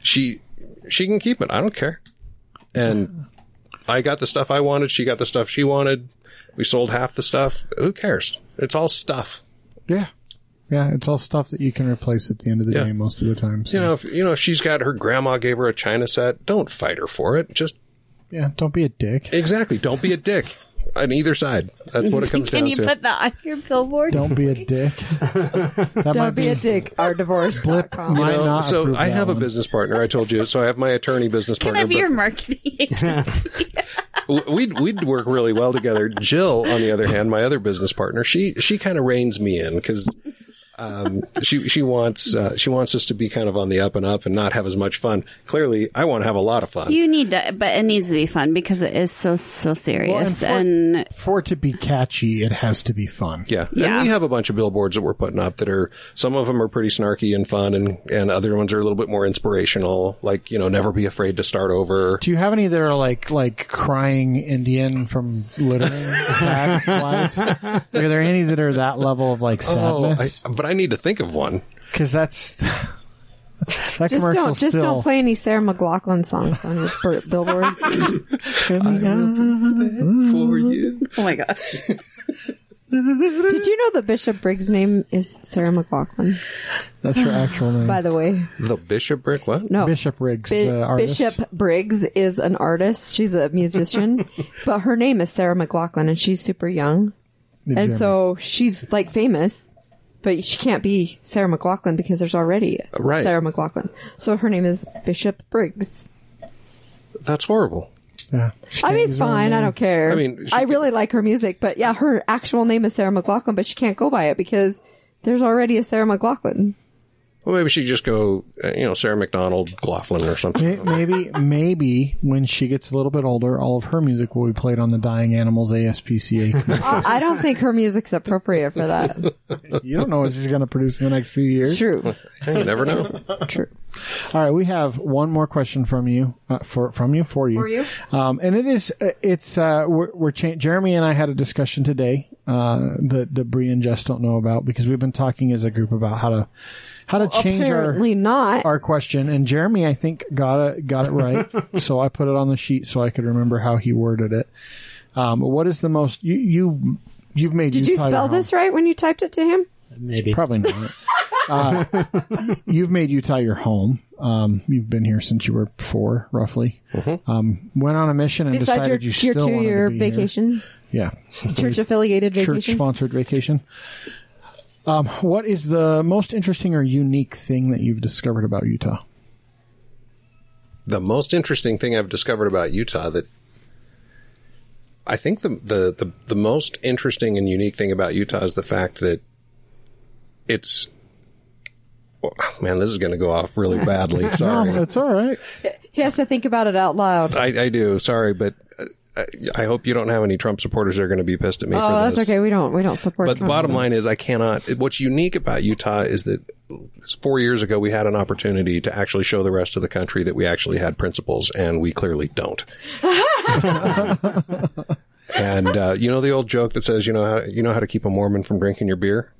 She she can keep it. I don't care. And I got the stuff I wanted. She got the stuff she wanted. We sold half the stuff. Who cares? It's all stuff. Yeah. Yeah, it's all stuff that you can replace at the end of the Yeah. day most of the time. So, You know, if you know if she's got her grandma gave her a china set, don't fight her for it. Just yeah, don't be a dick. exactly. Don't be a dick on either side. That's what it comes Can down you to. put that on your billboard? Don't be a dick. That might Don't be a dick. Our divorce. You You know, not so approve I that have a one. business partner. I told you. So I have my attorney business Can partner. I be but- your marketing agent? we'd we'd work really well together. Jill, on the other hand, my other business partner, she she kind of reins me in because um, she she wants uh, she wants us to be kind of on the up and up and not have as much fun. Clearly, I want to have a lot of fun. you need to, but it needs to be fun because it is so so Well, serious. for- and for it to be catchy, it has to be fun. yeah. Yeah. and we have a bunch of billboards that we're putting up that are some of them are pretty snarky and fun, and and other ones are a little bit more inspirational, like you know, never be afraid to start over. Do you have any that are like like crying Indian from littering sad lies? Are there any that are that level of like Oh, I, sadness? but I need to think of one. Because that's that commercial Just don't, just still. don't play any Sarah McLaughlin songs on your bir- billboards. Mm-hmm. for you. oh my gosh, Did you know that Bishop Briggs' name is Sarah McLaughlin? That's her actual name. By the way, The bishopric? What? no. Bishop Riggs, Bi- the artist. Bishop Briggs is an artist. She's a musician, but her name is Sarah McLaughlin, and she's super young. Did And you- so she's like famous, but she can't be Sarah McLaughlin because there's already a Right. Sarah McLaughlin. So her name is Bishop Briggs. That's horrible. yeah. I mean, it's She's her own fine. I name. don't care. I mean, she I could- really like her music, but yeah, her actual name is Sarah McLaughlin, but she can't go by it because there's already a Sarah McLaughlin. Well, maybe she just go, uh, you know, Sarah McDonald, Laughlin, or something. May- Maybe, maybe when she gets a little bit older, all of her music will be played on the Dying Animals ASPCA. I don't think her music's appropriate for that. you don't know what she's going to produce in the next few years. True. You never know. True. All right, we have one more question from you, uh, for from you for you, For you? um, and it is uh, it's uh, we're, we're cha- Jeremy and I had a discussion today uh, that, that Bree and Jess don't know about because we've been talking as a group about how to how to change our Apparently not. our question, and Jeremy, I think, got it got it right. so I put it on the sheet so I could remember how he worded it. Um, what is the most you you you've made? Did you Utah your spell home. this right when you typed it to him? Maybe. Probably not. uh, you've made Utah your home. Um, you've been here since you were four, roughly. Mm-hmm. Um, went on a mission and Besides your, decided you your still two wanted year to be here. vacation, Yeah, church affiliated church vacation. sponsored vacation. Um, what is the most interesting or unique thing that you've discovered about Utah? The most interesting thing I've discovered about Utah that I think the, the, the, the most interesting and unique thing about Utah is the fact that it's, oh, man, this is going to go off really badly. Sorry. Oh, it's all right. He has to think about it out loud. I, I do. Sorry, but uh, I, I hope you don't have any Trump supporters that are going to be pissed at me for Oh, that's this. okay. We don't we don't support. But the Trump. bottom line is, I cannot. What's unique about Utah is that four years ago we had an opportunity to actually show the rest of the country that we actually had principles, and we clearly don't. and uh, you know the old joke that says, you know, how, you know how to keep a Mormon from drinking your beer?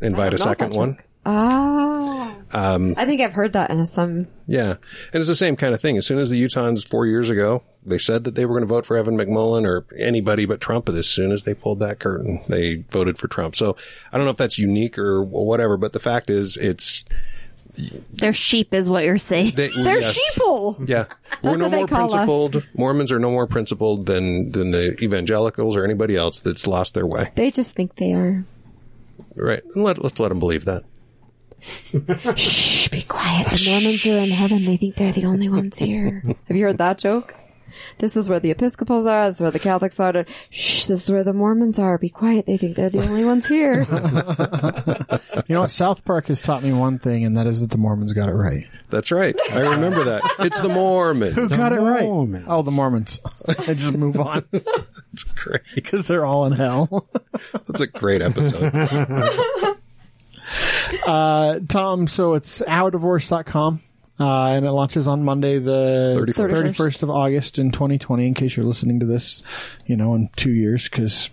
Invite a second one. Ah, Um, I think I've heard that in some. Yeah. And it's the same kind of thing. As soon as the Utahns four years ago, they said that they were going to vote for Evan McMullen or anybody but Trump. But as soon as they pulled that curtain, they voted for Trump. So I don't know if that's unique or whatever, but the fact is it's, their sheep is what you're saying. they, They're yes. sheeple. Yeah. We're no what they more call us. principled. Mormons are no more principled than, than the evangelicals or anybody else that's lost their way. They just think they are. Right. And let, let's let them believe that. Shh, be quiet. The Mormons are in heaven. They think they're the only ones here. Have you heard that joke? This is where the Episcopals are. This is where the Catholics are. Shh, this is where the Mormons are. Be quiet. They think they're the only ones here. You know what? South Park has taught me one thing, and that is that the Mormons got it right. That's right. I remember that. It's the Mormon. got it right? Mormons. Oh, the Mormons. I just move on Great. because they're all in hell. That's a great episode. Uh, Tom, so it's ourdivorce.com. Uh, and it launches on Monday, the 31st. 31st of August in 2020, in case you're listening to this, you know, in two years, because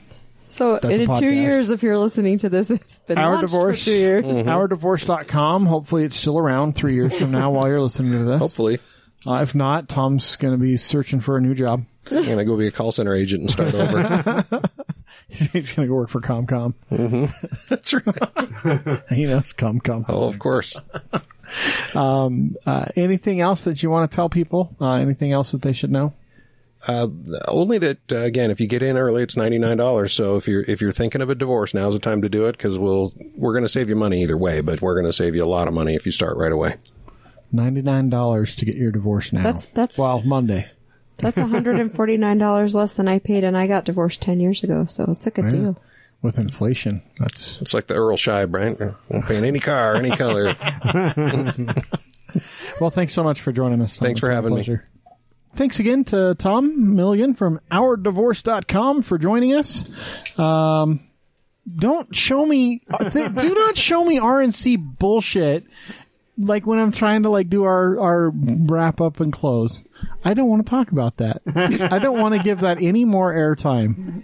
So That's a in two podcast. years, if you're listening to this, it's been Our launched Divorce, for two years. Mm-hmm. ourdivorce.com. Hopefully it's still around three years from now while you're listening to this. Hopefully, Uh, if not, Tom's going to be searching for a new job. I'm going to go be a call center agent and start over. He's going to go work for Comcom. That's right. He knows Comcom. Oh, of course. Uh, anything else that you want to tell people? Uh, anything else that they should know? Uh, only that uh, again, if you get in early, it's ninety nine dollars. So if you're if you're thinking of a divorce, now's the time to do it because we'll we're going to save you money either way, but we're going to save you a lot of money if you start right away. $99 to get your divorce now. That's- that's- Well, Monday. That's $149 less than I paid, and I got divorced 10 years ago, so it's a good deal. With inflation. That's It's like the Earl Scheib, right? Won't pay in any car, any color. Well, thanks so much for joining us. Tom. Thanks for It's been a having me. pleasure. Thanks again to Tom Milligan from OurDivorce.com for joining us. Um, don't show me, th- do not show me RNC bullshit. Like when I'm trying to like do our, our wrap up and close. I don't want to talk about that. I don't want to give that any more airtime.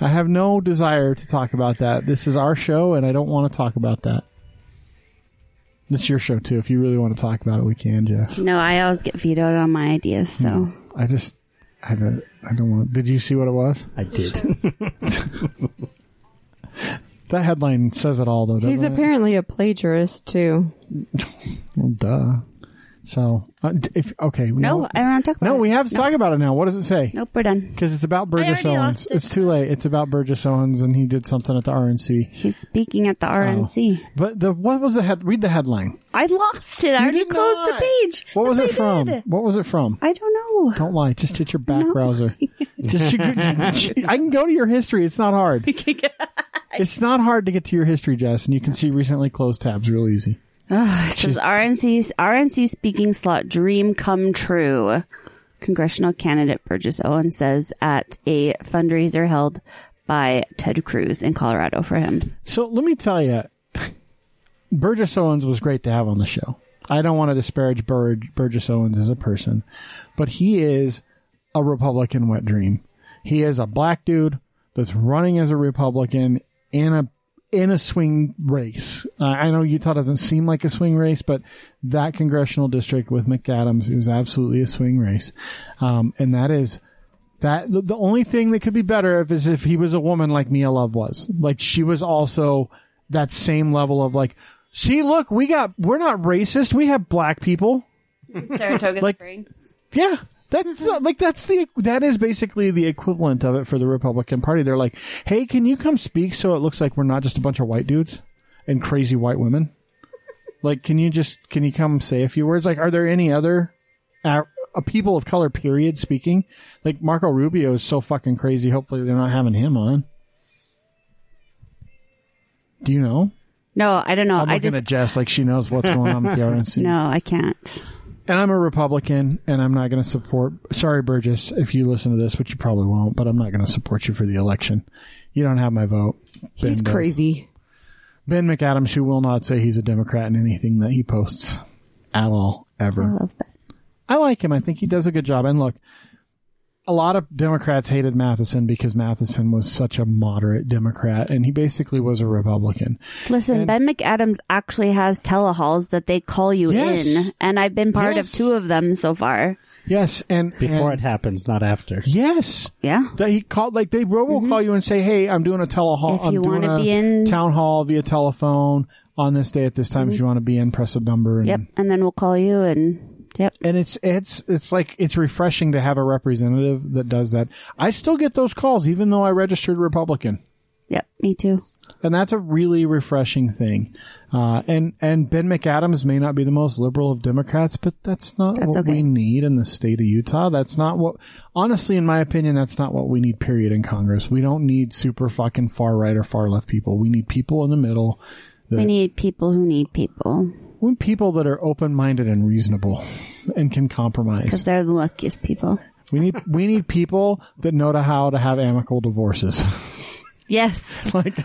I have no desire to talk about that. This is our show and I don't want to talk about that. It's your show too. If you really want to talk about it, we can, Jeff. No, I always get vetoed on my ideas, so I just, I don't, I don't want. Did you see what it was? I did. That headline says it all, though. Doesn't He's it? apparently a plagiarist, too. Well, duh. So, uh, d- if okay, no, I don't want to talk about no, it. we have to talk about it now. What does it say? Nope, we're done. Because it's about Burgess I already Owens. lost it. It's too late. It's about Burgess Owens, and he did something at the RNC. He's speaking at the Oh. RNC. But the what was the head? Read the headline. I lost it. I already did closed not. the page. What was Yes, it I from? did. What was it from? I don't know. Don't lie. Just hit your back No. browser. Just you- I can go to your history. It's not hard. it's not hard to get to your history, Jess, and you can see recently closed tabs real easy. It says RNC RNC speaking slot dream come true. Congressional candidate Burgess Owen says at a fundraiser held by Ted Cruz in Colorado for him. So let me tell you, Burgess Owens was great to have on the show. I don't want to disparage Burg- Burgess Owens as a person, but he is a Republican wet dream. He is a black dude that's running as a Republican in a in a swing race. I I know Utah doesn't seem like a swing race, but that congressional district with McAdams is absolutely a swing race, um, and that is that the, the only thing that could be better if is if he was a woman like Mia Love was. Like she was also that same level of like, see, look, we got we're not racist. We have black people. Saratoga Like- Springs. Yeah. That's not, like that's the that is basically the equivalent of it for the Republican Party. They're like, "Hey, can you come speak so it looks like we're not just a bunch of white dudes and crazy white women? Like, can you just can you come say a few words? Like, are there any other uh, uh, people of color period speaking? Like Marco Rubio is so fucking crazy. Hopefully, they're not having him on. Do you know? No, I don't know. I'm I looking just at Jess like she knows what's going on with the RNC no, I can't. and I'm a Republican, and I'm not going to support. Sorry, Burgess, if you listen to this, which you probably won't, but I'm not going to support you for the election. You don't have my vote. Ben He's does. crazy. Ben McAdams, who will not say he's a Democrat in anything that he posts at all, ever. Oh. I love that. I like him. I think he does a good job. And look, a lot of Democrats hated Matheson because Matheson was such a moderate Democrat, and he basically was a Republican. Listen, Ben McAdams actually has telehalls that they call you Yes. in, and I've been part Yes. of two of them so far. Yes, and Before it and, happens, not after. yes, Yeah. That he called, like they robo call you and say, "Hey, I'm doing a telehall. Mm-hmm. If I'm you doing wanna a be in- Mm-hmm. town hall via telephone on this day at this time. If you want to be in, press a number." And, Yep. And then we'll call you and yep. And it's it's it's like it's refreshing to have a representative that does that. I still get those calls, even though I registered Republican. Yep. Me too. and that's a really refreshing thing. Uh, and and Ben McAdams may not be the most liberal of Democrats, but that's not That's what we okay. need in the state of Utah. That's not what, honestly, in my opinion, that's not what we need. Period. In Congress, we don't need super fucking far right or far left people. We need people in the middle. We need people who need people We need people that are open minded and reasonable, and can compromise. because they're the luckiest people. We need we need people that know to how to have amicable divorces. Yes, like like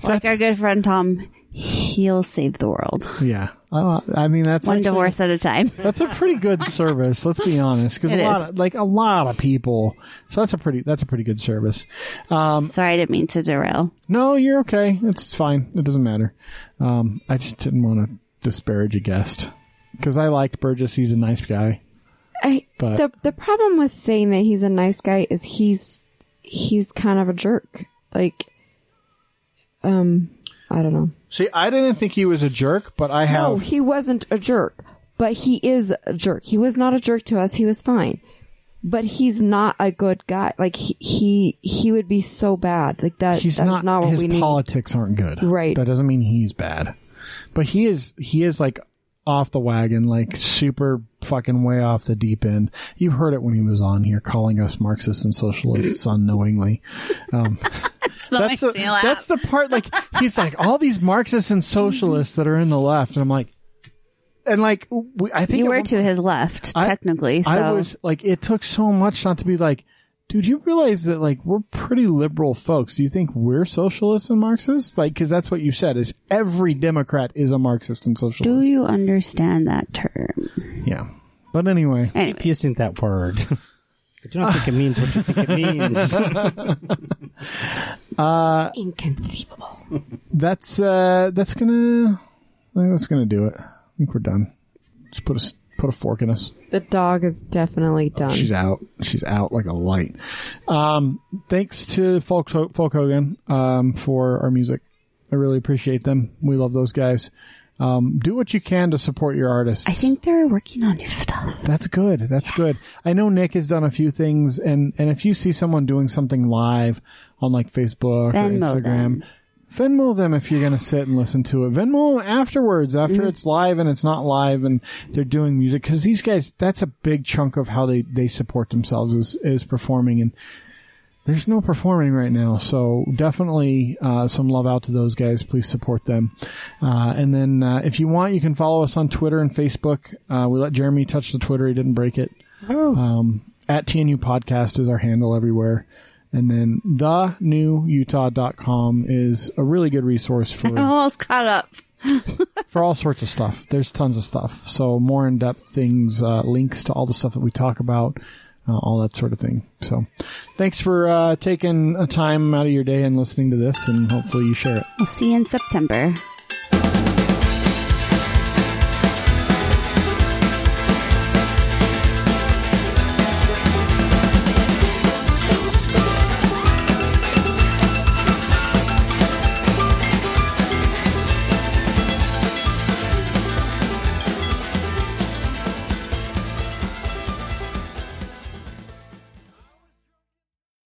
that's- our good friend Tom, he'll save the world yeah. Uh, I mean that's one actually- divorce at a time. That's a pretty good service. Let's be honest, because It a lot is. of, like a lot of people. So that's a pretty that's a pretty good service. Um, Sorry, I didn't mean to derail. no, you're okay. It's fine. It doesn't matter. Um, I just didn't want to disparage a guest because I liked Burgess. He's a nice guy. I, But- the the problem with saying that he's a nice guy is he's he's kind of a jerk. Like, um, I don't know. See, I didn't think he was a jerk, but I have. No, he wasn't a jerk, but he is a jerk. He was not a jerk to us. He was fine, but he's not a good guy. Like he he, he would be so bad. Like that. he's that's not, not, what his we need. politics aren't good Right. that doesn't mean he's bad but he is he is like off the wagon like super fucking way off the deep end you heard it when he was on here calling us marxists and socialists unknowingly um that's, the- that's the part like he's like all these marxists and socialists that are in the left and i'm like and like we, i think You at were one to his left, I- technically. So I was like, it took so much not to be like, dude, you realize that like we're pretty liberal folks. Do you think we're socialists and Marxists? Like, because that's what you said is every Democrat is a Marxist and do socialist. you understand that term? Yeah. But anyway, Anyway, Using that word. I do not think it means what you think it means. Inconceivable. that's uh that's gonna I think that's gonna do it. I think we're done. Just put a s- put a fork in us. The dog is definitely done. She's out. She's out like a light. Um, thanks to Folk, Folk Hogan um, for our music. I really appreciate them. We love those guys. Um, do what you can to support your artists. I think they're working on new stuff. That's good. That's good. I know Nick has done a few things, and and if you see someone doing something live on like Facebook Venmo or Instagram, them. Venmo them if you're going to sit and listen to it. Venmo them afterwards, after Mm-hmm. it's live and it's not live, and they're doing music because these guys. That's a big chunk of how they they support themselves is is performing and. There's no performing right now, so definitely uh, some love out to those guys. Please support them. Uh, and then, uh, if you want, you can follow us on Twitter and Facebook. Uh, we let Jeremy touch the Twitter; he didn't break it. Um, at TNU Podcast is our handle everywhere. And then the new Utah.com is a really good resource I'm for, almost caught up. for all sorts of stuff. There's tons of stuff. So more in depth things, uh, links to all the stuff that we talk about, uh, all that sort of thing. So thanks for uh, taking a time out of your day and listening to this, and hopefully you share it. We'll see you in September.